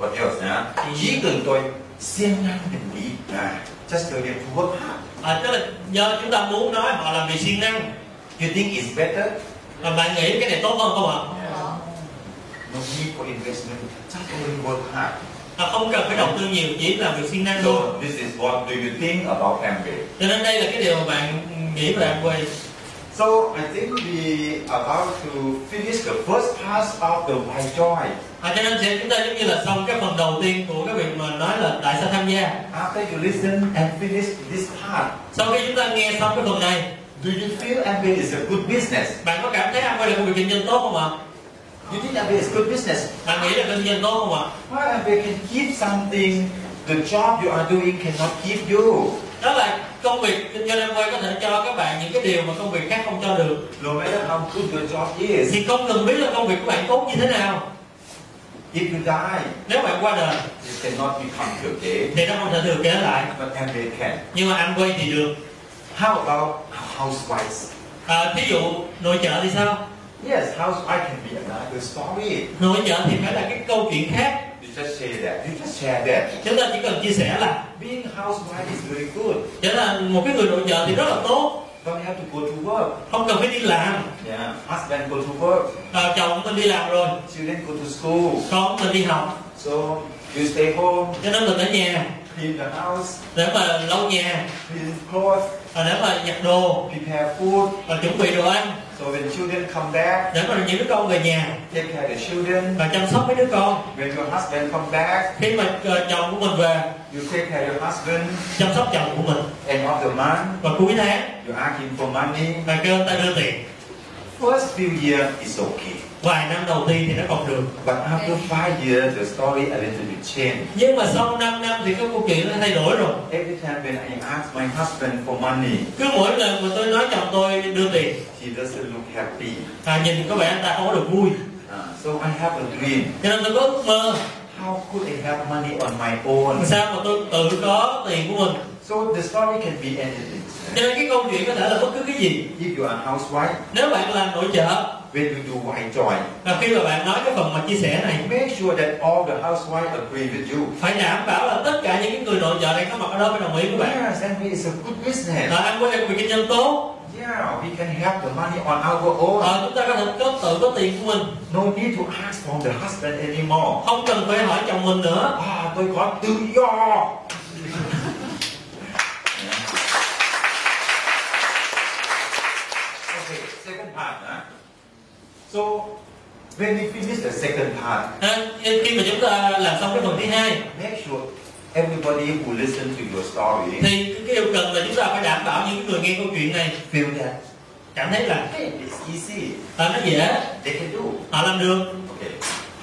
S1: What else? Nè? Chỉ cần tôi siêng năng định lý. À, just tell them to work hard.
S2: à, tức là do chúng ta muốn nói họ làm việc siêng năng
S1: You think it's better?
S2: và bạn nghĩ cái này tốt hơn không ạ
S5: Đó.
S1: no need for investment, just only work hard.
S2: Họ À, không cần phải đầu tư nhiều chỉ là việc siêng năng luôn
S1: So this is what do you think about Amway?
S2: cho nên đây là cái điều mà bạn nghĩ về Amway
S1: So I think we are about to finish the first part of the why joy.
S2: à, cho nên sẽ chúng ta giống như là xong cái phần đầu tiên của cái việc mà nói là tại sao tham gia
S1: After you listen and finish this part,
S2: sau khi chúng ta nghe xong cái phần này
S1: do you feel Amway is a good business?
S2: bạn có cảm thấy Amway là một việc kinh doanh tốt không ạ
S1: You think Amway is good business?
S2: bạn nghĩ là kinh doanh tốt không ạ
S1: Why Amway can give something the job you are doing cannot give you?
S2: đó là công việc kinh doanh Amway có thể cho các bạn những cái điều mà công việc khác không cho được
S1: No matter how good your job is,
S2: thì không cần biết là công việc của bạn tốt như thế nào
S1: if you die,
S2: nếu bạn qua đời
S1: you cannot become your day.
S2: thì nó không thể thừa kế lại
S1: But Amway can.
S2: nhưng mà Amway thì được
S1: How about housewives?
S2: à, thí dụ nội trợ thì sao
S1: Yes, housewife can be another story.
S2: nội trợ thì phải là cái câu chuyện khác
S1: You just share that. You just share that.
S2: chúng ta chỉ cần chia sẻ là
S1: Being housewife is very good.
S2: trở là một cái người nội trợ thì rất là tốt
S1: Don't have to go to work.
S2: không cần phải đi làm
S1: Yeah. Husband go to work.
S2: à, chồng mình đi làm rồi
S1: Children go to school.
S2: con mình đi học
S1: So you stay home,
S2: cho nên mình ở nhà
S1: clean the house,
S2: để mà lau nhà
S1: clean clothes,
S2: à, để mà giặt đồ
S1: prepare food.
S2: và chuẩn bị đồ ăn
S1: So when children come back,
S2: để mà những đứa con về nhà
S1: take care of the children.
S2: và chăm sóc mấy đứa con
S1: When your husband come back,
S2: khi mà ờ, chồng của mình về
S1: you take care of your husband.
S2: chăm sóc chồng của mình
S1: End of the month,
S2: và cuối tháng
S1: you ask him for money.
S2: và kêu anh ta đưa tiền
S1: First few years is okay.
S2: vài năm đầu tiên thì nó còn được
S1: But after five years, the story a little bit changed.
S2: nhưng mà sau 5 năm thì cái câu chuyện nó thay đổi rồi
S1: Every time when I ask my husband for money,
S2: cứ mỗi lần mà tôi nói chồng tôi đưa tiền
S1: he doesn't look happy.
S2: à, nhìn có vẻ anh ta không có được vui
S1: Uh, so I have a dream.
S2: cho nên tôi có ước mơ
S1: How could I have money on my own?
S2: sao mà tôi tự có tiền của mình
S1: So the story can be anything.
S2: cho nên cái câu chuyện có thể là bất cứ cái gì
S1: If you are housewife,
S2: nếu bạn làm nội trợ
S1: when you do white joy,
S2: và khi mà bạn nói cái phần mà chia sẻ này
S1: make sure that all the housewives agree with you.
S2: phải đảm bảo là tất cả những cái người nội trợ đang có mặt ở đó phải đồng ý với bạn
S1: Yes, and it's a good business.
S2: là anh quay lại việc kinh doanh tốt
S1: Yeah, we can have the money on our own.
S2: Ờ, chúng ta có thể có tự có tiền của mình
S1: No need to ask from the husband anymore.
S2: không cần phải hỏi chồng mình nữa
S1: À, tôi có tự do. okay, second part. Huh? So, when we finish the second part,
S2: à, khi mà chúng ta làm xong cái phần thứ hai
S1: make sure everybody who listen to your story
S2: thì cái- cái điều cần là chúng ta phải đảm bảo những người nghe câu chuyện này
S1: feel that
S2: cảm thấy là
S1: hey, it's easy.
S2: à, nó dễ
S1: They can do.
S2: họ làm được
S1: Okay,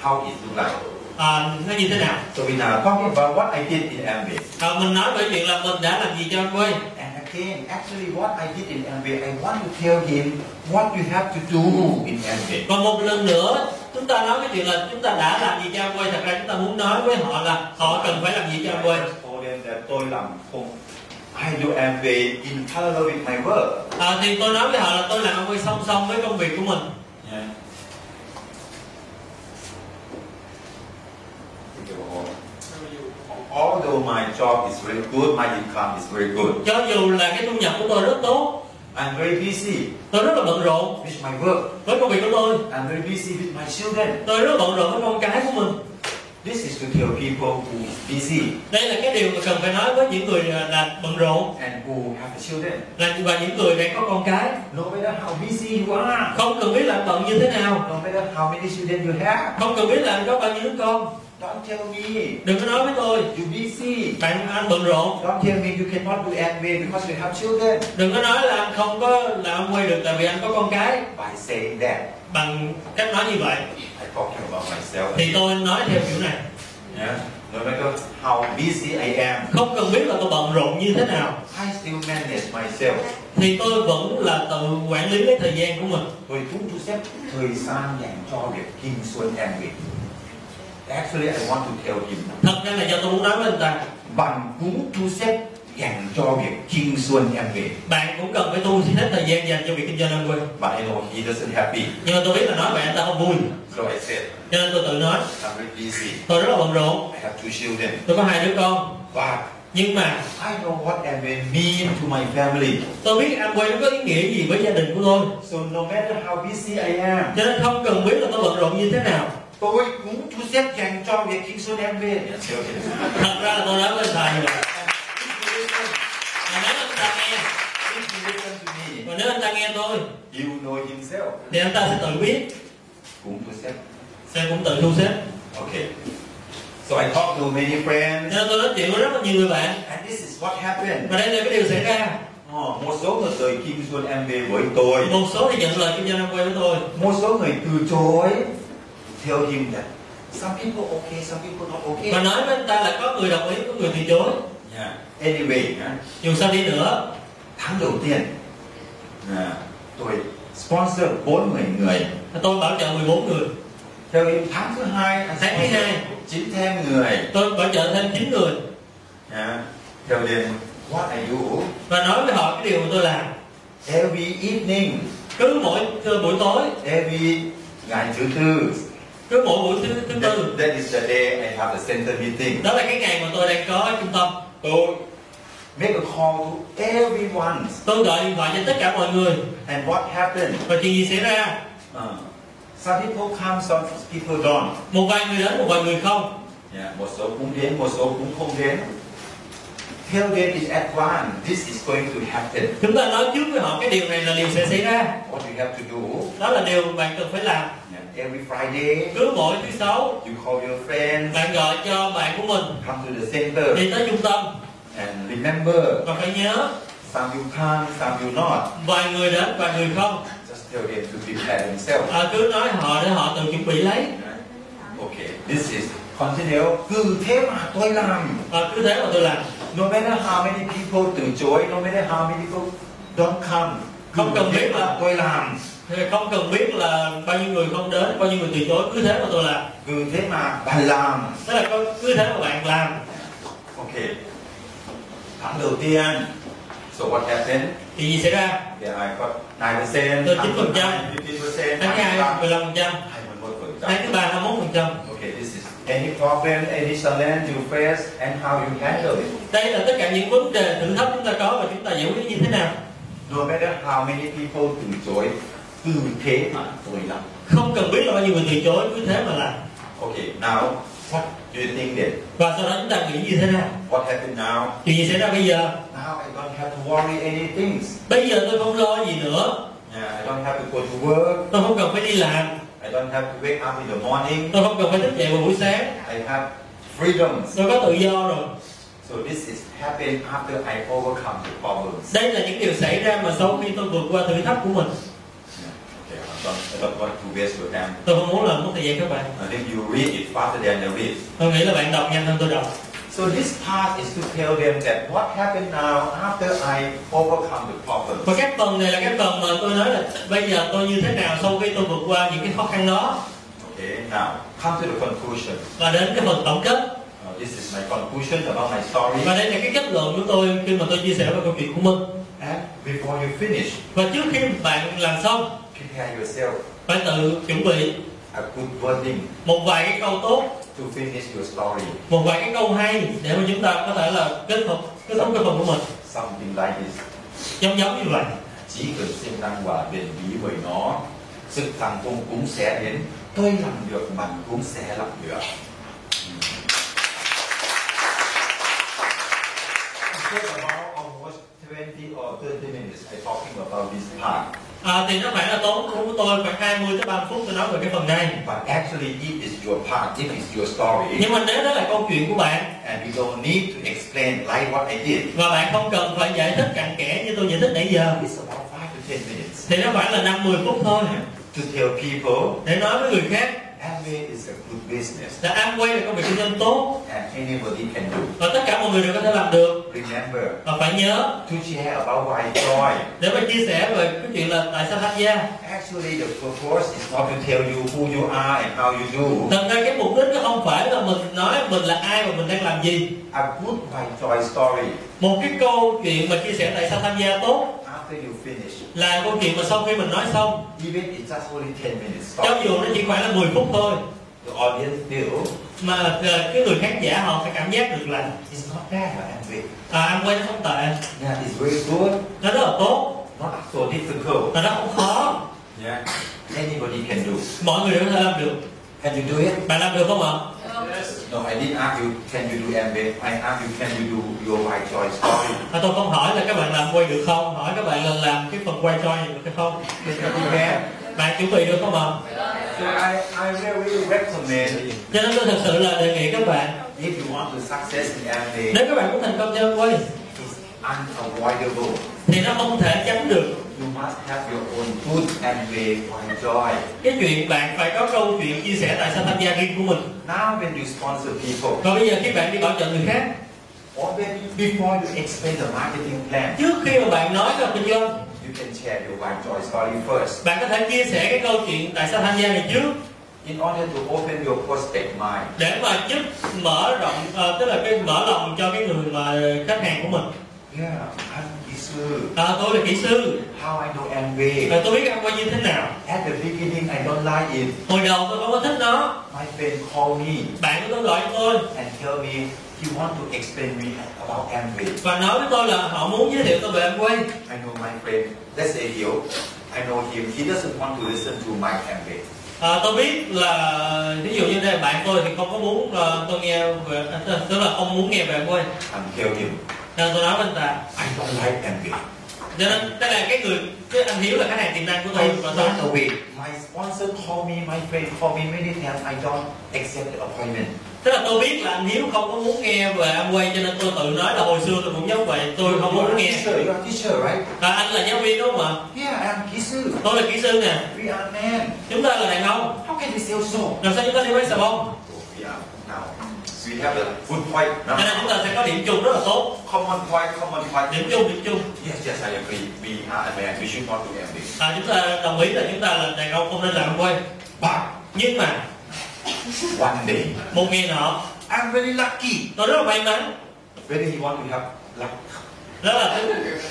S1: how it look like?
S2: à, nó như thế nào
S1: So we now talking about what I did in Amway.
S2: à, mình nói về chuyện là mình đã làm gì cho anh quay
S1: And again, actually, what I did in Amway, I want to tell him what you have to do in Amway.
S2: và một lần nữa chúng ta nói cái chuyện là chúng ta đã làm gì cho anh quay thật ra chúng ta muốn nói với họ là họ cần phải làm gì cho anh quay
S1: Told them that tôi làm không I do MBA in parallel with my work.
S2: à, thì tôi nói với họ là tôi làm anh quay song song với công việc của mình
S1: Yeah. Although my job is very good, my income is very good.
S2: cho dù là cái thu nhập của tôi rất tốt
S1: I'm very busy
S2: tôi rất là bận rộn
S1: with my work.
S2: với công việc của tôi
S1: I'm very busy with my children.
S2: tôi rất bận rộn với con cái của mình
S1: This is to tell people who is busy
S2: đây là cái điều mà cần phải nói với những người à, là bận rộn
S1: and who have children.
S2: là và những người đang có con cái
S1: No matter how busy you are,
S2: không cần biết là anh bận như thế nào
S1: no matter how many children you have,
S2: không cần biết là anh có bao nhiêu đứa con
S1: don't tell me
S2: đừng có nói với tôi
S1: you busy.
S2: bạn anh bận rộn
S1: Don't tell me you cannot do MBA because you have children.
S2: đừng có nói là anh không có là anh quay được tại vì anh có con cái
S1: By saying that,
S2: bằng cách nói như vậy
S1: I talking about myself.
S2: thì tôi nói theo kiểu này
S1: Yeah. No matter how busy I am,
S2: không cần biết là tôi bận rộn như thế nào
S1: I still manage myself.
S2: thì tôi vẫn là tự quản lý cái thời gian của mình
S1: Tôi cũng thu xếp thời gian dành cho việc kinh doanh em việc. Actually, I want to tell him.
S2: thật ra là do tôi muốn nói với anh ta
S1: Bạn cũng thu xếp dành cho việc kinh doanh em việc.
S2: bạn cũng cần phải tu hết thời gian dành cho việc kinh doanh anh quay
S1: But I know he doesn't happy.
S2: nhưng mà tôi biết là nói vậy anh ta không vui
S1: So I said,
S2: cho nên tôi tự nói
S1: I'm very busy.
S2: tôi rất là bận rộn
S1: I have two children.
S2: tôi có hai đứa con
S1: But
S2: nhưng mà
S1: I know what I will mean to my family.
S2: tôi biết anh quay nó có ý nghĩa gì với gia đình của tôi
S1: So no matter how busy I am,
S2: cho nên không cần biết là tôi bận rộn như thế nào
S1: tôi cũng thu xếp dành cho việc kinh số đem về Dạ, thưa thầy.
S2: thật ra là tôi nói với thầy rồi mà nếu anh ta nghe
S1: If you listen to me,
S2: mà nếu anh ta nghe tôi
S1: you know himself.
S2: thì anh ta sẽ tự biết
S1: Cũng thu xếp.
S2: sẽ cũng tự thu xếp
S1: Okay. So I talked to many
S2: cho
S1: friends,
S2: nên tôi nói chuyện với rất là nhiều người bạn
S1: and this is what happened.
S2: và đây là cái điều xảy ra
S1: Ờ, một số người rời Kim Xuân em về với tôi.
S2: một số thì nhận lời kinh doanh quay với tôi
S1: Một số người từ chối. Theo him that some people okay, some people not okay.
S2: và nói với anh ta là có người đồng ý có người từ chối
S1: Yeah. Anyway, hả,
S2: dù sao đi nữa
S1: tháng đầu tiên, à, tôi sponsor 40 người.
S2: tôi bảo trợ 14 người
S1: Theo him tháng thứ hai,
S2: Tháng thứ hai.
S1: chín thêm người.
S2: tôi bảo trợ thêm 9 người
S1: Yeah. Tell them what I do.
S2: và nói với họ cái điều mà tôi làm
S1: Every evening,
S2: cứ mỗi cứ buổi tối
S1: every ngày thứ tư,
S2: cứ mỗi buổi thứ thứ tư
S1: that, that is the day I have a center meeting.
S2: đó là cái ngày mà tôi đang có ở trung tâm
S1: Tôi make a call to everyone.
S2: tôi gọi điện thoại cho tất cả mọi người
S1: And what happened?
S2: và chuyện gì xảy ra
S1: Uh, some people come, some people don't.
S2: một vài người đến một vài người không
S1: Yeah, một số cũng đến, một số cũng không đến. Tell them in advance, this is going to happen.
S2: chúng ta nói trước với họ cái điều này là điều sẽ xảy ra
S1: What you have to do?
S2: đó là điều mà bạn cần phải làm
S1: Yeah, every Friday,
S2: cứ mỗi thứ sáu
S1: you call your friends,
S2: bạn gọi cho bạn của mình
S1: come to the center.
S2: đi tới trung tâm
S1: And remember,
S2: và phải nhớ
S1: some you come, some you not.
S2: vài người đến vài người không
S1: Just tell them to prepare themselves.
S2: à, cứ nói họ để họ tự chuẩn bị lấy
S1: Okay, this is continue. Cứ thế mà tôi làm.
S2: à, cứ thế mà tôi làm
S1: No matter how many people từ chối, no matter how many people don't come. Cứ
S2: Không cần
S1: thế
S2: biết
S1: mà
S2: là-
S1: tôi làm.
S2: Thì không cần biết là bao nhiêu người không đến bao nhiêu người từ chối cứ thế mà tôi làm
S1: Cứ thế mà bạn làm.
S2: tức là có- cứ thế mà bạn làm
S1: Okay. Tháng đầu tiên. So what happened?
S2: thì gì xảy ra
S1: Then I got 9%,
S2: Tôi chín phần trăm.
S1: 15%,
S2: tháng hai
S1: 21%.
S2: 15 phần trăm tháng thứ ba 21 phần trăm
S1: Okay, this is any problem, any challenge you face, and how you handle it.
S2: đây là tất cả những vấn đề thử thách chúng ta có và chúng ta giải quyết như thế nào
S1: No matter how many people từ chối, cứ thế mà tôi làm.
S2: không cần biết là bao nhiêu người từ chối cứ thế mà làm
S1: Okay, now what do you think then?
S2: và sau đó chúng ta nghĩ như thế nào
S1: What happened now?
S2: chuyện gì xảy ra bây giờ
S1: Now I don't have to worry any things.
S2: bây giờ tôi không lo gì nữa
S1: Yeah, I don't have to go to work.
S2: tôi không cần phải đi làm
S1: I don't have to wake up in the morning.
S2: tôi không cần phải thức dậy vào buổi sáng
S1: I have freedoms.
S2: tôi có tự do rồi
S1: So this is happened after I overcome the problems.
S2: đây là những điều xảy ra mà sau khi tôi vượt qua thử thách của mình
S1: Yeah, Okay, I don't, I don't want to waste your time.
S2: tôi không muốn làm mất thời gian các bạn
S1: I think you read it faster than I read.
S2: tôi nghĩ là bạn đọc nhanh hơn tôi đọc
S1: So this part is to tell them that what happened now after I overcome the problems.
S2: và các phần này là các phần mà tôi nói là bây giờ tôi như thế nào sau khi tôi vượt qua những cái khó khăn đó
S1: Okay, now come to the conclusion.
S2: và đến cái phần tổng kết
S1: Now, this is my conclusion about my story.
S2: và đây là cái kết luận của tôi khi mà tôi chia sẻ về câu chuyện của mình
S1: And before you finish,
S2: và trước khi bạn làm xong
S1: prepare yourself
S2: phải tự chuẩn bị
S1: a good wording
S2: một vài cái câu tốt
S1: to finish your story.
S2: một vài cái câu hay để mà chúng ta có thể là kết hợp kết thúc cái phần của mình
S1: Something like this.
S2: giống giống như vậy
S1: Chỉ cần siêng năng và bền bỉ với nó, sự thành công cũng sẽ đến. Tôi làm được, bạn cũng sẽ làm được. After about almost 20 or 30 minutes, I talking about this part.
S2: à, thì nó phải là tốn của tôi khoảng 20 tới 30 phút tôi nói về cái phần này
S1: But actually, it is your part, it is your story.
S2: nhưng mà nếu đó là câu chuyện của bạn
S1: And we don't need to explain like what I did.
S2: và bạn không cần phải giải thích cặn kẽ như tôi giải thích nãy giờ
S1: It's about 5 to 10 minutes.
S2: thì nó phải là 50 phút thôi
S1: To tell people,
S2: để nói với người khác
S1: Amway is a good business
S2: là ăn quay là công việc kinh doanh tốt
S1: and anybody can do.
S2: và tất cả mọi người đều có thể làm được
S1: Remember
S2: và phải nhớ
S1: to share about why joy.
S2: để mà chia sẻ về cái chuyện là tại sao tham gia
S1: Actually, the purpose is not to tell you who you are and how you do.
S2: thật ra cái mục đích nó không phải là mình nói mình là ai và mình đang làm gì
S1: A good why joy story.
S2: một cái câu chuyện mà chia sẻ tại sao tham gia tốt
S1: After you finish,
S2: là câu chuyện mà sau khi mình nói xong
S1: even it's just only 10 minutes.
S2: cho
S1: Stop.
S2: dù nó chỉ khoảng là 10 phút thôi
S1: The audience feel
S2: mà ờ, cái người khán giả họ phải cảm giác được là
S1: it's not bad, but Amway.
S2: à, ăn quay nó không tệ
S1: Yeah, it's very good.
S2: nó rất là tốt
S1: Not so difficult.
S2: và nó không khó
S1: Yeah. Anybody can do.
S2: mọi người đều có thể làm được
S1: Can you do it?
S2: bạn làm được không ạ
S1: No, I didn't ask you, can you do MBA? I asked you, can you do your right choice story?
S2: à, tôi không hỏi là các bạn làm quay được không hỏi các bạn là làm cái phần quay cho gì được hay không
S1: You can.
S2: bạn chuẩn bị được không ạ
S1: So I, I really recommend
S2: cho nên tôi thật sự là đề nghị các bạn
S1: if you want to success in MBA,
S2: nếu các bạn muốn thành công cho quay
S1: it's unavoidable.
S2: thì nó không thể tránh được
S1: You must have your own good MBA for joy.
S2: cái chuyện bạn phải có câu chuyện chia sẻ tại sao tham gia riêng của mình
S1: Now when you sponsor people,
S2: còn bây giờ khi bạn đi bảo trợ người khác
S1: or when before you explain the marketing plan,
S2: trước khi mà bạn nói ra kinh doanh
S1: you can share your right choice story first.
S2: bạn có thể chia sẻ cái câu chuyện tại sao tham gia này trước
S1: In order to open your prospect mind,
S2: để mà giúp mở rộng ờ, tức là cái mở lòng cho cái người mà khách hàng của mình
S1: yeah, I'm Gisu.
S2: à, tôi là kỹ sư
S1: How I know MBA.
S2: và tôi biết ăn quay như thế nào
S1: At the beginning, I don't like it.
S2: hồi đầu tôi không có thích nó
S1: My friend called me
S2: bạn của tôi gọi cho tôi
S1: and tell me he want to explain me about MBA.
S2: và nói với tôi là họ muốn giới thiệu tôi về ăn quay
S1: I know my friend, let's say Hiếu. I know him. He doesn't want to listen to my MBA.
S2: à, tôi biết là ví dụ như đây bạn tôi thì không có muốn ờ, tôi nghe về à, tức- tức là không muốn nghe về ăn quay
S1: I'm tell him,
S2: nên tôi nói với anh ta
S1: I don't like MBA.
S2: cho nên đây là cái người cái anh hiếu là khách hàng tiềm năng của
S1: I
S2: tôi và tôi
S1: run away. My sponsor call me, my friend call me many times. I don't accept the appointment.
S2: tức là tôi biết là anh hiếu không có muốn nghe về ăn quay cho nên tôi tự nói là hồi xưa tôi cũng giống vậy tôi không
S1: You're
S2: muốn
S1: a
S2: nghe
S1: teacher, you're a teacher, right?
S2: à, anh là giáo viên đúng không ạ
S1: Yeah, I'm Gisu.
S2: tôi là kỹ sư nè
S1: We are men.
S2: chúng ta là đàn ông
S1: How can we sell so?
S2: làm sao chúng ta đi quay xà bông
S1: We are now. We have a good point
S2: cho nên chúng ta sẽ có điểm chung rất là tốt
S1: Common point, common point.
S2: điểm chung điểm chung
S1: Yes, yes, I agree. We are a man. We should not do MBA.
S2: à, chúng ta đồng ý là chúng ta là đàn ông không nên làm quay
S1: But
S2: nhưng mà
S1: one day,
S2: một ngày nọ
S1: I'm very lucky.
S2: tôi rất là may mắn
S1: Whether he want to have luck.
S2: đó là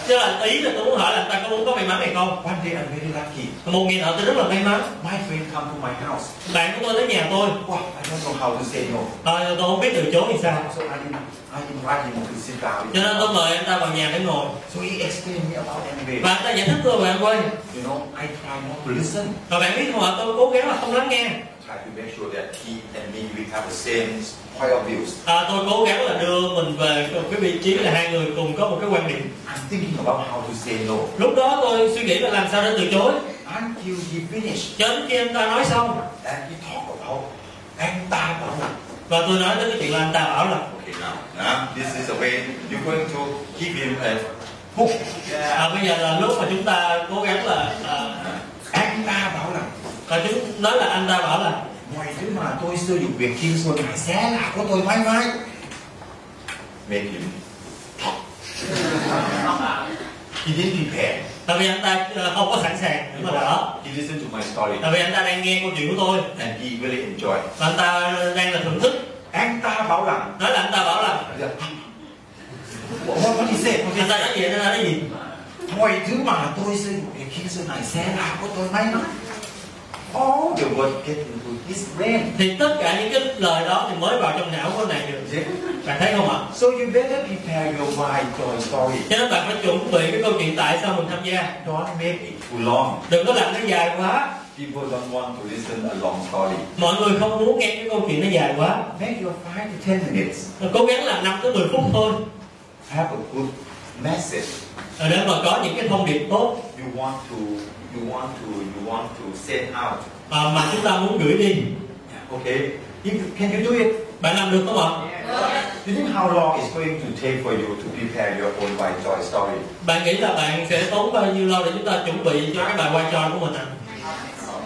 S2: đó là ý là tôi muốn hỏi là anh ta có muốn có may mắn hay không
S1: One day I'm very lucky.
S2: một ngày nọ tôi rất là may mắn
S1: My friend come to my house.
S2: bạn của tôi tới nhà tôi
S1: Wow, I don't know how to say no.
S2: à, tôi không biết từ chối thì sao
S1: So I didn't, I invite him to sit down.
S2: cho nên tôi mời anh ta vào nhà để ngồi
S1: So he explained me about MBA.
S2: và anh ta giải thích tôi về ăn quay
S1: You know, I try not to listen.
S2: và bạn biết không ạ tôi cố gắng là không lắng nghe
S1: Try to make sure that he and me we have the same point of views.
S2: À, tôi cố gắng là đưa mình về một cái vị trí là hai người cùng có một cái quan điểm.
S1: I'm thinking about how to say no
S2: Lúc đó tôi suy nghĩ là làm sao để từ chối.
S1: until he finished.
S2: Cho đến khi anh ta nói xong
S1: And he talked about anh ta bảo là
S2: và tôi nói tới cái chuyện là anh ta bảo là
S1: Okay, now, now this is the way you're going to give him a hook.
S2: à, bây giờ là lúc mà chúng ta cố gắng là à,
S1: Anh ta bảo là
S2: và chúng nói là anh ta bảo là
S1: ngoài thứ mà tôi sử dụng việc kim xuân hải xé là của tôi mãi mãi. Make him He didn't prepare.
S2: tại vì anh ta à, không có sẵn sàng để mà đỡ.
S1: He listened to my story
S2: Tại vì anh ta đang nghe câu chuyện của tôi
S1: and he really enjoyed.
S2: và anh ta đang là thưởng thức.
S1: Anh ta bảo là
S2: Nói là anh ta bảo là
S1: What what he said? What he
S2: anh ta
S1: said?
S2: nói gì anh ta nói gì.
S1: Mọi thứ mà tôi sử dụng việc kim xuân hải xé là của tôi mãi mãi. All the word get into his brain.
S2: Thì tất cả những cái lời đó thì mới vào trong não của này được. Bạn thấy không ạ?
S1: So you better prepare your mind for a story.
S2: cho nên bạn phải chuẩn bị cái câu chuyện tại sao mình tham gia
S1: Don't make it too long.
S2: đừng có làm nó dài quá
S1: People don't want to listen a long story.
S2: mọi người không muốn nghe cái câu chuyện nó dài quá
S1: Make your five to ten minutes.
S2: Rồi cố gắng làm 5 tới 10 phút thôi
S1: Have a good message.
S2: Rồi để mà có những cái thông điệp tốt
S1: You want to, you want to, you want to send out.
S2: mà, à, mà chúng ta muốn gửi đi
S1: Okay. If, can you do it?
S2: bạn làm được không ạ
S1: Do you think how long it's going to take for you to prepare your own by joy story?
S2: bạn nghĩ là bạn sẽ tốn bao nhiêu lâu để chúng ta chuẩn bị cho cái bài quay tròn của mình ạ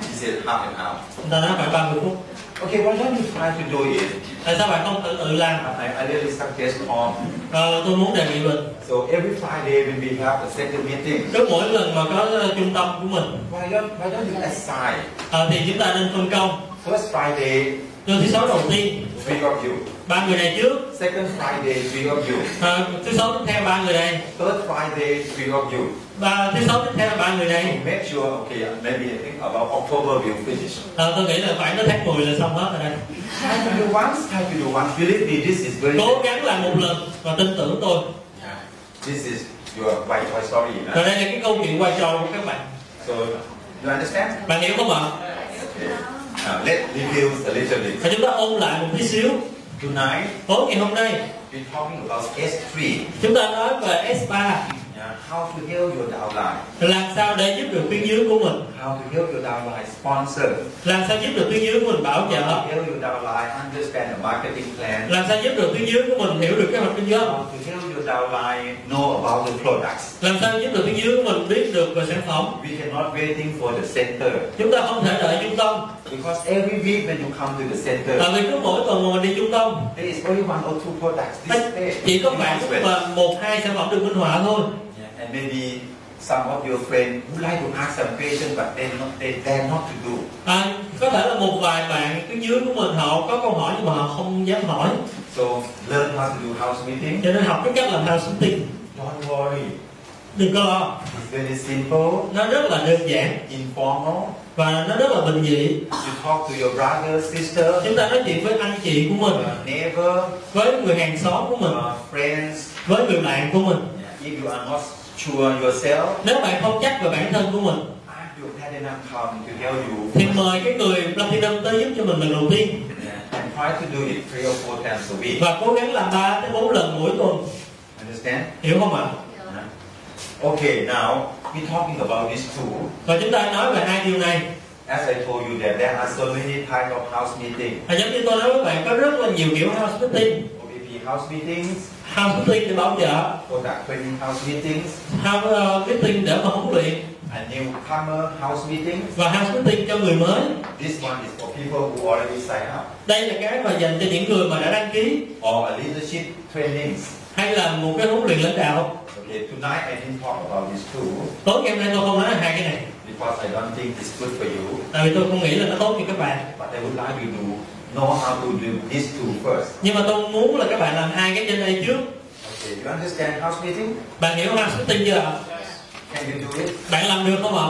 S1: He said half an hour.
S2: chúng ta nói phải 30 phút
S1: Okay, why don't you try to do it?
S2: tại sao bạn không tự tự làm
S1: I, I really suggest on.
S2: Ờ, tôi muốn đề nghị mình
S1: So every Friday when we have a second meeting,
S2: cứ mỗi lần mà có ờ, trung tâm của mình
S1: why don't, why don't you assign
S2: ờ, thì chúng ta nên phân công
S1: First Friday,
S2: Từ thứ sáu đầu tiên
S1: three of you.
S2: ba người này trước
S1: Second Friday, three of you.
S2: Ờ, thứ sáu tiếp theo ba người này
S1: Third Friday, three of you.
S2: và thứ sáu tiếp theo là ba người này
S1: Make sure, okay, maybe I think about October we'll finish.
S2: Ờ, tôi nghĩ là phải đến tháng 10 là xong hết rồi đây
S1: Try to do once, try to do once. Believe me, this is very.
S2: cố gắng làm một lần và tin tưởng tôi
S1: Yeah. This is your by choice story.
S2: và
S1: Huh?
S2: đây là cái câu chuyện quay trò của các bạn
S1: So, you understand?
S2: bạn hiểu không ạ
S1: Okay. Now, Let's review a little bit.
S2: và chúng ta ôn lại một tí xíu
S1: Tonight,
S2: tối ngày hôm nay
S1: we're talking about S3.
S2: chúng ta nói về S3
S1: Yeah, how to heal your downline.
S2: làm sao để giúp được tuyến dưới của mình
S1: How to heal your downline sponsor.
S2: làm sao giúp được tuyến dưới của mình bảo trợ
S1: How to heal your downline understand the marketing plan.
S2: làm sao giúp được tuyến dưới của mình hiểu được kế hoạch kinh doanh
S1: How to heal your downline know about the products.
S2: làm sao giúp được tuyến dưới của mình biết được về sản phẩm
S1: We cannot waiting for the center
S2: chúng ta không thể đợi trung tâm
S1: because every week when you come to the
S2: tại
S1: center,
S2: vì cứ mỗi tuần mà mình đi trung tâm
S1: there is only one or two products displayed.
S2: chỉ có
S1: in
S2: khoảng
S1: this way.
S2: mà một hai sản phẩm được minh họa thôi
S1: Yeah, and maybe some of your friends would like to ask some question but they not they dare not to do.
S2: à, có thể là một vài bạn tuyến dưới của mình họ có câu hỏi nhưng mà họ không dám hỏi
S1: So learn how to do house meeting.
S2: cho nên học cái cách làm house meeting
S1: Don't worry.
S2: đừng có lo
S1: It's very simple,
S2: nó rất là đơn giản
S1: informal.
S2: và nó rất là bình dị
S1: You talk to your brother, sister,
S2: chúng ta nói chuyện với anh chị của mình
S1: uh, neighbor,
S2: với người hàng xóm của mình
S1: uh, friends.
S2: với người bạn của mình
S1: Yeah, If you are not sure yourself,
S2: nếu bạn không chắc về bản thân của mình
S1: ask your platinum come to help
S2: thì
S1: you.
S2: mời cái người platinum tới giúp cho mình lần đầu tiên
S1: Yeah, And try to do it three or four times a week.
S2: và cố gắng làm 3 tới 4 lần mỗi tuần
S1: Understand?
S2: hiểu không ạ
S1: Yeah. Okay, now we're talking about these two.
S2: và chúng ta nói về hai điều này
S1: As I told you that there are so many type of house meeting.
S2: và giống như tôi nói với bạn có rất là nhiều kiểu house meeting
S1: OBP house meetings,
S2: house meeting để bảo trợ
S1: product training house meetings,
S2: house ờ, meeting để mà huấn luyện
S1: and newcomer house meetings.
S2: và house meeting cho người mới
S1: This one is for people who already sign up.
S2: đây là cái mà dành cho những người mà đã đăng ký
S1: Or a leadership trainings.
S2: hay là một cái huấn luyện lãnh đạo
S1: Okay, tonight I didn't talk about these two
S2: tối ngày hôm nay tôi không nói hai cái này
S1: because I don't think it's good for you.
S2: tại vì tôi không nghĩ là nó tốt cho các bạn
S1: But I would like you to know how to do these two first.
S2: nhưng mà tôi muốn là các bạn làm hai cái trên đây trước
S1: Okay, you understand house meeting?
S2: bạn hiểu house meeting chưa ạ
S1: Can you do it?
S2: bạn làm được không ạ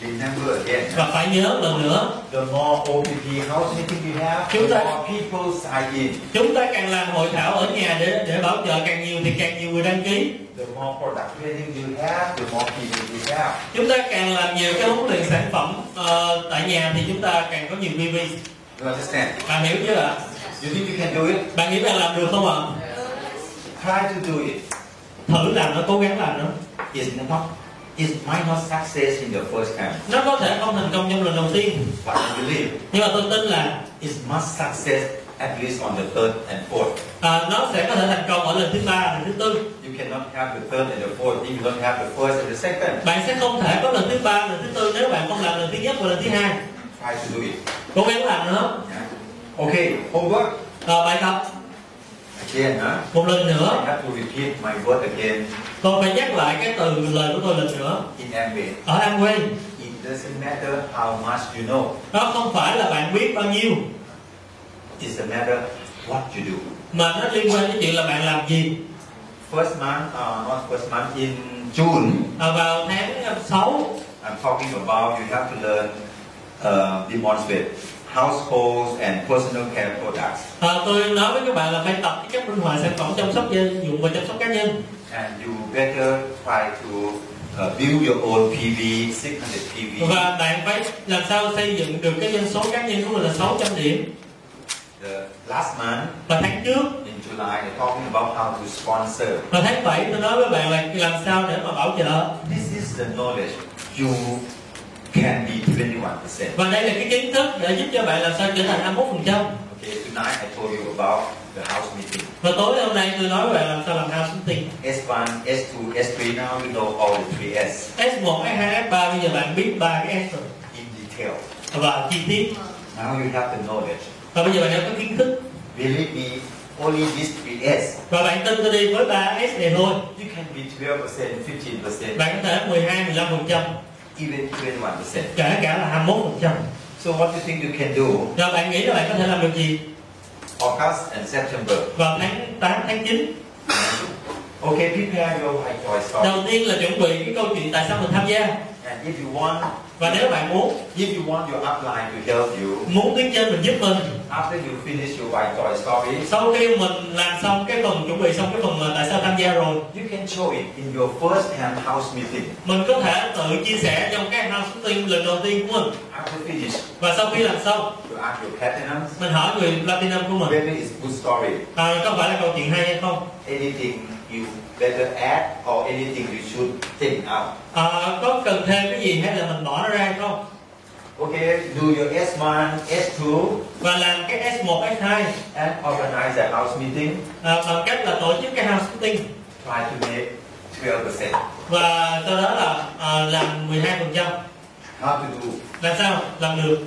S1: Remember again.
S2: và phải nhớ một lần nữa
S1: The more OPP house meeting you have,
S2: Chúng
S1: the
S2: ta-
S1: more people sign in,
S2: chúng ta càng làm hội thảo ở nhà để để bảo trợ càng nhiều thì càng nhiều người đăng ký
S1: the more product training you have, the more people you have.
S2: chúng ta càng làm nhiều cái huấn luyện sản phẩm ờ, tại nhà thì chúng ta càng có nhiều VV
S1: You understand?
S2: bạn hiểu chưa ạ
S1: You think you can do it?
S2: bạn nghĩ bạn làm được không ạ
S1: Try to do it.
S2: thử làm nó cố gắng làm nó
S1: It's not, it might not success in the first time.
S2: nó có thể không thành công trong lần đầu tiên
S1: But I believe
S2: nhưng mà tôi tin là
S1: it must success at least on the third and fourth.
S2: ờ, nó sẽ có thể thành công ở lần thứ ba lần thứ tư
S1: You cannot have the third and the fourth if you don't have the first and the second.
S2: bạn sẽ không thể có lần thứ ba lần thứ tư nếu bạn không làm lần thứ nhất và lần thứ hai
S1: Try to do it.
S2: cố gắng làm nó
S1: Yeah. Okay, homework.
S2: Ờ, bài tập
S1: Again, huh?
S2: một lần
S1: I
S2: nữa
S1: have to repeat my word again
S2: tôi phải nhắc lại cái từ lời của tôi lần nữa
S1: in Amway.
S2: ở Amway
S1: It doesn't matter how much you know.
S2: nó không phải là bạn biết bao nhiêu
S1: It's a matter what you do.
S2: mà nó liên quan đến chuyện là bạn làm gì
S1: First month, uh, not first month, in June,
S2: à, vào tháng 6
S1: I'm talking about you have to learn uh, demonstrate households and personal care products.
S2: à, tôi nói với các bạn là phải tập cái cách minh họa sản phẩm chăm sóc gia dụng và chăm sóc cá nhân
S1: And you better try to uh, build your own PV, 600 PV.
S2: và bạn phải làm sao xây dựng được cái doanh số cá nhân của mình là 600 điểm
S1: The last month
S2: và tháng trước
S1: in July, they're talking about how to sponsor.
S2: và tháng 7 tôi nói với bạn là làm sao để mà bảo trợ
S1: This is the knowledge you can be 21%.
S2: và đây là cái kiến thức để giúp cho bạn làm sao trở thành 21%
S1: Okay, tonight I told you about the house meeting.
S2: và tối hôm nay tôi nói với bạn làm sao làm house meeting
S1: S1, S2, S3, now you know all the three S
S2: S1, S2, S3 bây giờ bạn biết ba cái S rồi
S1: in detail.
S2: và chi tiết
S1: Now you have the knowledge.
S2: và bây giờ bạn đã có kiến thức
S1: Believe me, only these three S.
S2: và bạn tin tôi đi với 3 S này thôi
S1: You can be 12%, 15%,
S2: bạn có thể 12 15 phần trăm
S1: even 21%.
S2: kể cả là 21 phần trăm
S1: So what do you think you can do?
S2: rồi bạn nghĩ là bạn có thể làm được gì
S1: August and September.
S2: vào tháng 8 tháng 9
S1: Okay, prepare your white choice form
S2: đầu tiên là chuẩn bị cái câu chuyện tại sao mình tham gia
S1: and And if you want,
S2: và nếu bạn muốn
S1: if you want your upline to help you,
S2: muốn tuyến trên mình giúp mình
S1: after you finish your white toy service,
S2: sau khi mình làm xong cái phần chuẩn bị xong cái phần mà tại sao tham gia rồi
S1: you can show it in your first hand house meeting.
S2: mình có thể tự chia sẻ trong cái account số tiên lần đầu tiên của mình
S1: After finish,
S2: và sau khi làm xong
S1: you ask your platinum.
S2: mình hỏi người platinum của mình
S1: Whether it's good story,
S2: à, có phải là câu chuyện hay hay không
S1: anything you better add or anything you should take out.
S2: à, có cần thêm cái gì hay là mình bỏ nó ra hay không
S1: Okay, do your S1, S2,
S2: và làm cái S1, S2
S1: and organize a house meeting.
S2: à, bằng cách là tổ chức cái house meeting
S1: Try to make 12%.
S2: và sau đó là à, làm 12%
S1: How to do?
S2: làm sao làm được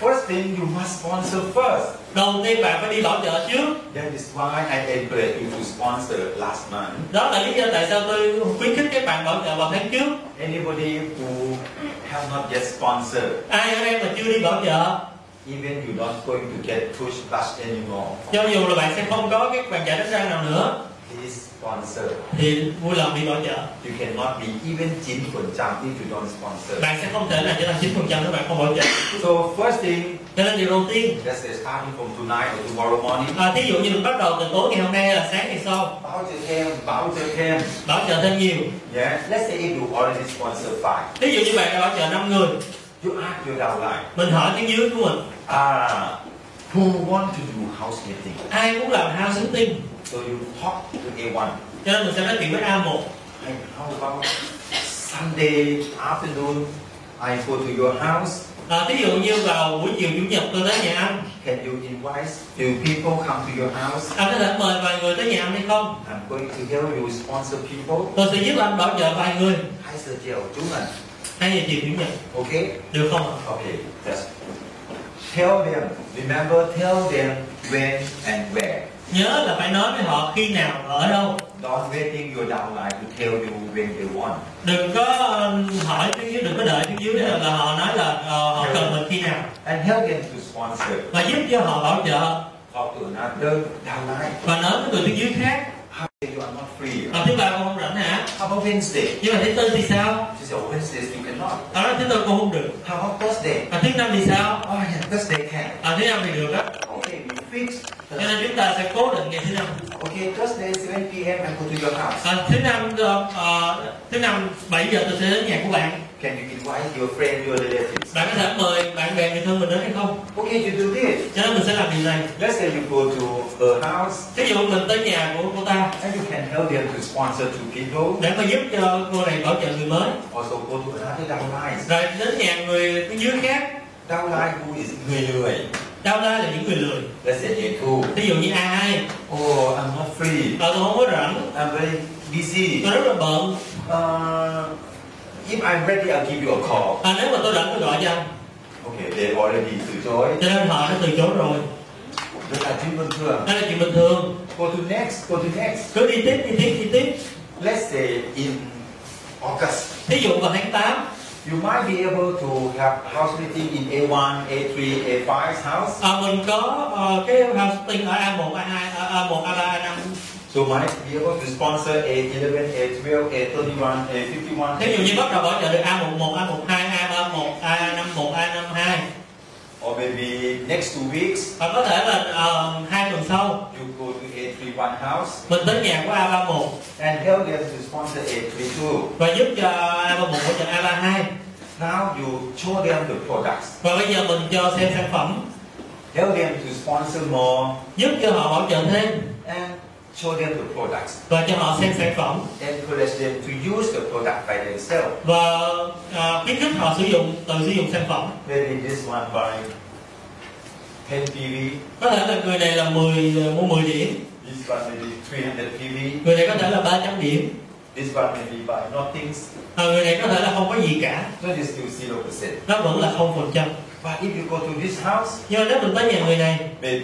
S1: First thing, you must sponsor first.
S2: đầu tiên bạn phải đi bảo trợ trước
S1: That is why I encourage you to sponsor last month.
S2: đó là lý do tại sao tôi khuyến khích các bạn bảo trợ vào tháng trước
S1: Anybody who have not yet sponsored,
S2: ai ở đây mà chưa đi bảo trợ
S1: even you're not going to get push plus anymore,
S2: cho dù là bạn sẽ không có cái bàn giải đánh răng nào nữa
S1: please sponsor.
S2: thì vui lòng đi bảo trợ
S1: You cannot be even 10% if you don't sponsor.
S2: bạn sẽ không thể nào trở thành chín phần trăm nếu bạn không bảo trợ
S1: So first thing,
S2: cho nên điều đầu tiên
S1: let's say starting from tonight or tomorrow morning,
S2: à, thí dụ như mình bắt đầu từ tối ngày hôm nay hay là sáng ngày sau
S1: voucher cam, voucher cam.
S2: bảo trợ thêm nhiều
S1: Yeah, let's say if you already sponsor five,
S2: thí dụ như bạn đã bảo trợ 5 người
S1: you ask your downline,
S2: mình hỏi tiếng dưới của mình
S1: ah, who want to do house meeting?
S2: ai muốn làm house meeting
S1: So you talk to A1.
S2: cho nên mình sẽ nói chuyện với a 1
S1: And how about Sunday afternoon? I go to your house.
S2: à, thí dụ như vào buổi chiều chủ nhật tôi tới nhà anh
S1: Can you invite few people come to your house?
S2: anh có thể mời vài người tới nhà anh hay không
S1: I'm going to help you sponsor people.
S2: tôi sẽ giúp anh bảo trợ vài người
S1: Hai giờ chiều chủ nhật.
S2: hay là chiều chủ nhật
S1: Okay?
S2: được không ạ?
S1: Okay. Just tell them. Remember, tell them when and where.
S2: nhớ là phải nói với họ khi nào ở đâu
S1: Don't waiting your downline to tell you when they want.
S2: đừng có ờ, hỏi phía dưới đừng có đợi phía dưới là, là họ nói là ờ, họ cần mình khi nào
S1: And help them to sponsor.
S2: và giúp cho họ bảo trợ
S1: Talk to another downline.
S2: và nói với người phía dưới khác
S1: Hey, you are not free.
S2: và thứ ba con không rảnh hả
S1: How about Wednesday?
S2: nhưng mà thứ tư thì sao
S1: She said, "Oh, Wednesdays you cannot.
S2: ở đó thứ tư con không được
S1: How about Thursday?
S2: và thứ năm thì sao
S1: Oh yeah, Thursday can.
S2: à thứ năm thì được á
S1: Okay, we fix.
S2: cho nên chúng ta sẽ cố định ngày thứ năm
S1: Okay, Thursday 7 p.m. I go to your house.
S2: à, thứ năm ờ, ờ, thứ năm 7 giờ tôi sẽ đến nhà của bạn
S1: Can you invite your friend, your relatives?
S2: bạn có thể mời bạn bè người thân mình đến hay không
S1: Okay, you do this.
S2: cho nên mình sẽ làm điều này
S1: Let's say you go to her house
S2: ví dụ mình tới nhà của cô ta
S1: and you can help them to sponsor two people.
S2: để mà giúp cho cô này bảo trợ người mới
S1: Also go to another downline.
S2: rồi đến nhà người phía dưới khác
S1: Downline who is người lười.
S2: đau la là những người lười
S1: Let's say they too.
S2: ví dụ như ai
S1: Oh, I'm not free.
S2: và tôi không có rảnh
S1: I'm very busy.
S2: tôi rất là bận
S1: Uh, if I'm ready, I'll give you a call.
S2: à, nếu mà tôi rảnh tôi gọi cho anh
S1: Okay, they already từ chối.
S2: cho nên họ đã từ chối rồi
S1: Rất là chuyện bình thường.
S2: đó là chuyện bình thường
S1: uh, Go to next, go to next.
S2: cứ đi tiếp đi tiếp đi tiếp
S1: Let's say in August,
S2: thí dụ vào tháng 8
S1: you might be able to have house meeting in A1, A3, A5's house.
S2: à, mình có ờ, cái hosting ở A1 A2 ờ, A1 A3 A5
S1: So might be able to sponsor A11, A12, A31, A51.
S2: thí dụ như bắt đầu bảo trợ được A11 A12 A31 A51 A52
S1: Or maybe next two weeks,
S2: và có thể là ờ, hai tuần sau
S1: you go to A31 house
S2: mình tới nhà của A31
S1: and help them to sponsor A32.
S2: và giúp cho A31 bảo trợ A32
S1: Now you show them the products.
S2: và bây giờ mình cho xem sản phẩm
S1: Help them to sponsor more
S2: giúp cho họ bảo trợ thêm
S1: and show them the products.
S2: và cho họ xem sản phẩm
S1: Encourage them to use the product by themselves.
S2: và à, khuyến khích họ sử dụng tự sử dụng sản phẩm
S1: Maybe this one by 10 PV,
S2: có thể là người này là 10 mua 10 điểm
S1: this one maybe 300 PV,
S2: người này có thể là 300 điểm
S1: this one maybe by nothing.
S2: à, người này có thể là không có gì cả
S1: So it's still zero percent.
S2: nó vẫn là không phần trăm
S1: But if you go to this house,
S2: nhưng mà nếu mình tới nhà người này
S1: maybe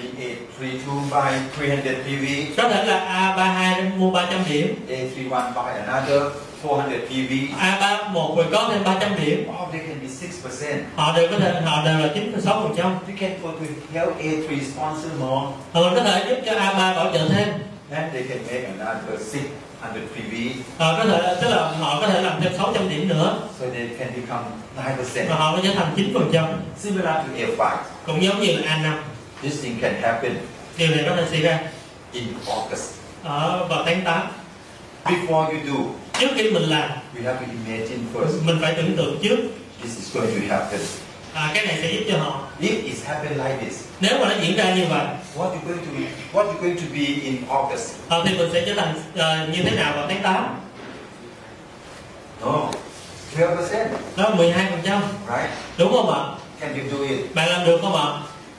S1: 832 by 300 PV,
S2: có thể là A32 đến mua 300 điểm
S1: 831 by another 400 PV,
S2: A31 rồi có thêm 300 điểm
S1: all Oh, they can be six percent.
S2: họ đều có thể họ đều là 9,6 phần trăm
S1: You can go to help A3 sponsor more,
S2: mình có thể giúp cho A3 bảo trợ thêm
S1: and they can make another six 100 PV,
S2: họ Ờ, có thể tức là họ có thể làm thêm 600 điểm nữa
S1: so they can become
S2: và
S1: 9%,
S2: họ có thể thành 9 phần trăm
S1: similar to A5.
S2: cũng giống như là A5
S1: This thing can happen
S2: điều này có thể xảy ra
S1: in August.
S2: ở vào tháng 8
S1: Before you do,
S2: trước khi mình làm
S1: you have to imagine first,
S2: mình phải tưởng tượng trước
S1: this is going to happen.
S2: à, cái này sẽ giúp cho họ
S1: If it's happened like this,
S2: nếu mà nó diễn ra như vậy
S1: what you going to be, what you going to be in August?
S2: à, thì mình sẽ trở thành à, như thế nào vào tháng 8
S1: No, 12%,
S2: đó là 12 phần trăm
S1: right?
S2: đúng không ạ
S1: Can you do it?
S2: bạn làm được không ạ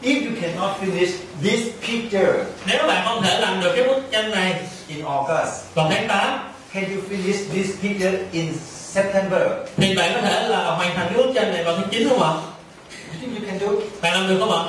S1: If you cannot finish this picture
S2: nếu bạn không thể làm được cái bức tranh này
S1: in August,
S2: vào tháng 8
S1: can you finish this picture in September?
S2: thì bạn có thể là hoàn thành cái bức tranh này vào tháng 9 không ạ
S1: You think you can do it?
S2: bạn làm được không ạ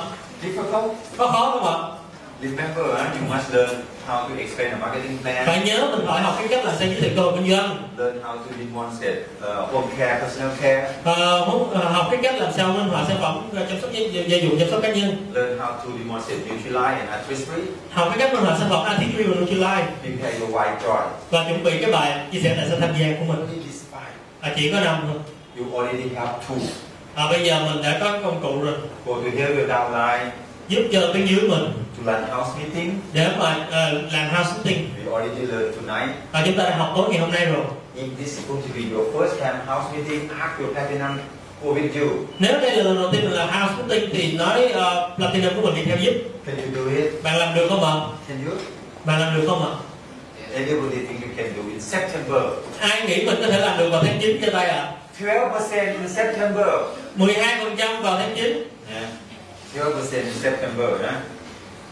S1: Difficult?
S2: có khó không ạ
S1: Remember, uh, you must learn how to explain a marketing plan,
S2: bạn nhớ mình phải học cái cách làm sao giới thiệu cơ hội kinh doanh
S1: learn how to demonstrate uh, home care, personal care,
S2: à, muốn à, học cái cách làm sao minh họa sản phẩm à, chăm sóc gia, gia gia dụng chăm sóc cá nhân
S1: learn how to demonstrate Nutrilite and artistry,
S2: học cái cách minh họa sản phẩm ATQ và Nutrilite
S1: prepare your white joy.
S2: và chuẩn bị cái bài chia sẻ tại sự tham gia của mình
S1: Only this five.
S2: à, chỉ có năm thôi
S1: You already have two.
S2: à, bây giờ mình đã có công cụ rồi
S1: Go to here, your downline,
S2: giúp cho cái dưới mình
S1: to land house meeting.
S2: để mà à, làm house sitting
S1: We already learned tonight.
S2: à, chúng ta đã học tối ngày hôm nay rồi
S1: If this is going to be your first time house meeting, ask your platinum go with you.
S2: nếu đây là lần đầu tiên mình làm house sitting thì nói ờ, platinum của mình đi theo giúp
S1: Can you do it?
S2: bạn làm được không ạ
S1: Can you?
S2: bạn làm được không ạ
S1: Everybody think you can do in September.
S2: ai nghĩ mình có thể làm được vào tháng 9 cho tay ạ
S1: 12% in September.
S2: 12 phần trăm vào tháng 9
S1: Yeah. 12% in September. Huh?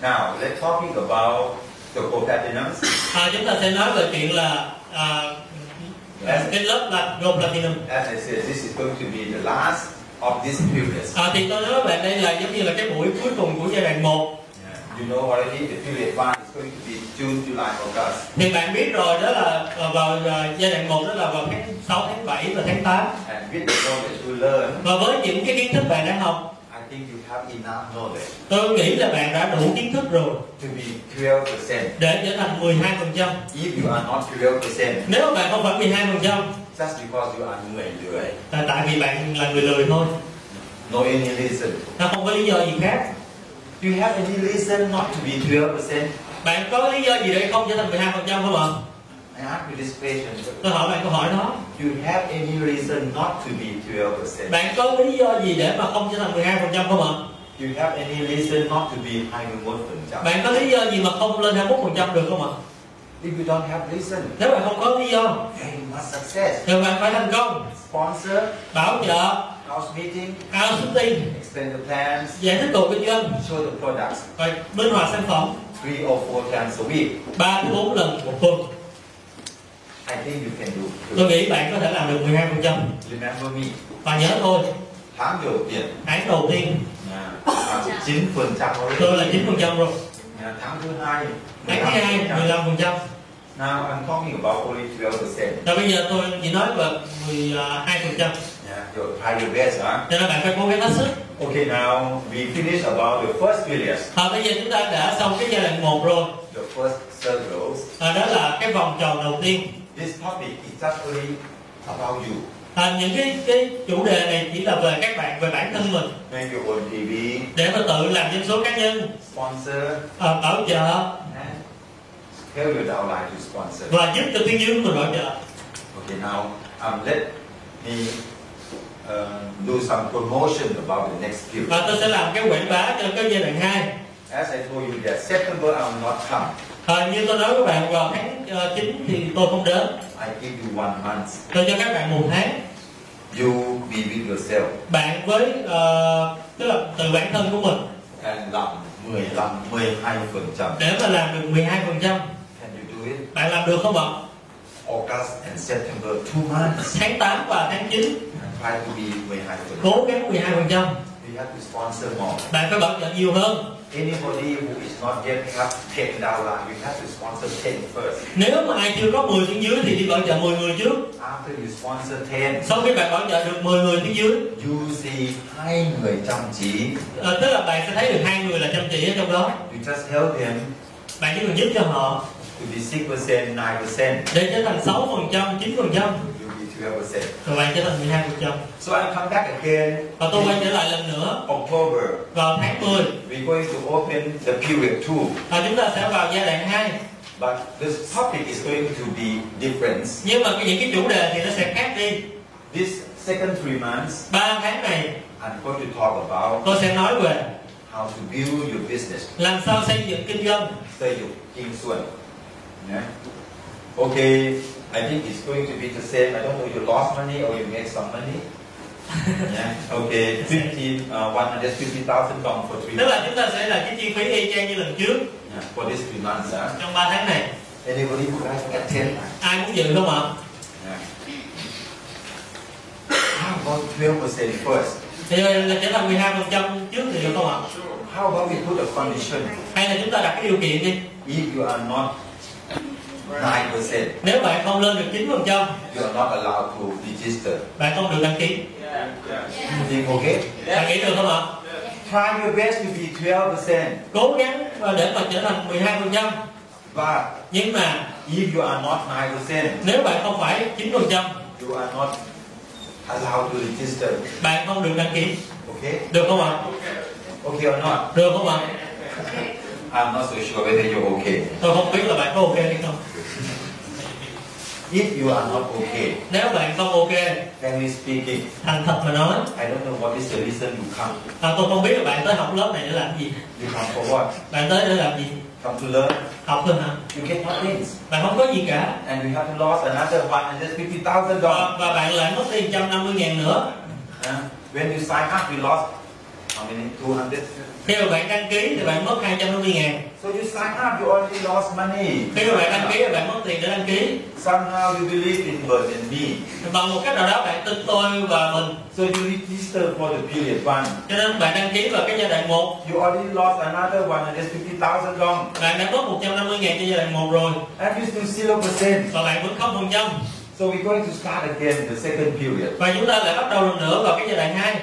S1: Now, let's talking about the co-platinums.
S2: à, chúng ta sẽ nói về chuyện là à, cái lớp là gold platinum
S1: As I said, this is going to be the last of this period.
S2: à, thì tôi nói với bạn đây là giống như là cái buổi cuối cùng của giai đoạn 1
S1: Yeah. You know already the period one is going to be June, July, August.
S2: thì bạn biết rồi đó là ờ, vào ờ, giai đoạn 1 đó là vào tháng 6, tháng 7 và tháng 8
S1: And with the knowledge you learn,
S2: và với những cái kiến thức bạn đã học
S1: I think you have enough knowledge
S2: tôi nghĩ là bạn đã đủ kiến thức rồi
S1: to be 12%.
S2: để trở thành 12 phần trăm
S1: If you are not 12%,
S2: nếu mà bạn không phải 12 phần trăm
S1: just because you are người lười,
S2: là tại vì bạn là người lười thôi
S1: no any reason.
S2: nó không có lý do gì khác
S1: Do you have any reason not to be 12%?
S2: bạn có lý do gì để không trở thành 12 phần trăm không ạ
S1: I ask you this question.
S2: tôi hỏi bạn câu hỏi đó
S1: Do you have any reason not to be 12%?
S2: bạn có lý do gì để mà không trở thành 12 phần trăm không ạ
S1: Do you have any reason not to be 21%?
S2: bạn có lý do gì mà không lên 21 phần trăm được không ạ
S1: If you don't have reason,
S2: nếu bạn không có lý do
S1: then you must success.
S2: thì bạn phải thành công
S1: Sponsor,
S2: bảo trợ
S1: house meeting,
S2: outsourcing
S1: explain the plans,
S2: giải thích cuộc kinh doanh
S1: show the products
S2: và minh họa sản phẩm
S1: three or four times a week.
S2: ba đến bốn lần một tuần
S1: I think you can do it.
S2: tôi nghĩ bạn có thể làm được 12 phần trăm
S1: Remember me,
S2: và nhớ thôi
S1: tháng đầu tiên
S2: tháng đầu tiên
S1: là 9%
S2: tôi là
S1: already.
S2: 9 phần trăm rồi
S1: Yeah, tháng thứ hai
S2: tháng thứ hai 15 phần trăm
S1: Now I'm talking about only 12%.
S2: Rồi bây giờ tôi chỉ nói về 12 phần trăm
S1: Yeah, your higher best, huh?
S2: Cho nên bạn phải cố gắng hết sức
S1: Okay, now we finish about the first period,
S2: à, Bây giờ chúng ta đã xong cái giai đoạn 1 rồi
S1: the first circles.
S2: à, Đó là cái vòng tròn đầu tiên
S1: This topic is just only about you.
S2: à, Những cái cái chủ đề này chỉ là về các bạn, về bản thân mình
S1: Make your own TV,
S2: Để mà tự làm doanh số cá nhân
S1: sponsor,
S2: à, Bảo trợ
S1: and tell your downline to sponsor.
S2: Và giúp cho tuyến dưới mình bảo trợ
S1: Okay, now um, let me um, do some promotion about the next period.
S2: Và tôi sẽ làm cái quảng bá cho cái giai đoạn 2
S1: As I told you that September I will not come.
S2: à, Như tôi nói với bạn vào tháng ờ, 9 thì tôi không đến
S1: I give you one month.
S2: Tôi cho các bạn một tháng
S1: You be with yourself
S2: Bạn với, ờ, tức là từ bản thân của mình
S1: and làm 15, 12 phần trăm.
S2: Để mà làm được 12 phần trăm
S1: Can you do it?
S2: Bạn làm được không ạ?
S1: August and September, two months.
S2: Tháng 8 và tháng 9
S1: And try to be 12 phần trăm.
S2: Cố gắng 12%
S1: We have to sponsor more.
S2: Bạn phải bảo trợ nhiều hơn
S1: Anybody who is not yet have 10 dollars, you have to sponsor 10 first.
S2: Nếu mà ai chưa có 10 xuống dưới thì đi bảo trợ 10 người trước
S1: After you sponsor 10,
S2: Sau khi bạn bảo trợ được 10 người xuống dưới
S1: you see hai người chăm chỉ.
S2: ờ, Tức là bạn sẽ thấy được hai người là chăm chỉ ở trong đó
S1: You just help them
S2: Bạn chỉ cần giúp cho họ
S1: could be 6%, 9%,
S2: để trở thành 6 phần trăm 9 phần trăm
S1: you'll be 12%.
S2: rồi bạn trở thành 12 phần trăm
S1: So I come back again
S2: và tôi quay trở lại lần nữa
S1: October.
S2: vào tháng 10
S1: We're going to open the period 2.
S2: và chúng ta sẽ vào giai đoạn 2
S1: But this topic is going to be different.
S2: nhưng mà cái- những cái chủ đề thì nó sẽ khác đi
S1: This second three months,
S2: ba tháng này
S1: I'm going to talk about
S2: tôi sẽ nói về
S1: how to build your business.
S2: làm sao xây dựng kinh doanh
S1: Say you King Sun. Yeah. Okay, I think it's going to be the same. I don't know you lost money or you made some (laughs) money. yeah. Okay, 15, uh, 150,000 dong for three
S2: tức là
S1: months.
S2: chúng ta sẽ là cái chi phí y chang như lần trước
S1: Yeah, for these three months. Huh?
S2: trong 3 tháng này
S1: Anybody who has attend?
S2: ai muốn dự không ạ
S1: Yeah. How about 12% first?
S2: thì là trở thành 12 phần trăm trước thì được không ạ
S1: How about we put a condition?
S2: hay là chúng ta đặt cái điều kiện đi
S1: If you are not 9%,
S2: nếu bạn không lên được 9 phần trăm
S1: you are not allowed to register.
S2: bạn không được đăng ký
S1: You think okay?
S2: bạn nghĩ được không ạ
S1: Try your best to be 12%.
S2: cố gắng và để mà trở thành 12 phần trăm
S1: But
S2: nhưng mà
S1: if you are not 9%,
S2: nếu bạn không phải 9 phần trăm
S1: you are not allowed to register.
S2: bạn không được đăng ký
S1: Okay?
S2: được không ạ
S1: Okay or not?
S2: được không ạ
S1: I'm not so sure whether you're okay.
S2: tôi không biết là bạn có ok hay không
S1: If you are not okay,
S2: nếu bạn không ok
S1: frankly speaking,
S2: thành thật mà nói
S1: I don't know what is the reason you come.
S2: à, tôi không biết là bạn tới học lớp này để làm gì
S1: You come for what?
S2: bạn tới để làm gì
S1: Come to learn.
S2: học thôi hả
S1: You get things.
S2: bạn không có gì cả
S1: And you have lost another $150,000.
S2: và, và bạn lại mất tiền 150 ngàn nữa
S1: Huh? When you sign up, you lost how many? 200.
S2: khi mà bạn đăng ký thì bạn mất 250 ngàn
S1: So you sign up, you already lost money.
S2: khi mà bạn đăng ký thì bạn mất tiền để đăng ký
S1: Somehow you believe in God and me.
S2: bằng một cách nào đó bạn tin tôi và mình
S1: So you register for the period one.
S2: cho nên bạn đăng ký vào cái giai đoạn 1
S1: You already lost another 150,000 dong.
S2: bạn đã mất 150 ngàn cho giai đoạn 1 rồi
S1: And you still zero percent.
S2: và bạn vẫn không phần trăm
S1: So we're going to start again the second period.
S2: và chúng ta lại bắt đầu lần nữa vào cái giai đoạn 2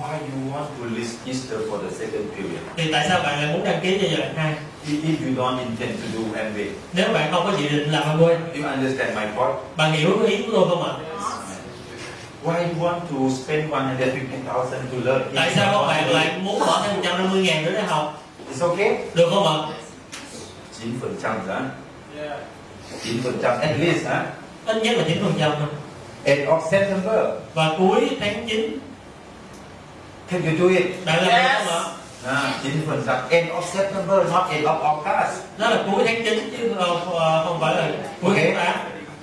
S1: Why you want to register for the second period?
S2: thì tại sao bạn lại muốn đăng ký cho giai đoạn 2
S1: If if you don't intend to do Amway.
S2: nếu bạn không có dự định làm Amway
S1: You understand my point?
S2: bạn hiểu ý của tôi không ạ
S1: Why you want to spend 150,000 to learn? If
S2: tại
S1: you
S2: sao
S1: don't
S2: các
S1: want
S2: bạn
S1: to
S2: lại muốn bỏ thêm 150 ngàn nữa để học
S1: do- It's okay.
S2: được không ạ
S1: 9% huh? 9% at least huh?
S2: ít nhất là 9 phần trăm
S1: End of September.
S2: và cuối tháng 9
S1: Can you do it?
S2: bạn làm được không ạ
S1: Ah, 9% end of September, not end of August.
S2: đó là cuối tháng 9 chứ ờ, ờ, không phải là cuối
S1: Ok.
S2: tháng 8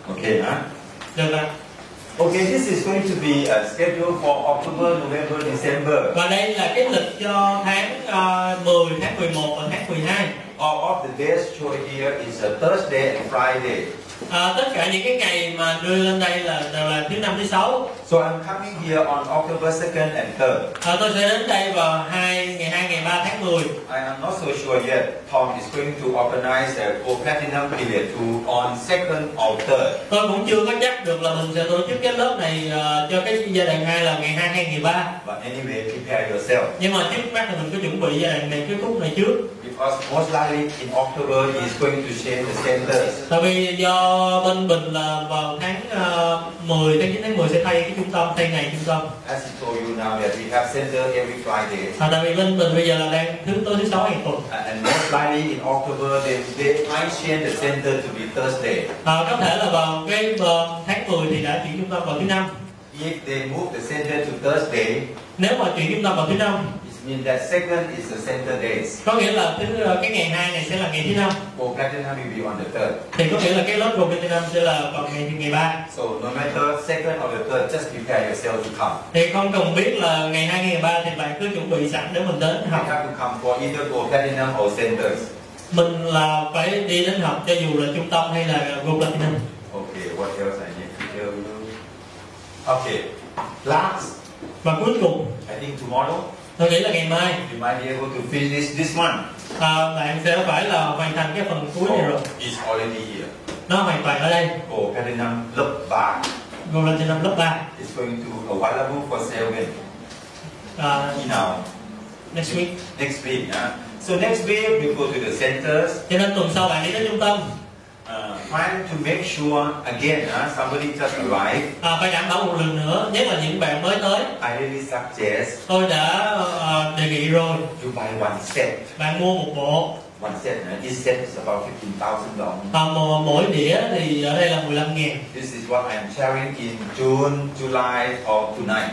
S1: Okay, huh?
S2: được rồi
S1: Okay, this is going to be a schedule for October, November, December.
S2: và đây là cái lịch cho tháng ờ, 10 tháng 11 và tháng 12
S1: All of the days shown here is a Thursday and Friday.
S2: à, tất cả những cái ngày mà đưa lên đây là đều là thứ năm thứ sáu
S1: So I'm coming here on October 2nd and 3rd.
S2: à, tôi sẽ đến đây vào hai ngày hai ngày ba tháng 10
S1: I am not so sure yet. Tom is going to organize a Go Platinum period to on 2nd or 3rd.
S2: tôi cũng chưa có chắc được là mình sẽ tổ chức cái lớp này ờ, cho cái giai đoạn 2 là ngày 2 hay ngày 3
S1: But anyway, prepare yourself
S2: nhưng mà trước mắt thì mình có chuẩn bị giai đoạn này kết thúc này trước
S1: because most likely in October he is going to share the centers.
S2: tại vì do bên bình là vào tháng ờ, 10 tháng 9 tháng 10 sẽ thay cái trung tâm thay ngày trung tâm
S1: As he told you now that we have center every Friday. Uh,
S2: à, tại vì bên bình bây giờ là đang thứ tới thứ sáu hàng tuần
S1: And most likely in October, they, they might change the center to be Thursday.
S2: à, có thể là vào cái ờ, tháng 10 thì đã chuyển trung tâm vào thứ năm
S1: If they move the center to Thursday,
S2: nếu mà chuyển trung tâm vào thứ năm
S1: it means that second is the center days.
S2: có nghĩa là thứ ờ, cái ngày hai này sẽ là ngày thứ năm
S1: For platinum will be on the third.
S2: thì có nghĩa là cái lớp gồm ngày thứ năm sẽ là vào ngày ngày ba
S1: So no matter second or the third, just prepare yourself to come.
S2: thì không cần biết là ngày hai ngày ba thì bạn cứ chuẩn bị sẵn để mình đến
S1: You
S2: học
S1: have to come for either for platinum or centers.
S2: mình là phải đi đến học cho dù là trung tâm hay là gồm là năm
S1: Okay, what else I need to tell you? Okay, last,
S2: và cuối cùng
S1: I think tomorrow
S2: tôi nghĩ là ngày mai
S1: you might be able to finish this one.
S2: À, bạn sẽ phải là hoàn thành cái phần cuối này rồi
S1: Oh, It's already here.
S2: nó hoàn toàn ở đây
S1: For platinum, look back.
S2: gồm là trên năm lớp 3
S1: It's going to available for sale when
S2: à,
S1: you know
S2: next week
S1: next week. Yeah? So next week you go to the centers,
S2: cho nên tuần sau bạn đi đến trung tâm
S1: uh, trying to make sure again uh, somebody just arrived.
S2: à, phải đảm bảo một lần nữa nếu mà những bạn mới tới
S1: I really suggest
S2: tôi đã ờ, đề nghị rồi
S1: you buy one set.
S2: bạn mua một bộ
S1: One set. Uh, this set is about fifteen thousand dollars.
S2: và mò- mỗi đĩa thì ở đây là 15 ngàn
S1: This is what I am sharing in June, July, or tonight.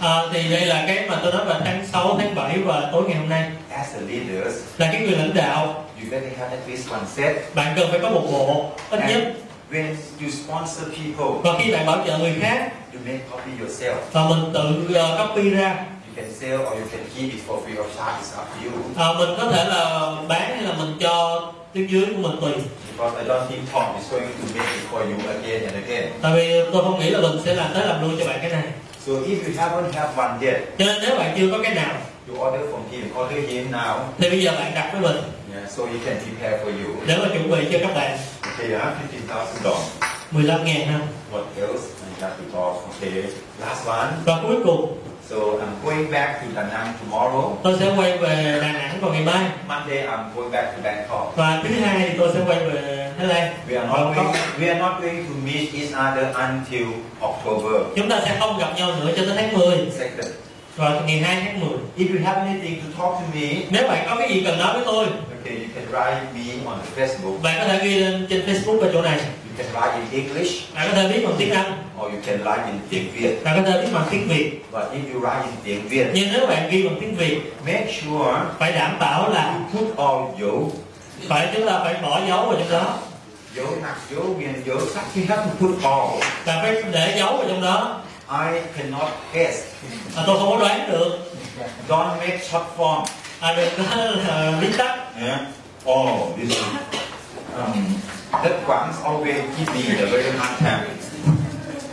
S2: à, thì đây là cái mà tôi nói là tháng 6, tháng 7 và tối ngày hôm nay
S1: As the leaders,
S2: là cái người lãnh đạo
S1: you better have at least one set.
S2: bạn cần phải có một bộ ít nhất
S1: And when you sponsor people,
S2: và khi bạn bảo trợ người khác
S1: you may copy yourself.
S2: và mình tự ờ, copy ra
S1: You can sell or you can keep it for free of charge. It's up to you.
S2: à, mình có thể là bán hay là mình cho tiếng dưới của mình tùy
S1: Because I don't think Tom is going to make it for you again and again.
S2: tại vì tôi không nghĩ là mình sẽ làm tới làm luôn cho bạn cái này
S1: So if you haven't had one yet,
S2: cho nên nếu bạn chưa có cái nào
S1: you order from him, order him now.
S2: thì bây giờ bạn đặt với mình
S1: Yeah, so he can prepare for you.
S2: để mà chuẩn bị cho các bạn
S1: Okay, you have fifteen thousand dollars.
S2: 15 ngàn ha
S1: What else? I have to talk. Okay, last one.
S2: và cuối cùng
S1: So I'm going back to Da Nang tomorrow.
S2: tôi sẽ quay về Đà Nẵng vào ngày mai
S1: Monday I'm going back to Bangkok.
S2: và thứ hai thì tôi sẽ quay về Thái Lan
S1: We are not going, we are not going to meet each other until October
S2: chúng ta sẽ không gặp nhau nữa cho tới tháng 10
S1: second.
S2: vào ngày 2 tháng 10
S1: If you have anything to talk to me,
S2: nếu bạn có cái gì cần nói với tôi
S1: okay, you can write me on Facebook.
S2: bạn có thể ghi lên trên Facebook và chỗ này
S1: You can write in English.
S2: bạn có thể viết bằng tiếng Anh
S1: or you can write in tiếng Việt.
S2: bạn có thể viết bằng tiếng Việt
S1: But if you write in tiếng Việt,
S2: nhưng nếu bạn ghi bằng tiếng Việt
S1: make sure
S2: phải đảm bảo là
S1: you put all dấu,
S2: phải chúng ta phải bỏ dấu vào trong đó
S1: dấu nặng, dấu miền, dấu sắc. You have to put all.
S2: bạn phải để dấu vào trong đó
S1: I cannot guess.
S2: à, tôi không có đoán được
S1: Don't make short form.
S2: à, đừng có (laughs) là viết tắt
S1: Yeah. Oh, this is, um, that one's always give me a very hard time.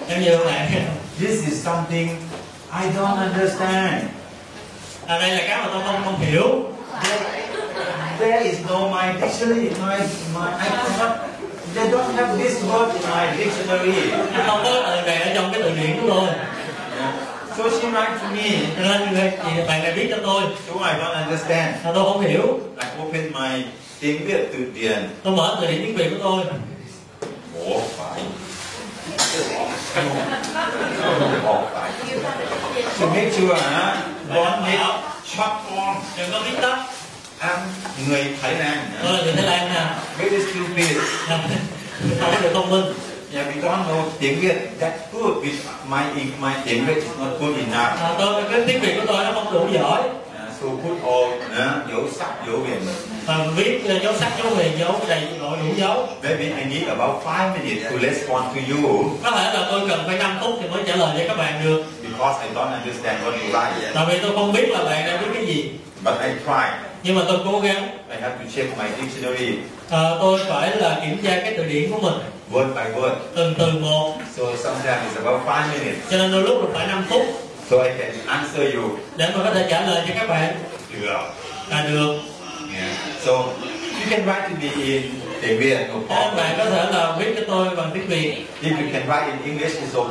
S2: em như bạn
S1: This is something I don't understand.
S2: à, đây là cái mà tôi không không hiểu
S1: There is no my dictionary in my, my I cannot, they don't have this word in my dictionary.
S2: không có lời này ở trong cái từ điển của tôi
S1: So she write to me.
S2: cho nên người- chị- bạn này viết cho tôi
S1: So I don't understand.
S2: là tôi không hiểu
S1: I open my tiếng Việt từ điển.
S2: tôi mở từ điển tiếng việt của tôi
S1: Ủa phải. Ủa phải. To make sure, huh? Don't make short form.
S2: đừng có viết tắt
S1: I'm người Thái Lan.
S2: tôi là người thái lan nè À,
S1: Very stupid.
S2: Là- không có được thông minh
S1: Yeah, we don't know tiếng Việt that good. With my my tiếng Việt is not good enough.
S2: à, tôi cái tiếng việt của tôi nó không đủ giỏi
S1: Uh, so put all, uh, dấu sắc, dấu viền.
S2: và viết ờ, dấu sắc dấu huyền dấu đầy đủ đủ dấu
S1: Maybe I need about five minutes to respond to you.
S2: có thể là tôi cần phải 5 phút thì mới trả lời cho các bạn được
S1: because I don't understand what you write yet.
S2: tại vì tôi không biết là bạn đang viết cái gì
S1: But I try.
S2: nhưng mà tôi cố gắng
S1: I have to check my dictionary
S2: ờ, tôi phải là kiểm tra cái từ điển của mình
S1: word by word.
S2: từng từ một
S1: So sometimes it's about five minutes.
S2: cho nên đôi lúc là phải 5 phút
S1: So I can answer you.
S2: để mà có thể trả lời cho các bạn
S1: Yeah.
S2: là được
S1: So you can write to me in tiếng Việt, no
S2: Thế nên bạn có
S1: problem.
S2: thể là viết cho tôi bằng tiếng việt
S1: If you can write in English, it's
S2: nếu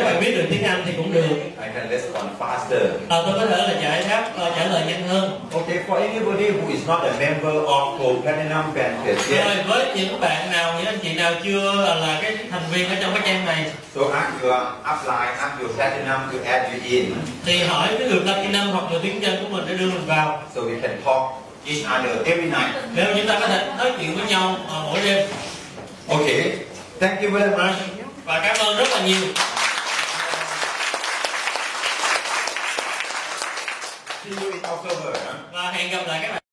S1: okay.
S2: bạn biết được tiếng anh thì cũng được
S1: I can respond faster.
S2: Ờ, tôi có thể là giải đáp ờ, trả lời nhanh hơn
S1: Okay, for anybody who is not a member of Gold Platinum Fanfest yet,
S2: rồi với những bạn nào những anh chị nào chưa là, là cái thành viên ở trong cái trang này
S1: so ask your upline, ask your platinum to add you in.
S2: thì hỏi cái người platinum hoặc người tiếng chân của mình để đưa mình vào
S1: So we can talk each other every night.
S2: để mà chúng ta có thể nói chuyện với nhau ờ, mỗi đêm
S1: Okay, thank you very much.
S2: và cảm ơn rất là nhiều
S1: See you in October. Huh?
S2: và hẹn gặp lại các bạn